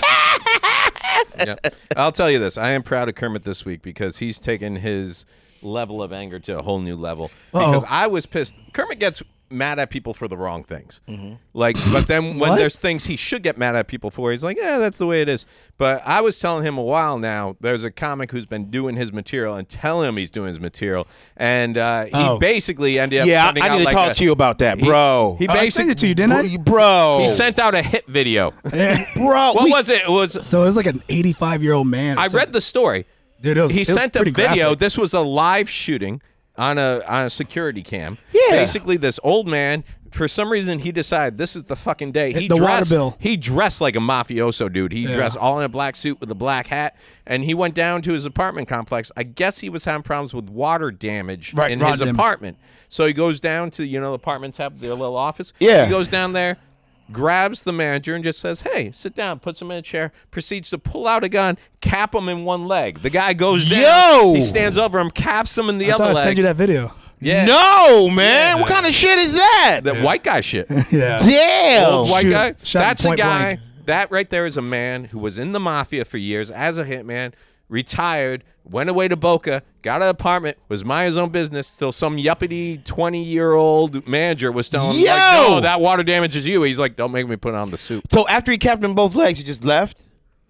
[SPEAKER 2] Yep. I'll tell you this. I am proud of Kermit this week because he's taken his level of anger to a whole new level. Because I was pissed. Kermit gets mad at people for the wrong things.
[SPEAKER 7] Mm-hmm.
[SPEAKER 2] Like, but then when there's things he should get mad at people for, he's like, yeah, that's the way it is. But I was telling him a while now, there's a comic who's been doing his material and telling him he's doing his material. And uh, he basically ended up
[SPEAKER 7] Oh. yeah, I,
[SPEAKER 2] sending
[SPEAKER 7] I
[SPEAKER 2] out
[SPEAKER 7] need to
[SPEAKER 2] like
[SPEAKER 7] talk
[SPEAKER 2] a-
[SPEAKER 7] to you about that,
[SPEAKER 2] he-
[SPEAKER 7] bro. Uh,
[SPEAKER 2] He,
[SPEAKER 1] Oh, I sent
[SPEAKER 2] basically
[SPEAKER 1] it to you, didn't I?
[SPEAKER 7] bro.
[SPEAKER 2] he sent out a hit video.
[SPEAKER 7] bro.
[SPEAKER 2] what
[SPEAKER 7] we-
[SPEAKER 2] was it? It was
[SPEAKER 1] So it was like an 85 year old man. or
[SPEAKER 2] I read
[SPEAKER 1] something.
[SPEAKER 2] the story.
[SPEAKER 1] Dude, it was-
[SPEAKER 2] he
[SPEAKER 1] it was
[SPEAKER 2] sent a
[SPEAKER 1] pretty
[SPEAKER 2] video.
[SPEAKER 1] graphic.
[SPEAKER 2] This was a live shooting on a on a security cam.
[SPEAKER 7] Yeah.
[SPEAKER 2] Basically, this old man, for some reason, he decided this is the fucking day. He
[SPEAKER 1] The water
[SPEAKER 2] dressed,
[SPEAKER 1] bill.
[SPEAKER 2] He dressed like a mafioso dude. He dressed all in a black suit with a black hat, and he went down to his apartment complex. I guess he was having problems with water damage
[SPEAKER 1] Right,
[SPEAKER 2] in
[SPEAKER 1] water
[SPEAKER 2] his
[SPEAKER 1] damage.
[SPEAKER 2] apartment. So he goes down to you know apartments have their little office.
[SPEAKER 7] Yeah.
[SPEAKER 2] He goes down there. Grabs the manager and just says, "Hey, sit down." Puts him in a chair. Proceeds to pull out a gun, cap him in one leg. The guy goes down.
[SPEAKER 7] Yo!
[SPEAKER 2] He stands over him, caps him in the
[SPEAKER 1] I
[SPEAKER 2] other
[SPEAKER 1] thought I
[SPEAKER 2] leg.
[SPEAKER 1] sent you that video.
[SPEAKER 2] yeah.
[SPEAKER 7] No, man. What kind of shit is that?
[SPEAKER 2] That white guy shit.
[SPEAKER 1] Yeah.
[SPEAKER 7] Damn.
[SPEAKER 2] Old white
[SPEAKER 1] Shoot.
[SPEAKER 2] guy.
[SPEAKER 1] Shot him
[SPEAKER 2] That's a
[SPEAKER 1] point
[SPEAKER 2] guy.
[SPEAKER 1] blank.
[SPEAKER 2] That right there is a man who was in the mafia for years as a hitman, retired, went away to Boca, got an apartment, was minding his own business till some yuppity 20 year old manager was telling him, like,
[SPEAKER 7] Yo!
[SPEAKER 2] no, that water damages you. He's like, don't make me put on the suit.
[SPEAKER 7] So after he capped him both legs, he just left?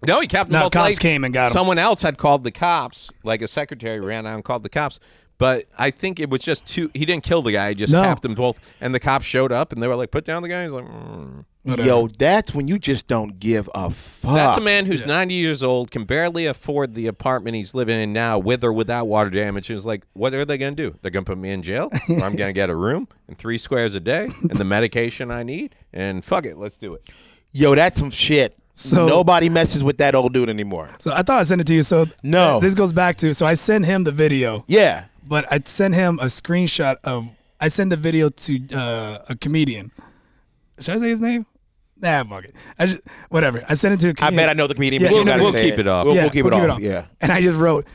[SPEAKER 2] No, he kept them
[SPEAKER 1] No,
[SPEAKER 2] both
[SPEAKER 1] cops
[SPEAKER 2] late.
[SPEAKER 1] came and got him.
[SPEAKER 2] Someone else had called the cops, like a secretary ran out and called the cops. But I think it was just too. He didn't kill the guy. He just
[SPEAKER 1] No.
[SPEAKER 2] tapped them both, and the cops showed up and they were like, "Put down the guy." He's like, mm.
[SPEAKER 7] Yo, that's when you just don't give a fuck.
[SPEAKER 2] "That's a man who's 90 years old, can barely afford the apartment he's living in now, with or without water damage." And it's like, what are they gonna do? They're gonna put me in jail, or I'm gonna get a room and three squares a day and the medication I need, and fuck it, let's do it.
[SPEAKER 7] Yo, that's some shit.
[SPEAKER 1] So-
[SPEAKER 7] Nobody messes with that old dude anymore.
[SPEAKER 1] So I thought I sent it to you. So
[SPEAKER 7] No.
[SPEAKER 1] this goes back to. So I sent him the video,
[SPEAKER 7] Yeah.
[SPEAKER 1] but I sent him a screenshot of. I sent the video to uh, a comedian. Should I say his name? Nah, fuck it. I just, whatever. I sent it to. A
[SPEAKER 7] I
[SPEAKER 1] comedian.
[SPEAKER 7] bet I know the comedian.
[SPEAKER 1] Yeah,
[SPEAKER 7] but you
[SPEAKER 1] we'll-
[SPEAKER 7] gotta
[SPEAKER 2] we'll
[SPEAKER 7] say
[SPEAKER 2] keep it off.
[SPEAKER 7] We'll,
[SPEAKER 1] Yeah,
[SPEAKER 7] we'll keep it off. Yeah.
[SPEAKER 1] And I just wrote,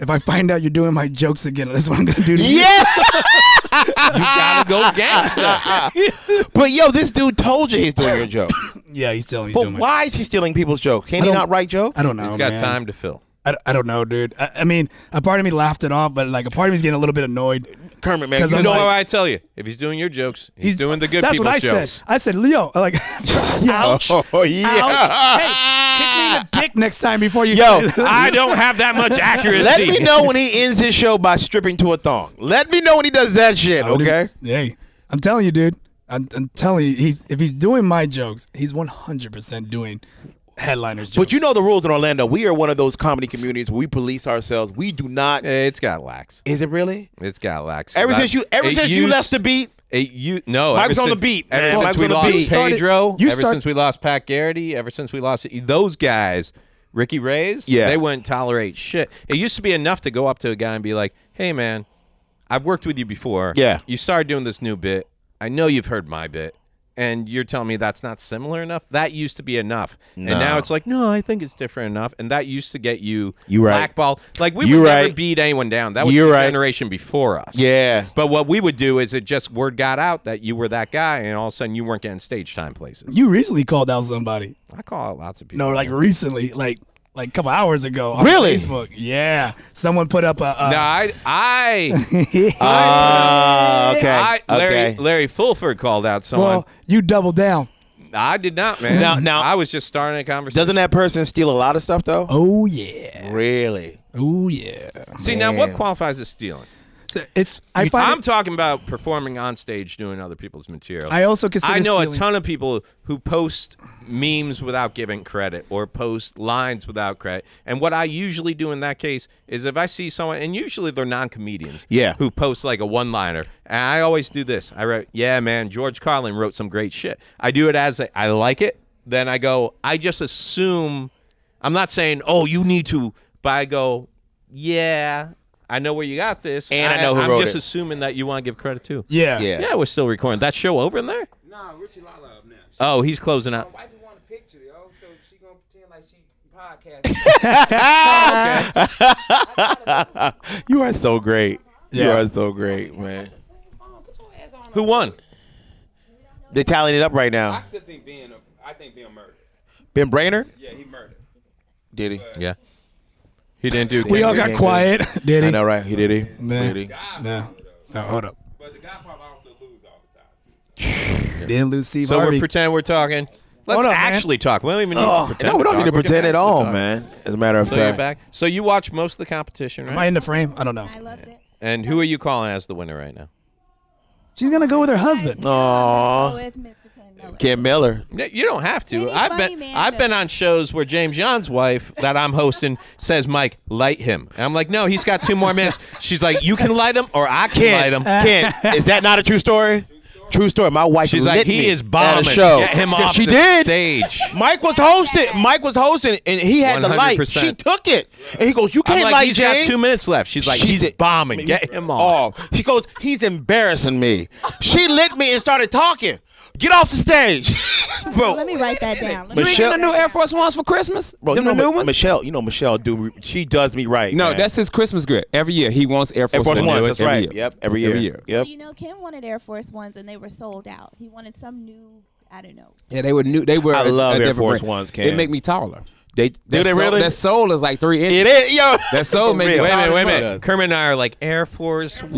[SPEAKER 1] if I find out you're doing my jokes again, that's what I'm gonna do to you.
[SPEAKER 7] Yeah.
[SPEAKER 2] You gotta go gangsta.
[SPEAKER 7] But yo, this dude told you he's doing your joke.
[SPEAKER 1] Yeah, he's telling. He's
[SPEAKER 7] But
[SPEAKER 1] doing my.
[SPEAKER 7] why is he stealing people's jokes? Can he
[SPEAKER 1] don't-
[SPEAKER 7] not write jokes?
[SPEAKER 1] I don't know.
[SPEAKER 2] He's got
[SPEAKER 1] man.
[SPEAKER 2] time to fill.
[SPEAKER 1] I, I don't know, dude. I, I mean, a part of me laughed it off, but like a part of me's getting a little bit annoyed.
[SPEAKER 7] Kermit, man.
[SPEAKER 1] 'Cause
[SPEAKER 7] You
[SPEAKER 1] I'm
[SPEAKER 2] No,
[SPEAKER 7] know
[SPEAKER 1] like-
[SPEAKER 7] I-
[SPEAKER 2] I tell you, if he's doing your jokes, he's, doing the good
[SPEAKER 1] That's
[SPEAKER 2] people
[SPEAKER 1] what I
[SPEAKER 2] jokes.
[SPEAKER 1] said. I said, Leo, like, ouch,
[SPEAKER 7] Oh, yeah.
[SPEAKER 1] ouch. Hey, kick me in the dick next time before you.
[SPEAKER 7] Yo,
[SPEAKER 1] say-
[SPEAKER 2] I don't have that much accuracy.
[SPEAKER 7] Let me know when he ends his show by stripping to a thong. Let me know when he does that shit,
[SPEAKER 1] I would've-
[SPEAKER 7] okay?
[SPEAKER 1] Hey, I'm telling you, dude. I'm, I'm telling you, he's if he's doing my jokes, he's 100 percent doing headliners jokes.
[SPEAKER 7] But you know the rules in Orlando. We are one of those comedy communities where we police ourselves. We do not.
[SPEAKER 2] It's got lax.
[SPEAKER 7] Is it really?
[SPEAKER 2] It's got lax.
[SPEAKER 7] Ever
[SPEAKER 2] But
[SPEAKER 7] since you, ever
[SPEAKER 2] it
[SPEAKER 7] since you
[SPEAKER 2] used-
[SPEAKER 7] left the beat,
[SPEAKER 2] it you no.
[SPEAKER 7] Mike
[SPEAKER 2] ever
[SPEAKER 7] was on the
[SPEAKER 2] since-
[SPEAKER 7] beat,
[SPEAKER 2] Ever
[SPEAKER 7] man.
[SPEAKER 2] since
[SPEAKER 7] Mike was
[SPEAKER 2] we
[SPEAKER 7] on the
[SPEAKER 2] lost
[SPEAKER 7] beat.
[SPEAKER 1] You started-
[SPEAKER 2] Pedro,
[SPEAKER 1] you
[SPEAKER 2] ever
[SPEAKER 1] start-
[SPEAKER 2] since we lost Pat Garrity, ever since we lost those guys Ricky Ray's,
[SPEAKER 11] Yeah.
[SPEAKER 2] they wouldn't tolerate shit. It used to be enough to go up to a guy and be like, "Hey, man, I've worked with you before.
[SPEAKER 7] Yeah.
[SPEAKER 2] you started doing this new bit. I know you've heard my bit." And you're telling me that's not similar enough? That used to be enough, and now
[SPEAKER 7] No.
[SPEAKER 2] it's like, no, I think it's different enough, and that used to get you,
[SPEAKER 7] You right.
[SPEAKER 2] blackballed. Like we
[SPEAKER 7] You
[SPEAKER 2] would never
[SPEAKER 7] right.
[SPEAKER 2] beat anyone down. That was
[SPEAKER 7] You
[SPEAKER 2] the
[SPEAKER 7] right.
[SPEAKER 2] generation before us.
[SPEAKER 7] Yeah.
[SPEAKER 2] But what we would do is it just word got out that you were that guy, and all of a sudden you weren't getting stage time places.
[SPEAKER 1] You recently called out somebody.
[SPEAKER 2] I call out lots of people.
[SPEAKER 1] No, like recently, like like a couple hours ago. On
[SPEAKER 7] Really?
[SPEAKER 1] Facebook. Yeah. Someone put up a. a
[SPEAKER 2] no, I, I,
[SPEAKER 7] Ah, okay.
[SPEAKER 2] I Larry,
[SPEAKER 7] okay.
[SPEAKER 2] Larry Fulford called out someone.
[SPEAKER 1] well, you double down.
[SPEAKER 2] I did not, man.
[SPEAKER 7] Now- now-
[SPEAKER 2] I was just starting a conversation.
[SPEAKER 7] Doesn't that person steal a lot of stuff though?
[SPEAKER 1] Oh yeah.
[SPEAKER 7] Really?
[SPEAKER 1] Oh yeah.
[SPEAKER 2] see now what qualifies as stealing?
[SPEAKER 1] So it's I find
[SPEAKER 2] I'm
[SPEAKER 1] it-
[SPEAKER 2] talking about performing on stage doing other people's material.
[SPEAKER 1] I also consider
[SPEAKER 2] I know a
[SPEAKER 1] stealing-
[SPEAKER 2] ton of people who post memes without giving credit or post lines without credit. And what I usually do in that case is if I see someone, and usually they're non comedians,
[SPEAKER 7] Yeah.
[SPEAKER 2] who post like a one liner. And I always do this. I write, yeah, man, George Carlin wrote some great shit. I do it as a, I like it. Then I go, I just assume, I'm not saying, oh, you need to, but I go, yeah. I know where you got this,
[SPEAKER 7] And I know who
[SPEAKER 2] I'm
[SPEAKER 7] wrote
[SPEAKER 2] just
[SPEAKER 7] it."
[SPEAKER 2] assuming that you want to give credit too.
[SPEAKER 1] Yeah.
[SPEAKER 7] Yeah.
[SPEAKER 2] Yeah, we're still recording. That show over in there?
[SPEAKER 11] Nah, Richie Lala up now.
[SPEAKER 2] Oh, he's closing out.
[SPEAKER 11] wife want a picture, yo, so she gonna pretend like she podcasting.
[SPEAKER 7] You are so great. You
[SPEAKER 1] Yeah.
[SPEAKER 7] are so great, man.
[SPEAKER 2] Who won?
[SPEAKER 7] They tallying it up right now.
[SPEAKER 11] still think Ben, I think Ben murdered.
[SPEAKER 7] Ben Brainerd?
[SPEAKER 11] Yeah, he murdered.
[SPEAKER 7] Did he?
[SPEAKER 2] Yeah. He didn't do
[SPEAKER 1] We all
[SPEAKER 7] Yeah,
[SPEAKER 1] got
[SPEAKER 7] yeah,
[SPEAKER 1] quiet. Did
[SPEAKER 7] I
[SPEAKER 1] he?
[SPEAKER 7] know, right? He did he?
[SPEAKER 1] Man.
[SPEAKER 7] Did he?
[SPEAKER 1] No. No, hold up.
[SPEAKER 11] But the guy probably also lose all the time.
[SPEAKER 1] Didn't lose Steve
[SPEAKER 2] So
[SPEAKER 1] Harvey.
[SPEAKER 2] we're pretending we're talking. Let's
[SPEAKER 1] Hold up, man.
[SPEAKER 2] actually talk. We don't even need to pretend.
[SPEAKER 7] Oh, No, we don't need to
[SPEAKER 2] talk. We're
[SPEAKER 7] pretend
[SPEAKER 2] gonna
[SPEAKER 7] at
[SPEAKER 2] actually
[SPEAKER 7] all,
[SPEAKER 2] talk.
[SPEAKER 7] man. As a matter of
[SPEAKER 2] So
[SPEAKER 7] fact.
[SPEAKER 2] you're back. So you watch most of the competition,
[SPEAKER 1] Am I
[SPEAKER 2] right?
[SPEAKER 1] in the frame? I don't know.
[SPEAKER 8] I loved it.
[SPEAKER 2] And who are you calling as the winner right now?
[SPEAKER 1] She's gonna go with her husband.
[SPEAKER 8] Go
[SPEAKER 7] Aw.
[SPEAKER 8] With Mr. Ken Miller.
[SPEAKER 7] Kim Miller.
[SPEAKER 2] No, You don't have to.
[SPEAKER 8] Maybe
[SPEAKER 2] I've
[SPEAKER 8] Bunny
[SPEAKER 2] been
[SPEAKER 8] Man
[SPEAKER 2] I've been
[SPEAKER 8] does.
[SPEAKER 2] on shows where James John's wife that I'm hosting says, "Mike, light him." And I'm like, "No, he's got two more minutes." She's like, "You can light him, or I can light
[SPEAKER 7] Ken,
[SPEAKER 2] him."
[SPEAKER 7] Ken, is that not a true story? True story. My wife
[SPEAKER 2] She's
[SPEAKER 7] lit
[SPEAKER 2] like, "He
[SPEAKER 7] me
[SPEAKER 2] is bombing."
[SPEAKER 7] at a show.
[SPEAKER 2] Get him
[SPEAKER 7] Yeah,
[SPEAKER 2] off
[SPEAKER 7] she
[SPEAKER 2] the
[SPEAKER 7] did.
[SPEAKER 2] stage.
[SPEAKER 7] Mike was hosting. Mike was hosting, and he had the light.
[SPEAKER 2] 100%.
[SPEAKER 7] She took it, and he goes, "You
[SPEAKER 2] I'm
[SPEAKER 7] can't
[SPEAKER 2] like,
[SPEAKER 7] light
[SPEAKER 2] he's
[SPEAKER 7] James."
[SPEAKER 2] got two minutes left. She's like,
[SPEAKER 7] She
[SPEAKER 2] he's
[SPEAKER 7] said-
[SPEAKER 2] bombing. Get him off.
[SPEAKER 7] Oh, she goes, "He's embarrassing me." She lit me and started talking. Get off the stage, bro.
[SPEAKER 8] Let me write that down. Let me
[SPEAKER 5] You ain't
[SPEAKER 7] Michelle-
[SPEAKER 5] get the new Air Force Ones for Christmas?
[SPEAKER 7] Bro,
[SPEAKER 5] Them
[SPEAKER 7] you know
[SPEAKER 5] the new
[SPEAKER 7] Mi-
[SPEAKER 5] ones?
[SPEAKER 7] Michelle. You know Michelle. Do she does me right?
[SPEAKER 5] No,
[SPEAKER 7] man.
[SPEAKER 5] that's his Christmas grip. Every year he wants Air Force,
[SPEAKER 7] Air Force
[SPEAKER 5] Ones.
[SPEAKER 7] Ones. That's
[SPEAKER 5] every
[SPEAKER 7] right.
[SPEAKER 5] Year.
[SPEAKER 7] Yep. Every year.
[SPEAKER 5] Every year.
[SPEAKER 7] Yep.
[SPEAKER 8] You know, Kim wanted Air Force Ones and they were sold out. He wanted some new, I don't know.
[SPEAKER 5] Yeah, they were new. They were.
[SPEAKER 7] I
[SPEAKER 5] a-
[SPEAKER 7] love
[SPEAKER 5] a
[SPEAKER 7] Air
[SPEAKER 5] different
[SPEAKER 7] Force
[SPEAKER 5] brand.
[SPEAKER 7] Ones,
[SPEAKER 5] They
[SPEAKER 7] Cam.
[SPEAKER 5] make me taller.
[SPEAKER 7] They do
[SPEAKER 5] That
[SPEAKER 7] they
[SPEAKER 5] soul-
[SPEAKER 7] really?
[SPEAKER 5] That sole is like three inches.
[SPEAKER 7] it is, yo.
[SPEAKER 5] That soul
[SPEAKER 7] For
[SPEAKER 5] make me
[SPEAKER 7] real.
[SPEAKER 2] Wait a minute, wait a
[SPEAKER 7] Tyler
[SPEAKER 2] minute. Kermit and I are like Air Force One.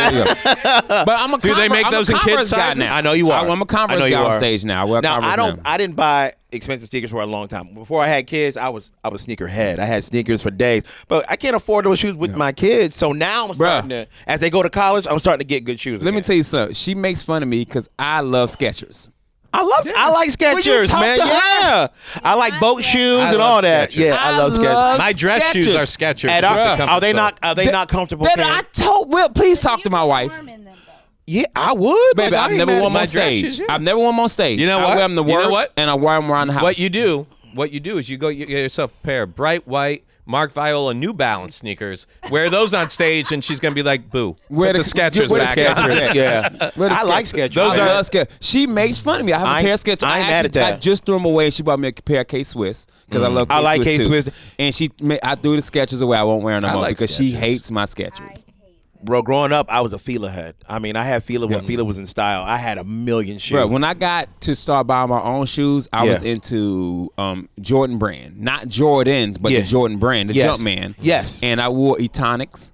[SPEAKER 5] but I'm a.
[SPEAKER 2] Do they
[SPEAKER 5] Conver-
[SPEAKER 2] make
[SPEAKER 5] I'm a
[SPEAKER 2] those in kid
[SPEAKER 5] Converse guy
[SPEAKER 2] sizes?
[SPEAKER 5] now.
[SPEAKER 7] I know you are.
[SPEAKER 5] I, am a Converse
[SPEAKER 7] I know
[SPEAKER 5] guy
[SPEAKER 7] you
[SPEAKER 5] on
[SPEAKER 7] are.
[SPEAKER 5] stage now. I wear
[SPEAKER 7] now
[SPEAKER 5] Converse
[SPEAKER 7] I don't.
[SPEAKER 5] now.
[SPEAKER 7] I didn't buy expensive sneakers for a long time. Before I had kids, I was I was sneakerhead. I had sneakers for days, but I can't afford those shoes with my kids. So now I'm starting to, as they go to college, I'm starting to get good shoes.
[SPEAKER 5] Let me
[SPEAKER 7] again.
[SPEAKER 5] tell you something. She makes fun of me because I love Skechers.
[SPEAKER 7] I love. I like
[SPEAKER 5] Well, you
[SPEAKER 7] Skechers,
[SPEAKER 5] talk
[SPEAKER 7] man.
[SPEAKER 5] to her.
[SPEAKER 7] Yeah, I like boat shoes
[SPEAKER 2] I
[SPEAKER 7] and
[SPEAKER 2] love
[SPEAKER 7] all that.
[SPEAKER 2] Skechers.
[SPEAKER 7] Yeah, I,
[SPEAKER 5] I
[SPEAKER 7] love Skechers.
[SPEAKER 5] love
[SPEAKER 2] My dress shoes are Skechers.
[SPEAKER 7] And
[SPEAKER 2] What
[SPEAKER 7] I-
[SPEAKER 2] the
[SPEAKER 7] are they
[SPEAKER 2] comfort
[SPEAKER 7] not? Are they
[SPEAKER 5] That-
[SPEAKER 7] not comfortable?
[SPEAKER 5] That
[SPEAKER 7] Cam?
[SPEAKER 5] I told Will, please talk to my wife.
[SPEAKER 7] yeah, I would.
[SPEAKER 5] Baby,
[SPEAKER 7] Like, I
[SPEAKER 5] I've
[SPEAKER 7] ain't
[SPEAKER 5] never
[SPEAKER 7] mad
[SPEAKER 5] worn them on
[SPEAKER 7] at
[SPEAKER 2] dress
[SPEAKER 7] you.
[SPEAKER 5] stage.
[SPEAKER 2] shoes, yeah.
[SPEAKER 5] I've never worn them on stage.
[SPEAKER 2] You know
[SPEAKER 5] I
[SPEAKER 2] what?
[SPEAKER 5] wear them to
[SPEAKER 2] You know
[SPEAKER 5] work
[SPEAKER 2] what?
[SPEAKER 5] and I wear them around the house.
[SPEAKER 2] What you do, what you do is you go you get yourself a pair of bright white Mark Viola New Balance sneakers. Wear those on stage, and she's gonna be like, "Boo,
[SPEAKER 5] Where
[SPEAKER 2] Put the,
[SPEAKER 5] the-
[SPEAKER 2] Skechers
[SPEAKER 5] where the
[SPEAKER 2] back."
[SPEAKER 5] Skechers
[SPEAKER 2] on."
[SPEAKER 5] at?
[SPEAKER 7] yeah,
[SPEAKER 5] Where the
[SPEAKER 7] I like
[SPEAKER 5] Skechers?
[SPEAKER 7] Skechers.
[SPEAKER 5] Those
[SPEAKER 7] I
[SPEAKER 5] are
[SPEAKER 7] love
[SPEAKER 5] us. She makes fun of me. I have
[SPEAKER 7] I
[SPEAKER 5] a
[SPEAKER 7] ain't-
[SPEAKER 5] pair of Skechers.
[SPEAKER 7] I ain't mad
[SPEAKER 5] actually-
[SPEAKER 7] at that. Mm.
[SPEAKER 5] I just threw them away. She bought me a pair of K Swiss because I love.
[SPEAKER 7] I like
[SPEAKER 5] K-Swiss too.
[SPEAKER 7] K-Swiss.
[SPEAKER 5] And she, ma- I threw the Skechers away. I won't wear them no
[SPEAKER 2] I
[SPEAKER 5] more
[SPEAKER 2] like
[SPEAKER 5] because she
[SPEAKER 2] Skechers.
[SPEAKER 5] hates my Skechers.
[SPEAKER 7] Bro, growing up, I was a Fila head. I mean, I had Fila when Fila was in style. I had a million shoes.
[SPEAKER 5] Bro, when I got to start buying my own shoes, I was
[SPEAKER 7] Yeah.
[SPEAKER 5] into um, Jordan brand, not Jordans, but
[SPEAKER 7] Yeah.
[SPEAKER 5] the Jordan brand, the
[SPEAKER 7] Yes.
[SPEAKER 5] Jumpman.
[SPEAKER 7] Yes.
[SPEAKER 5] and I wore Etonics.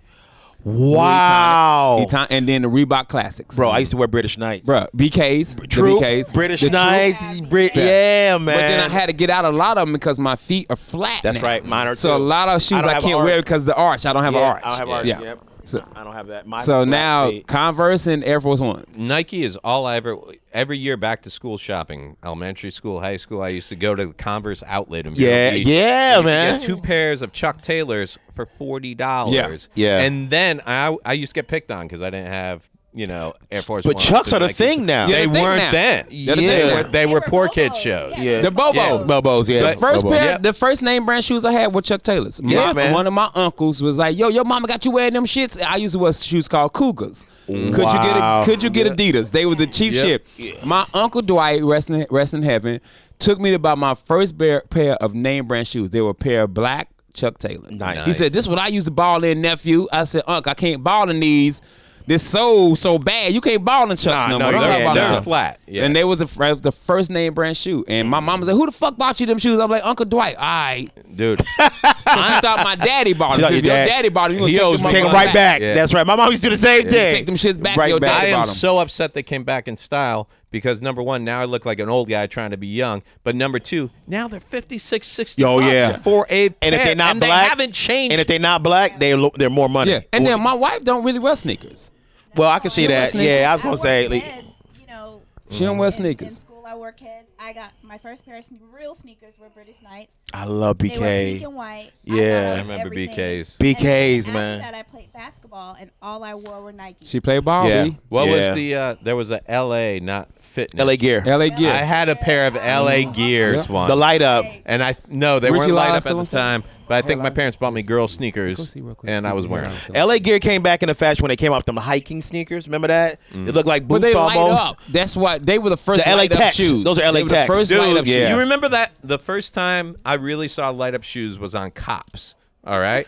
[SPEAKER 7] wow,
[SPEAKER 5] Eton- and then the Reebok Classics.
[SPEAKER 7] Oh. bro, I used to wear British Knights.
[SPEAKER 5] Bro, BKs, the
[SPEAKER 7] true
[SPEAKER 5] BKs,
[SPEAKER 7] British
[SPEAKER 5] the true-
[SPEAKER 7] Knights. Brit-
[SPEAKER 5] Yeah.
[SPEAKER 7] yeah, man.
[SPEAKER 5] But then I had to get out a lot of them because my feet are flat.
[SPEAKER 7] That's
[SPEAKER 5] now.
[SPEAKER 7] right, mine are
[SPEAKER 5] So a
[SPEAKER 7] too.
[SPEAKER 5] lot
[SPEAKER 7] I
[SPEAKER 5] of shoes
[SPEAKER 7] don't
[SPEAKER 5] I,
[SPEAKER 7] have
[SPEAKER 5] can't
[SPEAKER 7] arch.
[SPEAKER 5] wear because the arch. I don't have an
[SPEAKER 7] Yeah,
[SPEAKER 5] arch.
[SPEAKER 7] I don't have arch.
[SPEAKER 5] Yeah.
[SPEAKER 7] Yep.
[SPEAKER 5] So,
[SPEAKER 7] I don't have that. My
[SPEAKER 5] so
[SPEAKER 7] flat
[SPEAKER 5] now
[SPEAKER 7] feet.
[SPEAKER 5] Converse and Air Force Ones.
[SPEAKER 2] Nike is all I ever every year back to school shopping, elementary school, high school. I used to go to the Converse outlet in Vero
[SPEAKER 7] Yeah,
[SPEAKER 2] Beach.
[SPEAKER 7] yeah,
[SPEAKER 2] You could
[SPEAKER 7] man.
[SPEAKER 2] Get two pairs of Chuck Taylors for forty dollars.
[SPEAKER 7] Yeah, yeah.
[SPEAKER 2] And then I I used to get picked on because I didn't have you know, Air Force
[SPEAKER 7] But
[SPEAKER 2] Ones
[SPEAKER 7] Chucks
[SPEAKER 2] and
[SPEAKER 7] are the
[SPEAKER 2] Nikes.
[SPEAKER 7] thing now.
[SPEAKER 2] They
[SPEAKER 5] They're the thing
[SPEAKER 2] weren't
[SPEAKER 5] now.
[SPEAKER 2] then.
[SPEAKER 5] They're the
[SPEAKER 2] They,
[SPEAKER 5] thing
[SPEAKER 2] were,
[SPEAKER 5] now.
[SPEAKER 2] they were poor kid
[SPEAKER 12] Bobos.
[SPEAKER 2] shows.
[SPEAKER 12] Yeah.
[SPEAKER 5] The Bobos.
[SPEAKER 7] Bobos, yeah.
[SPEAKER 2] But-
[SPEAKER 5] First
[SPEAKER 7] Bobos.
[SPEAKER 5] pair,
[SPEAKER 2] Yeah.
[SPEAKER 5] the first name brand shoes I had were Chuck Taylors. My-
[SPEAKER 7] Yeah, man.
[SPEAKER 5] One of my uncles was like, "Yo, your mama got you wearing them shits." I used to wear shoes called Cougars. Could you get?
[SPEAKER 7] Wow.
[SPEAKER 5] A, could you get Adidas? They were the cheap
[SPEAKER 2] Yep.
[SPEAKER 5] shit. My uncle Dwight, rest in, rest in heaven, took me to buy my first bear, pair of name brand shoes. They were a pair of black Chuck Taylors.
[SPEAKER 7] Nice.
[SPEAKER 5] He said, "This is what I used to ball in, nephew." I said, "Unc, I can't ball in these." This so so bad. You can't ball in Chucks
[SPEAKER 7] Nah,
[SPEAKER 5] no,
[SPEAKER 7] Uh, no,
[SPEAKER 5] more.
[SPEAKER 7] you
[SPEAKER 5] Don't talk
[SPEAKER 7] can't.
[SPEAKER 5] about
[SPEAKER 7] They're
[SPEAKER 5] Chucks.
[SPEAKER 2] flat. Yeah.
[SPEAKER 5] And they was the, fir- the first name brand shoe. And my mom was like, "Who the fuck bought you them shoes?" I'm like, "Uncle Dwight." All right.
[SPEAKER 2] Dude.
[SPEAKER 5] I thought my daddy bought
[SPEAKER 7] She
[SPEAKER 5] them.
[SPEAKER 7] thought
[SPEAKER 5] If
[SPEAKER 7] your
[SPEAKER 5] your
[SPEAKER 7] dad-
[SPEAKER 5] daddy bought them, you gonna
[SPEAKER 2] He
[SPEAKER 5] take
[SPEAKER 2] owes
[SPEAKER 5] them
[SPEAKER 2] me.
[SPEAKER 5] up
[SPEAKER 7] Take 'em
[SPEAKER 5] on
[SPEAKER 7] right back.
[SPEAKER 2] Yeah.
[SPEAKER 7] That's right. My mom used to do the same
[SPEAKER 5] You
[SPEAKER 7] thing.
[SPEAKER 5] take them shits back.
[SPEAKER 7] Right
[SPEAKER 5] your
[SPEAKER 7] back.
[SPEAKER 5] daddy
[SPEAKER 2] I am
[SPEAKER 5] bought them.
[SPEAKER 2] so upset they came back in style because number one, now I look like an old guy trying to be young. But number two, now they're 56, 60
[SPEAKER 7] Oh,
[SPEAKER 2] bucks
[SPEAKER 7] yeah.
[SPEAKER 2] for a pair,
[SPEAKER 7] And if they're not
[SPEAKER 2] and
[SPEAKER 7] black,
[SPEAKER 2] they haven't changed.
[SPEAKER 7] And if they're not black, they lo- they're more money.
[SPEAKER 5] yeah. And then my wife don't really wear sneakers.
[SPEAKER 7] well, I can see that.
[SPEAKER 5] listening?
[SPEAKER 7] Yeah, I was gonna say. like,
[SPEAKER 8] kids, you know,
[SPEAKER 5] She don't wear
[SPEAKER 7] Mm-hmm.
[SPEAKER 8] in, in
[SPEAKER 5] sneakers.
[SPEAKER 8] school I wore kids. I got my first pair of sne- real sneakers were British Knights.
[SPEAKER 7] I love
[SPEAKER 8] They were pink
[SPEAKER 7] BK.
[SPEAKER 8] and white.
[SPEAKER 7] Yeah.
[SPEAKER 8] I,
[SPEAKER 2] I remember BK's.
[SPEAKER 7] BKs,
[SPEAKER 8] after
[SPEAKER 7] man.
[SPEAKER 8] That I played basketball and all I wore were Nike.
[SPEAKER 5] She played ball.
[SPEAKER 7] Yeah.
[SPEAKER 5] B.
[SPEAKER 2] What
[SPEAKER 7] Yeah.
[SPEAKER 2] was the? Uh, there was a L.A. not fitness.
[SPEAKER 7] LA Gear.
[SPEAKER 5] L.A. Gear.
[SPEAKER 2] I had a pair of L.A. Gears once.
[SPEAKER 7] The light up.
[SPEAKER 2] And I no, they
[SPEAKER 5] Richie
[SPEAKER 2] weren't light
[SPEAKER 5] Lyle
[SPEAKER 2] up at
[SPEAKER 5] still
[SPEAKER 2] the
[SPEAKER 5] on sale?
[SPEAKER 2] time. But I think my parents bought me girl sneakers, and I was wearing. them.
[SPEAKER 7] LA Gear came back into fashion when they came out with them hiking sneakers. Remember that? It looked like boots
[SPEAKER 5] But they light
[SPEAKER 7] almost.
[SPEAKER 5] up. That's what they were the first
[SPEAKER 7] The LA
[SPEAKER 5] light up
[SPEAKER 7] Techs.
[SPEAKER 5] shoes.
[SPEAKER 7] Those are LA
[SPEAKER 5] They were the
[SPEAKER 7] Techs.
[SPEAKER 5] First
[SPEAKER 7] Dude,
[SPEAKER 5] light up
[SPEAKER 7] yeah.
[SPEAKER 5] shoes.
[SPEAKER 2] You remember that the first time I really saw light up shoes was on cops. All right.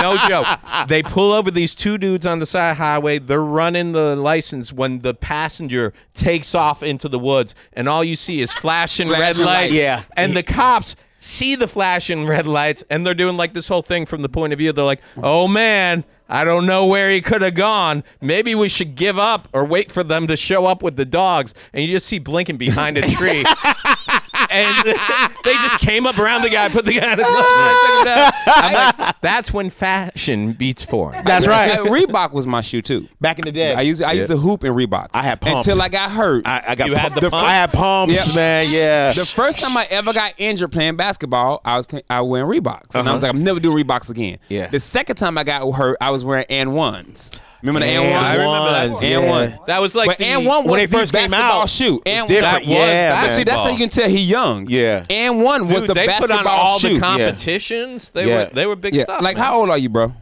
[SPEAKER 2] no joke. They pull over these two dudes on the side highway. They're running the license when the passenger takes off into the woods, and all you see is flashing red
[SPEAKER 5] Flashing
[SPEAKER 2] lights.
[SPEAKER 5] lights.
[SPEAKER 7] Yeah.
[SPEAKER 2] And the cops see the flashing red lights, and they're doing like this whole thing from the point of view. They're like, "Oh man." I don't know where he could have gone. Maybe we should give up or wait for them to show up with the dogs. And you just see blinking behind a tree. and they just came up around the guy, put the guy in a glove, and I took him down. I'm like, that's when fashion beats form.
[SPEAKER 7] That's
[SPEAKER 5] Uh,
[SPEAKER 7] right.
[SPEAKER 5] Reebok was my shoe too.
[SPEAKER 7] back in the day,
[SPEAKER 5] I used I used to hoop in Reeboks.
[SPEAKER 7] I had pumps.
[SPEAKER 5] until I got hurt.
[SPEAKER 7] I, I got
[SPEAKER 2] You had
[SPEAKER 7] pump-
[SPEAKER 2] the pump?
[SPEAKER 7] I had palms,
[SPEAKER 5] Yep.
[SPEAKER 7] man. Yeah.
[SPEAKER 5] The first time I ever got injured playing basketball, I was I was wearing Reeboks, and I was like, I'm never doing Reeboks again.
[SPEAKER 7] Uh-huh. Yeah.
[SPEAKER 5] The second time I got hurt, I was wearing and ones. Remember the and
[SPEAKER 7] And
[SPEAKER 5] ones?
[SPEAKER 2] I remember that.
[SPEAKER 7] ones,
[SPEAKER 5] And
[SPEAKER 7] yeah.
[SPEAKER 5] one.
[SPEAKER 2] That was like
[SPEAKER 5] but
[SPEAKER 2] the-
[SPEAKER 5] and one was
[SPEAKER 7] when they
[SPEAKER 5] the
[SPEAKER 7] first came
[SPEAKER 5] basketball
[SPEAKER 7] out,
[SPEAKER 5] shoe.
[SPEAKER 7] it was
[SPEAKER 5] And
[SPEAKER 7] different.
[SPEAKER 5] That was
[SPEAKER 7] Yeah,
[SPEAKER 5] basketball.
[SPEAKER 7] man.
[SPEAKER 5] See, that's how you can tell he young.
[SPEAKER 7] Yeah.
[SPEAKER 5] And one was
[SPEAKER 2] Dude,
[SPEAKER 5] the
[SPEAKER 2] they put
[SPEAKER 5] basketball
[SPEAKER 2] on all
[SPEAKER 5] shoe.
[SPEAKER 2] the competitions. They
[SPEAKER 7] Yeah.
[SPEAKER 2] were they were big
[SPEAKER 5] yeah.
[SPEAKER 2] stuff.
[SPEAKER 5] like
[SPEAKER 2] man.
[SPEAKER 5] how old are you, bro?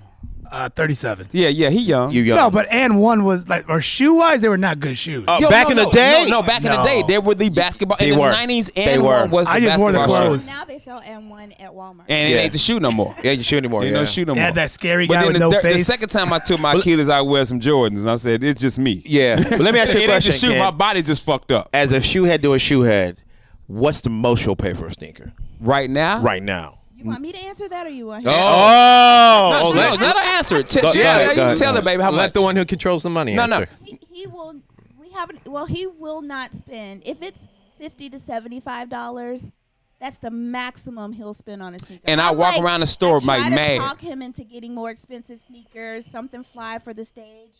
[SPEAKER 1] Uh, 37.
[SPEAKER 5] Yeah, yeah, he young.
[SPEAKER 7] you young.
[SPEAKER 1] No, but and one was like, or shoe wise, they were not good shoes.
[SPEAKER 5] Oh,
[SPEAKER 7] Uh, back in the day?
[SPEAKER 5] no, no, back in the
[SPEAKER 1] No.
[SPEAKER 5] day, they were the basketball.
[SPEAKER 7] They
[SPEAKER 5] in
[SPEAKER 7] were.
[SPEAKER 5] the nineties, and
[SPEAKER 7] They were.
[SPEAKER 5] one was the
[SPEAKER 1] I just wore the
[SPEAKER 5] basketball shoe.
[SPEAKER 1] clothes.
[SPEAKER 8] Now they sell M1 at Walmart.
[SPEAKER 5] and
[SPEAKER 7] Yeah.
[SPEAKER 5] it ain't the shoe no more.
[SPEAKER 7] yeah, you shoot anymore.
[SPEAKER 5] Ain't
[SPEAKER 7] yeah.
[SPEAKER 5] no shoe no
[SPEAKER 1] They
[SPEAKER 5] more.
[SPEAKER 1] had that scary
[SPEAKER 5] But
[SPEAKER 1] guy
[SPEAKER 5] then
[SPEAKER 1] with
[SPEAKER 5] the,
[SPEAKER 1] no
[SPEAKER 5] thir- the
[SPEAKER 1] face.
[SPEAKER 5] second time I took my Achilles, I wear some Jordans, and I said, "It's just me."
[SPEAKER 7] Yeah. But let me ask you a
[SPEAKER 5] It ain't the
[SPEAKER 7] question,
[SPEAKER 5] shoe.
[SPEAKER 7] Ken.
[SPEAKER 5] My body just fucked up.
[SPEAKER 7] As a shoe head to a shoe head, what's the most you'll pay for a sneaker
[SPEAKER 5] Right now,
[SPEAKER 7] right now?
[SPEAKER 8] You want me to answer that or you want
[SPEAKER 5] Oh,
[SPEAKER 7] Oh,
[SPEAKER 5] no,
[SPEAKER 7] oh,
[SPEAKER 5] she-
[SPEAKER 7] that-
[SPEAKER 5] no, let her answer it. Tell,
[SPEAKER 7] Go-
[SPEAKER 5] she-
[SPEAKER 7] go
[SPEAKER 5] yeah,
[SPEAKER 7] ahead,
[SPEAKER 5] you
[SPEAKER 7] go
[SPEAKER 5] can
[SPEAKER 7] ahead,
[SPEAKER 5] tell her,
[SPEAKER 7] go ahead.
[SPEAKER 5] baby, how
[SPEAKER 2] Let
[SPEAKER 5] much.
[SPEAKER 2] the one who controls the money
[SPEAKER 5] No, no.
[SPEAKER 2] answer.
[SPEAKER 8] He, he will. We haven't. Well, he will not spend if it's fifty to seventy-five dollars. That's the maximum he'll spend on a sneaker.
[SPEAKER 5] And I
[SPEAKER 8] I'm
[SPEAKER 5] walk around the store,
[SPEAKER 8] I try
[SPEAKER 5] like,
[SPEAKER 8] to
[SPEAKER 5] mad.
[SPEAKER 8] Talk him into getting more expensive sneakers, something fly for the stage.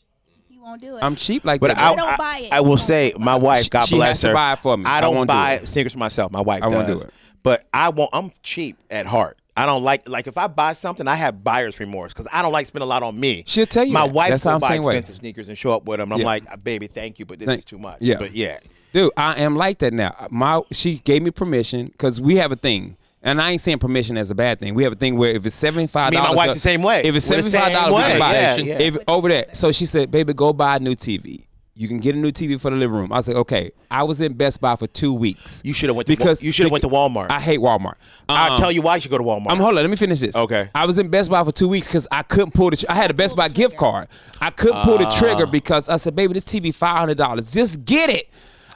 [SPEAKER 8] He won't do it.
[SPEAKER 5] I'm cheap like
[SPEAKER 7] But
[SPEAKER 5] that.
[SPEAKER 7] I,
[SPEAKER 8] don't
[SPEAKER 7] I-
[SPEAKER 8] buy it.
[SPEAKER 7] I will say, my wife, God
[SPEAKER 5] she
[SPEAKER 7] bless
[SPEAKER 5] has to
[SPEAKER 7] her,
[SPEAKER 5] buy it for me.
[SPEAKER 7] I
[SPEAKER 5] I
[SPEAKER 7] don't
[SPEAKER 5] won't do
[SPEAKER 7] buy
[SPEAKER 5] it.
[SPEAKER 7] sneakers for myself. My wife
[SPEAKER 5] I
[SPEAKER 7] does.
[SPEAKER 5] won't do it.
[SPEAKER 7] But I won't. I'm cheap at heart. I don't like like if I buy something, I have buyer's remorse because I don't like spending a lot on me.
[SPEAKER 5] She'll tell you
[SPEAKER 7] My
[SPEAKER 5] that.
[SPEAKER 7] wife
[SPEAKER 5] That's
[SPEAKER 7] will
[SPEAKER 5] how I'm
[SPEAKER 7] buy
[SPEAKER 5] saying, wait.
[SPEAKER 7] expensive sneakers and show up with them. I'm
[SPEAKER 5] Yeah.
[SPEAKER 7] like, baby, thank you, but this
[SPEAKER 5] Thank-
[SPEAKER 7] is too much.
[SPEAKER 5] yeah.
[SPEAKER 7] But yeah,
[SPEAKER 5] Dude, I am like that now. My she gave me permission because we have a thing, and I ain't saying permission as a bad thing. We have a thing where if it's seventy five
[SPEAKER 7] Me
[SPEAKER 5] dollars,
[SPEAKER 7] and my wife the same way.
[SPEAKER 5] If it's
[SPEAKER 7] We're the
[SPEAKER 5] seventy
[SPEAKER 7] same
[SPEAKER 5] five dollars, we
[SPEAKER 7] way.
[SPEAKER 5] can buy it.
[SPEAKER 7] Yeah, yeah.
[SPEAKER 5] If, over that, so she said, "Baby, go buy a new TV. You can get a new TV for the living room." I said, "Okay." I was in Best Buy for two weeks.
[SPEAKER 7] You should've went to Wa-
[SPEAKER 5] because
[SPEAKER 7] you should've went to Walmart.
[SPEAKER 5] I hate Walmart.
[SPEAKER 7] I'll
[SPEAKER 5] Um,
[SPEAKER 7] tell you why you should go to Walmart.
[SPEAKER 5] I'm hold on. Let me finish this.
[SPEAKER 7] Okay.
[SPEAKER 5] I was in Best Buy for two weeks because I couldn't pull the. Tr- I had a Best Buy gift card. I couldn't pull the
[SPEAKER 7] Ah.
[SPEAKER 5] trigger because I said, "Baby, this TV five hundred dollars. Just get it."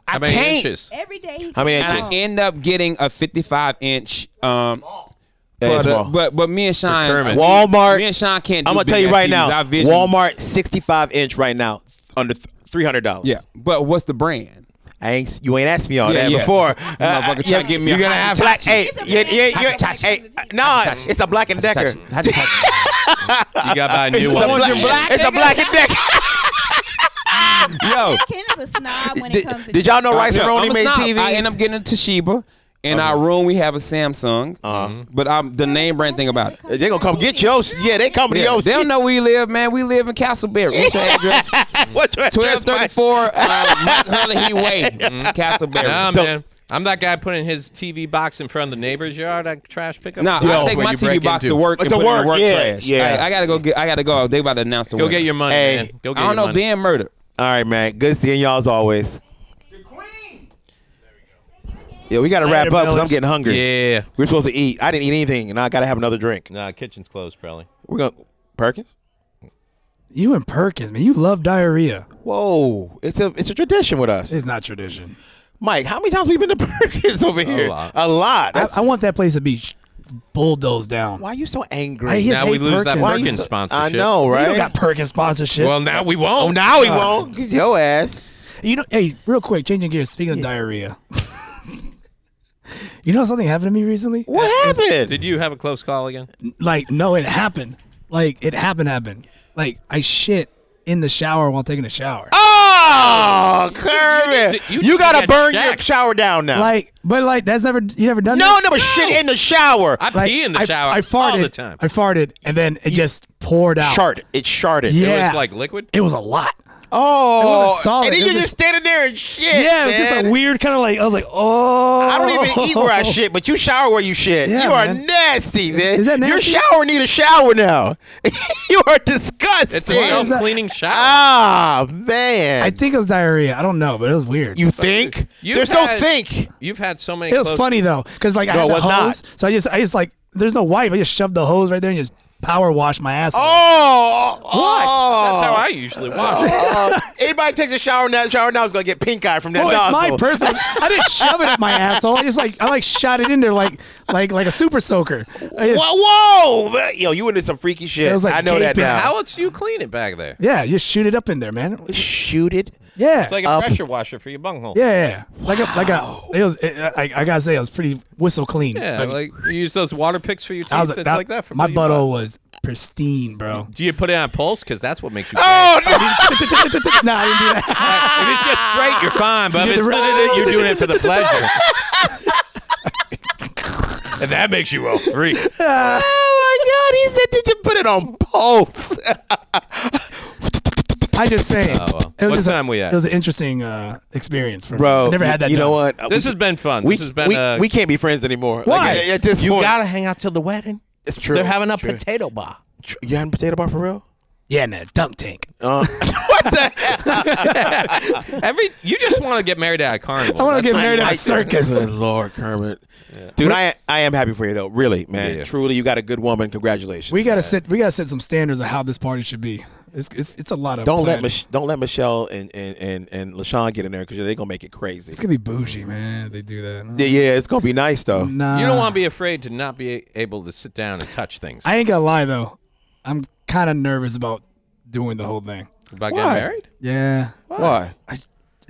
[SPEAKER 5] I
[SPEAKER 2] How many
[SPEAKER 5] can't.
[SPEAKER 2] inches?
[SPEAKER 8] Every day. He
[SPEAKER 7] How many
[SPEAKER 8] comes
[SPEAKER 5] And
[SPEAKER 7] inches?
[SPEAKER 8] home.
[SPEAKER 5] I end up getting a fifty-five inch. Um,
[SPEAKER 7] That is
[SPEAKER 5] but, uh,
[SPEAKER 7] small.
[SPEAKER 5] but but me and Sean,
[SPEAKER 2] Kermit.
[SPEAKER 7] Walmart.
[SPEAKER 5] Me and Sean can't. Do
[SPEAKER 7] I'm gonna
[SPEAKER 5] big
[SPEAKER 7] tell you
[SPEAKER 5] ass
[SPEAKER 7] right
[SPEAKER 5] TVs.
[SPEAKER 7] now.
[SPEAKER 5] Our vision-
[SPEAKER 7] Walmart 65 inch right now under three hundred dollars.
[SPEAKER 5] Yeah, but what's the brand?
[SPEAKER 7] I ain't you ain't asked me all
[SPEAKER 5] Yeah,
[SPEAKER 7] that
[SPEAKER 5] yeah.
[SPEAKER 7] before. Uh,
[SPEAKER 5] You motherfucker tryna give me
[SPEAKER 7] you're
[SPEAKER 5] a
[SPEAKER 7] gonna have black.
[SPEAKER 5] Hitachi.
[SPEAKER 7] Hey,
[SPEAKER 8] It's a
[SPEAKER 7] yeah,
[SPEAKER 8] brand.
[SPEAKER 7] yeah, you're,
[SPEAKER 8] Hitachi.
[SPEAKER 7] hey, nah, it's a Black and Decker.
[SPEAKER 5] Touch it. How do you touch it?
[SPEAKER 2] You got to buy a
[SPEAKER 7] It's
[SPEAKER 2] new
[SPEAKER 7] a
[SPEAKER 2] one.
[SPEAKER 7] Black- It's a Black and Decker.
[SPEAKER 5] Yo,
[SPEAKER 8] Ken is a snob when it comes
[SPEAKER 7] Did,
[SPEAKER 8] to.
[SPEAKER 7] did y'all know Rice
[SPEAKER 5] yo,
[SPEAKER 7] and
[SPEAKER 5] I'm
[SPEAKER 7] Roni
[SPEAKER 5] a
[SPEAKER 7] made
[SPEAKER 5] snob. I end
[SPEAKER 7] TVs?
[SPEAKER 5] up getting a Toshiba.
[SPEAKER 13] In our room, we have a Samsung,
[SPEAKER 2] Uh-huh.
[SPEAKER 13] but I'm the name brand thing about it.
[SPEAKER 7] They gonna come get yours. Yeah, they coming
[SPEAKER 13] Yeah,
[SPEAKER 7] to
[SPEAKER 13] they
[SPEAKER 7] yours.
[SPEAKER 13] don't know where you live, man. We live in Castleberry. What's your address?
[SPEAKER 7] What you
[SPEAKER 13] Twelve thirty-four uh, Mike Hurley Way, Castleberry.
[SPEAKER 2] Mm-hmm. Nah, man. I'm that guy putting his TV box in front of the neighbor's yard at trash pickup.
[SPEAKER 13] Nah,
[SPEAKER 2] That's
[SPEAKER 13] I take
[SPEAKER 2] where
[SPEAKER 13] my
[SPEAKER 2] you break
[SPEAKER 13] TV box
[SPEAKER 2] into.
[SPEAKER 13] to work and
[SPEAKER 7] To
[SPEAKER 13] put it in
[SPEAKER 7] work,
[SPEAKER 13] the work
[SPEAKER 7] yeah,
[SPEAKER 13] trash.
[SPEAKER 7] yeah.
[SPEAKER 13] I, I gotta go get. I gotta go. They about to announce the
[SPEAKER 2] Go
[SPEAKER 13] winner.
[SPEAKER 2] get your money,
[SPEAKER 7] Hey,
[SPEAKER 2] man. Go get
[SPEAKER 13] I
[SPEAKER 2] your
[SPEAKER 13] don't know.
[SPEAKER 2] money.
[SPEAKER 13] Being murdered.
[SPEAKER 7] All right, man. Good seeing y'all as always. Yeah, we gotta wrap up because I'm getting hungry.
[SPEAKER 2] Yeah.
[SPEAKER 7] We're supposed to eat. I didn't eat anything, and I gotta have another drink.
[SPEAKER 2] Nah, kitchen's closed, probably.
[SPEAKER 7] We're gonna Perkins.
[SPEAKER 1] You and Perkins, man, you love diarrhea.
[SPEAKER 7] Whoa, it's a it's a tradition with us.
[SPEAKER 1] It's not tradition.
[SPEAKER 7] Mike, how many times we been to Perkins over here?
[SPEAKER 2] lot.
[SPEAKER 7] A lot.
[SPEAKER 1] I,
[SPEAKER 7] That's-
[SPEAKER 1] I want that place to be bulldozed down.
[SPEAKER 7] why are you so angry?
[SPEAKER 1] I hate
[SPEAKER 2] Now
[SPEAKER 1] Hey,
[SPEAKER 2] we lose that
[SPEAKER 1] Perkins.
[SPEAKER 7] Why are you
[SPEAKER 2] Perkins
[SPEAKER 7] so- I
[SPEAKER 2] sponsorship.
[SPEAKER 7] know,
[SPEAKER 1] You
[SPEAKER 7] right?
[SPEAKER 1] don't got Perkins sponsorship.
[SPEAKER 2] Well, now we
[SPEAKER 7] oh,
[SPEAKER 2] won't.
[SPEAKER 7] now he won't. Get your ass.
[SPEAKER 1] You know, hey, real quick, changing gears. Speaking of diarrhea, you know something happened to me recently?
[SPEAKER 7] What happened?
[SPEAKER 2] Did you have a close call again?
[SPEAKER 1] Like, no, it happened. Like, it happened. Happened. Like, I shit in the shower while taking a shower.
[SPEAKER 7] oh, Kirby,
[SPEAKER 2] to-
[SPEAKER 7] you,
[SPEAKER 2] you need to
[SPEAKER 7] gotta
[SPEAKER 2] get
[SPEAKER 7] burn your
[SPEAKER 2] checked.
[SPEAKER 7] shower down now.
[SPEAKER 1] Like, but like that's never you never done
[SPEAKER 7] no,
[SPEAKER 1] that.
[SPEAKER 7] no, but shit in the shower.
[SPEAKER 2] I
[SPEAKER 1] Like,
[SPEAKER 2] pee in the
[SPEAKER 1] I-
[SPEAKER 2] shower
[SPEAKER 1] I farted.
[SPEAKER 2] all the time.
[SPEAKER 1] I farted, and then it just poured out.
[SPEAKER 7] Shart. It sharted.
[SPEAKER 1] Yeah.
[SPEAKER 2] It was like liquid.
[SPEAKER 1] It was a lot. It
[SPEAKER 7] Oh,
[SPEAKER 1] wasn't solid,
[SPEAKER 7] and then
[SPEAKER 1] it
[SPEAKER 7] you
[SPEAKER 1] was
[SPEAKER 7] just
[SPEAKER 1] just-
[SPEAKER 7] standing there and shit.
[SPEAKER 1] Yeah, it was just
[SPEAKER 7] man.
[SPEAKER 1] a weird kind of like I was like, oh.
[SPEAKER 7] I don't even eat where I shit, but you shower where you shit.
[SPEAKER 1] Yeah,
[SPEAKER 7] you are
[SPEAKER 1] man.
[SPEAKER 7] nasty, man.
[SPEAKER 1] is that
[SPEAKER 7] Your
[SPEAKER 1] nasty?
[SPEAKER 7] shower need a shower now. you are disgusting.
[SPEAKER 2] It's a self-cleaning shower.
[SPEAKER 7] ah man.
[SPEAKER 1] I think it was diarrhea. I don't know, but it was weird.
[SPEAKER 7] you think
[SPEAKER 2] You
[SPEAKER 7] there's no
[SPEAKER 2] had-
[SPEAKER 7] think.
[SPEAKER 2] You've had so many.
[SPEAKER 1] it was
[SPEAKER 2] close-
[SPEAKER 1] funny though, because like I
[SPEAKER 7] No,
[SPEAKER 1] had
[SPEAKER 7] it
[SPEAKER 1] the
[SPEAKER 7] was
[SPEAKER 1] hose,
[SPEAKER 7] not.
[SPEAKER 1] so I just I just like there's no wipe. I just shoved the hose right there and just power washed my ass.
[SPEAKER 7] Oh, what?
[SPEAKER 2] That's how
[SPEAKER 1] Oh.
[SPEAKER 2] I usually wash. it.
[SPEAKER 7] anybody takes a shower now, shower now is gonna get pink eye from that
[SPEAKER 1] Oh, it's my
[SPEAKER 7] nozzle.
[SPEAKER 1] person. I didn't shove it up my asshole. I just like I like shot it in there like like like a super soaker. I just-
[SPEAKER 7] Whoa, whoa, man. yo, you into some freaky shit.
[SPEAKER 1] It was like
[SPEAKER 7] I know that
[SPEAKER 1] gaping.
[SPEAKER 7] now.
[SPEAKER 2] How else do you clean it back there?
[SPEAKER 1] yeah, just shoot it up in there, man.
[SPEAKER 7] Shoot it.
[SPEAKER 1] Yeah,
[SPEAKER 2] It's like a
[SPEAKER 7] Up.
[SPEAKER 2] pressure washer for your bunghole.
[SPEAKER 1] Um, yeah, yeah. Like a like a. It was. It, I, I gotta say, it was pretty whistle clean.
[SPEAKER 2] Yeah, like you use those water picks for your teeth.
[SPEAKER 1] I was
[SPEAKER 2] it's
[SPEAKER 1] that-
[SPEAKER 2] like that for
[SPEAKER 1] my
[SPEAKER 2] your butt.
[SPEAKER 1] butthole was pristine, bro.
[SPEAKER 2] Do you put it on a pulse? Because that's what makes you.
[SPEAKER 7] Oh no.
[SPEAKER 1] nah, I didn't do that.
[SPEAKER 2] Like, if it's just straight, you're fine. But if
[SPEAKER 1] did
[SPEAKER 2] it's
[SPEAKER 1] the
[SPEAKER 2] not, you're doing it for the pleasure. and that makes you all free.
[SPEAKER 1] Ah.
[SPEAKER 7] Oh my god, he said, did you put it on pulse?
[SPEAKER 1] I just saying.
[SPEAKER 2] Oh, well.
[SPEAKER 1] It was
[SPEAKER 2] What
[SPEAKER 1] just a-
[SPEAKER 2] time we at?
[SPEAKER 1] It was an interesting uh, experience for
[SPEAKER 7] Bro,
[SPEAKER 1] me. I never had that.
[SPEAKER 7] You know
[SPEAKER 1] done.
[SPEAKER 7] what?
[SPEAKER 2] This
[SPEAKER 7] We-
[SPEAKER 2] has been fun.
[SPEAKER 7] we,
[SPEAKER 2] this has been.
[SPEAKER 7] we,
[SPEAKER 2] uh,
[SPEAKER 7] we can't be friends anymore.
[SPEAKER 1] Why?
[SPEAKER 7] Like, at, at this
[SPEAKER 2] you
[SPEAKER 7] point,
[SPEAKER 2] gotta hang out till the wedding.
[SPEAKER 7] it's true.
[SPEAKER 2] They're having a
[SPEAKER 7] True.
[SPEAKER 2] potato bar.
[SPEAKER 7] Tr- You having potato bar for real?
[SPEAKER 1] Yeah, in a dunk tank.
[SPEAKER 7] Uh, what the hell?
[SPEAKER 2] Every you just want to get married at a carnival.
[SPEAKER 1] I want to
[SPEAKER 2] That's
[SPEAKER 1] get
[SPEAKER 2] what
[SPEAKER 1] married
[SPEAKER 2] you
[SPEAKER 1] at a
[SPEAKER 2] like.
[SPEAKER 1] circus.
[SPEAKER 7] Good lord, Kermit. Dude, I I am happy for you though. Really, man.
[SPEAKER 2] Yeah.
[SPEAKER 7] Truly, you got a good woman. Congratulations.
[SPEAKER 1] We gotta set. We gotta set some standards of how this party should be. It's it's, it's a lot of.
[SPEAKER 7] don't let
[SPEAKER 1] planning.
[SPEAKER 7] Mich- don't let Michelle and and and, and Lashawn get in there because they're gonna make it crazy.
[SPEAKER 1] It's gonna be bougie, man. if They do that.
[SPEAKER 7] Yeah, yeah, it's gonna be nice though.
[SPEAKER 1] Nah.
[SPEAKER 2] You don't want to be afraid to not be able to sit down and touch things.
[SPEAKER 1] I ain't gonna lie though. I'm kind of nervous about doing the whole thing.
[SPEAKER 2] About
[SPEAKER 7] Why?
[SPEAKER 2] getting married?
[SPEAKER 1] Yeah.
[SPEAKER 7] Why?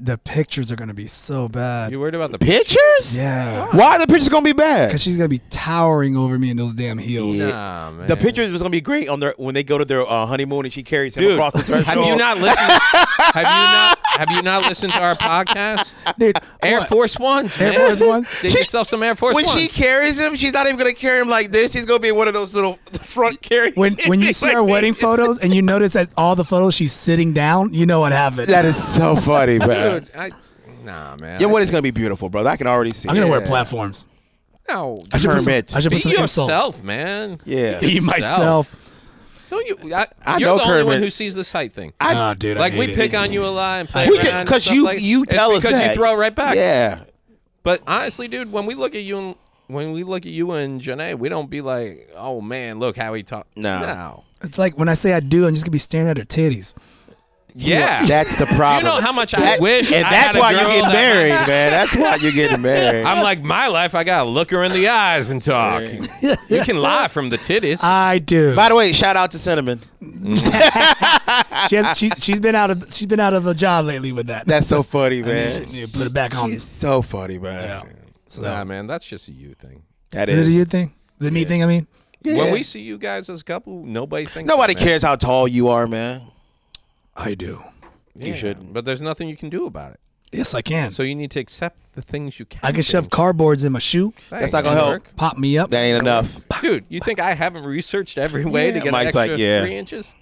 [SPEAKER 1] The pictures are gonna be so bad.
[SPEAKER 2] You worried about the
[SPEAKER 7] Pictures?
[SPEAKER 1] Yeah.
[SPEAKER 7] Why are the pictures gonna be bad?
[SPEAKER 1] Cause she's gonna be towering over me in those damn heels.
[SPEAKER 2] Nah, man.
[SPEAKER 7] The pictures was gonna be great on their when they go to their uh, honeymoon and she carries him
[SPEAKER 2] Dude,
[SPEAKER 7] across the threshold.
[SPEAKER 2] have you not listened? have you not? Have you not listened to our podcast?
[SPEAKER 1] Dude,
[SPEAKER 2] Air
[SPEAKER 1] what?
[SPEAKER 2] Force Ones,
[SPEAKER 1] Air
[SPEAKER 2] man.
[SPEAKER 1] Force One?
[SPEAKER 2] Get yourself some Air Force
[SPEAKER 7] when
[SPEAKER 2] Ones.
[SPEAKER 7] she carries him, she's not even gonna carry him like this. She's gonna be one of those little front carry.
[SPEAKER 1] When when you see our wedding photos and you notice that all the photos she's sitting down, you know what happened.
[SPEAKER 7] that is so funny, man.
[SPEAKER 2] Dude, I, nah, man.
[SPEAKER 7] Your wedding's gonna be beautiful, brother. I can already see.
[SPEAKER 1] I'm gonna
[SPEAKER 7] it.
[SPEAKER 1] wear platforms.
[SPEAKER 2] no.
[SPEAKER 1] I should put some,
[SPEAKER 7] Kermit.
[SPEAKER 1] I should
[SPEAKER 2] Be
[SPEAKER 1] put some insults.
[SPEAKER 2] yourself, man.
[SPEAKER 7] Yeah.
[SPEAKER 1] Be myself.
[SPEAKER 2] Don't you? I,
[SPEAKER 7] I
[SPEAKER 2] you're
[SPEAKER 7] know
[SPEAKER 2] the only one
[SPEAKER 7] Kermit.
[SPEAKER 2] who sees this height thing.
[SPEAKER 1] Oh, dude, I
[SPEAKER 2] like we
[SPEAKER 1] hate it.
[SPEAKER 2] pick on you a lot and play
[SPEAKER 7] We
[SPEAKER 2] around
[SPEAKER 7] can-
[SPEAKER 2] and
[SPEAKER 7] because
[SPEAKER 2] stuff
[SPEAKER 7] you-
[SPEAKER 2] like-
[SPEAKER 7] you
[SPEAKER 2] it's
[SPEAKER 7] tell us
[SPEAKER 2] because
[SPEAKER 7] that.
[SPEAKER 2] you throw right back.
[SPEAKER 7] Yeah.
[SPEAKER 2] But honestly, dude, when we look at you and when we look at you and Janae, we don't be like, oh man, look how he talk.
[SPEAKER 7] No.
[SPEAKER 2] no.
[SPEAKER 1] It's like when I say I do, I'm just gonna be staring at her titties.
[SPEAKER 2] Yeah.
[SPEAKER 7] That's the problem.
[SPEAKER 2] Do you know how much I
[SPEAKER 7] That-
[SPEAKER 2] wish?
[SPEAKER 7] and
[SPEAKER 2] I
[SPEAKER 7] that's
[SPEAKER 2] had a
[SPEAKER 7] why
[SPEAKER 2] girl
[SPEAKER 7] you get
[SPEAKER 2] that-
[SPEAKER 7] married, man. That's why you get married.
[SPEAKER 2] I'm like, my life, I gotta look her in the eyes and talk. you can lie from the titties.
[SPEAKER 1] I do.
[SPEAKER 7] By the way, shout out to Cinnamon.
[SPEAKER 1] She has, she's she's been out of she's been out of the job lately with that.
[SPEAKER 7] That's so funny,
[SPEAKER 1] Yeah,
[SPEAKER 7] man.
[SPEAKER 1] put it back on.
[SPEAKER 7] It's so funny, man.
[SPEAKER 1] So,
[SPEAKER 2] nah, man, that's just a you thing.
[SPEAKER 7] That
[SPEAKER 1] is it a
[SPEAKER 7] is.
[SPEAKER 1] you thing? Is it me thing? I mean,
[SPEAKER 2] When
[SPEAKER 7] Yeah.
[SPEAKER 2] we see you guys as a couple, nobody thinks.
[SPEAKER 7] Nobody
[SPEAKER 2] that, man.
[SPEAKER 7] cares how tall you are, man.
[SPEAKER 1] I do.
[SPEAKER 2] Yeah,
[SPEAKER 7] shouldn't.
[SPEAKER 2] But there's nothing you can do about it.
[SPEAKER 1] Yes, I can.
[SPEAKER 2] So you need to accept the things you can.
[SPEAKER 1] I can shove
[SPEAKER 2] change.
[SPEAKER 1] cardboards in my shoe,
[SPEAKER 2] That
[SPEAKER 7] That's
[SPEAKER 2] ain't
[SPEAKER 7] not gonna help.
[SPEAKER 2] work.
[SPEAKER 1] pop me up.
[SPEAKER 7] That ain't enough.
[SPEAKER 2] dude. You think I haven't researched every way to
[SPEAKER 7] Yeah.
[SPEAKER 2] get
[SPEAKER 7] Mike's
[SPEAKER 2] an
[SPEAKER 7] like,
[SPEAKER 2] extra
[SPEAKER 7] yeah.
[SPEAKER 2] three inches?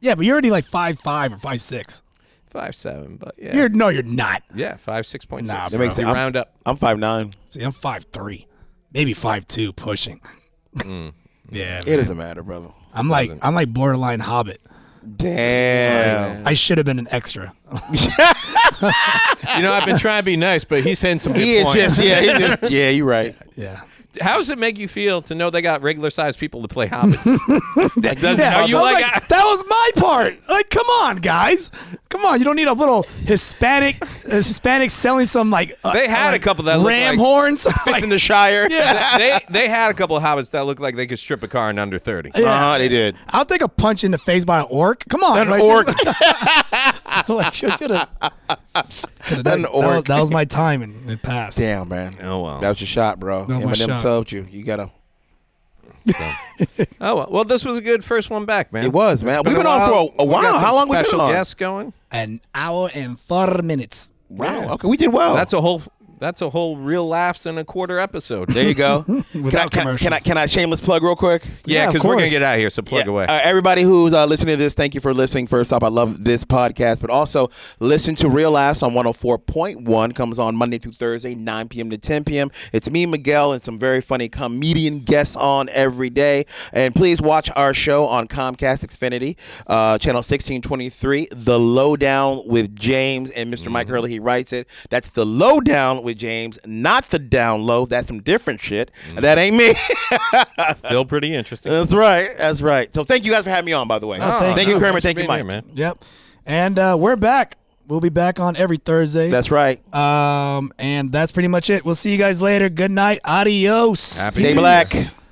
[SPEAKER 1] Yeah, but you're already like five five or five six.
[SPEAKER 2] Five seven, but yeah,
[SPEAKER 1] You're no, you're not.
[SPEAKER 2] yeah, five six point six.
[SPEAKER 1] Nah,
[SPEAKER 7] That makes
[SPEAKER 2] you
[SPEAKER 7] sense. I'm-
[SPEAKER 2] round up.
[SPEAKER 7] I'm five nine.
[SPEAKER 1] See, I'm five three, maybe five two, pushing.
[SPEAKER 2] Mm.
[SPEAKER 1] yeah,
[SPEAKER 7] It
[SPEAKER 1] man.
[SPEAKER 7] doesn't matter, brother.
[SPEAKER 1] I'm like I'm like borderline hobbit.
[SPEAKER 7] Damn.
[SPEAKER 1] I should have been an extra.
[SPEAKER 2] You know, I've been trying to be nice, but he's hitting some good
[SPEAKER 7] He is
[SPEAKER 2] points.
[SPEAKER 7] just yeah. He just, yeah, you're right.
[SPEAKER 1] yeah,
[SPEAKER 2] How does it make you feel to know they got regular sized people to play hobbits? Like, does,
[SPEAKER 1] yeah.
[SPEAKER 2] Are you
[SPEAKER 1] I'm
[SPEAKER 2] like,
[SPEAKER 1] that was my part. Like, come on, guys, come on. You don't need a little Hispanic Hispanic selling some like uh,
[SPEAKER 2] They had a
[SPEAKER 1] like
[SPEAKER 2] couple that looked
[SPEAKER 1] ram
[SPEAKER 2] like-
[SPEAKER 1] horns.
[SPEAKER 7] Fits in the Shire. Yeah.
[SPEAKER 2] they they had a couple of hobbits that looked like they could strip a car in under thirty.
[SPEAKER 7] Uh huh. They did.
[SPEAKER 1] I'll take a punch in the face by an orc. Come on,
[SPEAKER 7] An
[SPEAKER 1] like-
[SPEAKER 7] orc.
[SPEAKER 1] like, you could've- could've
[SPEAKER 7] An
[SPEAKER 1] done- that,
[SPEAKER 7] orc.
[SPEAKER 1] was- that was my time, and it passed.
[SPEAKER 7] Damn, man.
[SPEAKER 2] Oh well.
[SPEAKER 7] That was your shot, bro.
[SPEAKER 1] That was my
[SPEAKER 7] Eminem
[SPEAKER 1] shot.
[SPEAKER 7] told you. You gotta.
[SPEAKER 2] Oh well. Well, this was a good first one back, man.
[SPEAKER 7] It was, man.
[SPEAKER 2] It's been
[SPEAKER 7] We've been on for a- a
[SPEAKER 2] We got
[SPEAKER 7] while.
[SPEAKER 2] some
[SPEAKER 7] How long we been
[SPEAKER 2] special
[SPEAKER 7] on?
[SPEAKER 2] guests going?
[SPEAKER 1] An hour and four minutes.
[SPEAKER 7] Wow. Okay, we did well.
[SPEAKER 2] That's a whole. That's a whole real laughs in a quarter episode.
[SPEAKER 7] there you go. can, I,
[SPEAKER 1] Without
[SPEAKER 7] can, I- can I
[SPEAKER 1] commercials.
[SPEAKER 7] can I shameless plug real quick?
[SPEAKER 2] yeah,
[SPEAKER 1] of
[SPEAKER 2] because we're gonna
[SPEAKER 1] course.
[SPEAKER 2] get out of here. So plug
[SPEAKER 7] Yeah.
[SPEAKER 2] away.
[SPEAKER 7] Uh, everybody who's uh, listening to this, thank you for listening. First off, I love this podcast, but also listen to Real Ass on 104.1. Comes on Monday through Thursday, 9 p.m. to 10 p.m. It's me, Miguel, and some very funny comedian guests on every day. And please watch our show on Comcast Xfinity, uh, channel 1623, The Lowdown with James and mister Mike
[SPEAKER 2] Mm-hmm.
[SPEAKER 7] Hurley. He writes it. That's The Lowdown with James, not The Down Low. That's some different shit.
[SPEAKER 2] Mm-hmm.
[SPEAKER 7] That ain't me.
[SPEAKER 2] Still pretty interesting.
[SPEAKER 7] That's right. That's right. So thank you guys for having me on, by the way. Uh, thank,
[SPEAKER 2] Oh,
[SPEAKER 7] you, Kermit. Thank you, Mike.
[SPEAKER 2] man.
[SPEAKER 1] Yep. And uh, we're back. We'll be back on every Thursday.
[SPEAKER 7] That's right.
[SPEAKER 1] Um, and that's pretty much it. We'll see you guys later. Good night. Adios.
[SPEAKER 2] Happy
[SPEAKER 7] Stay
[SPEAKER 2] Peace.
[SPEAKER 7] black.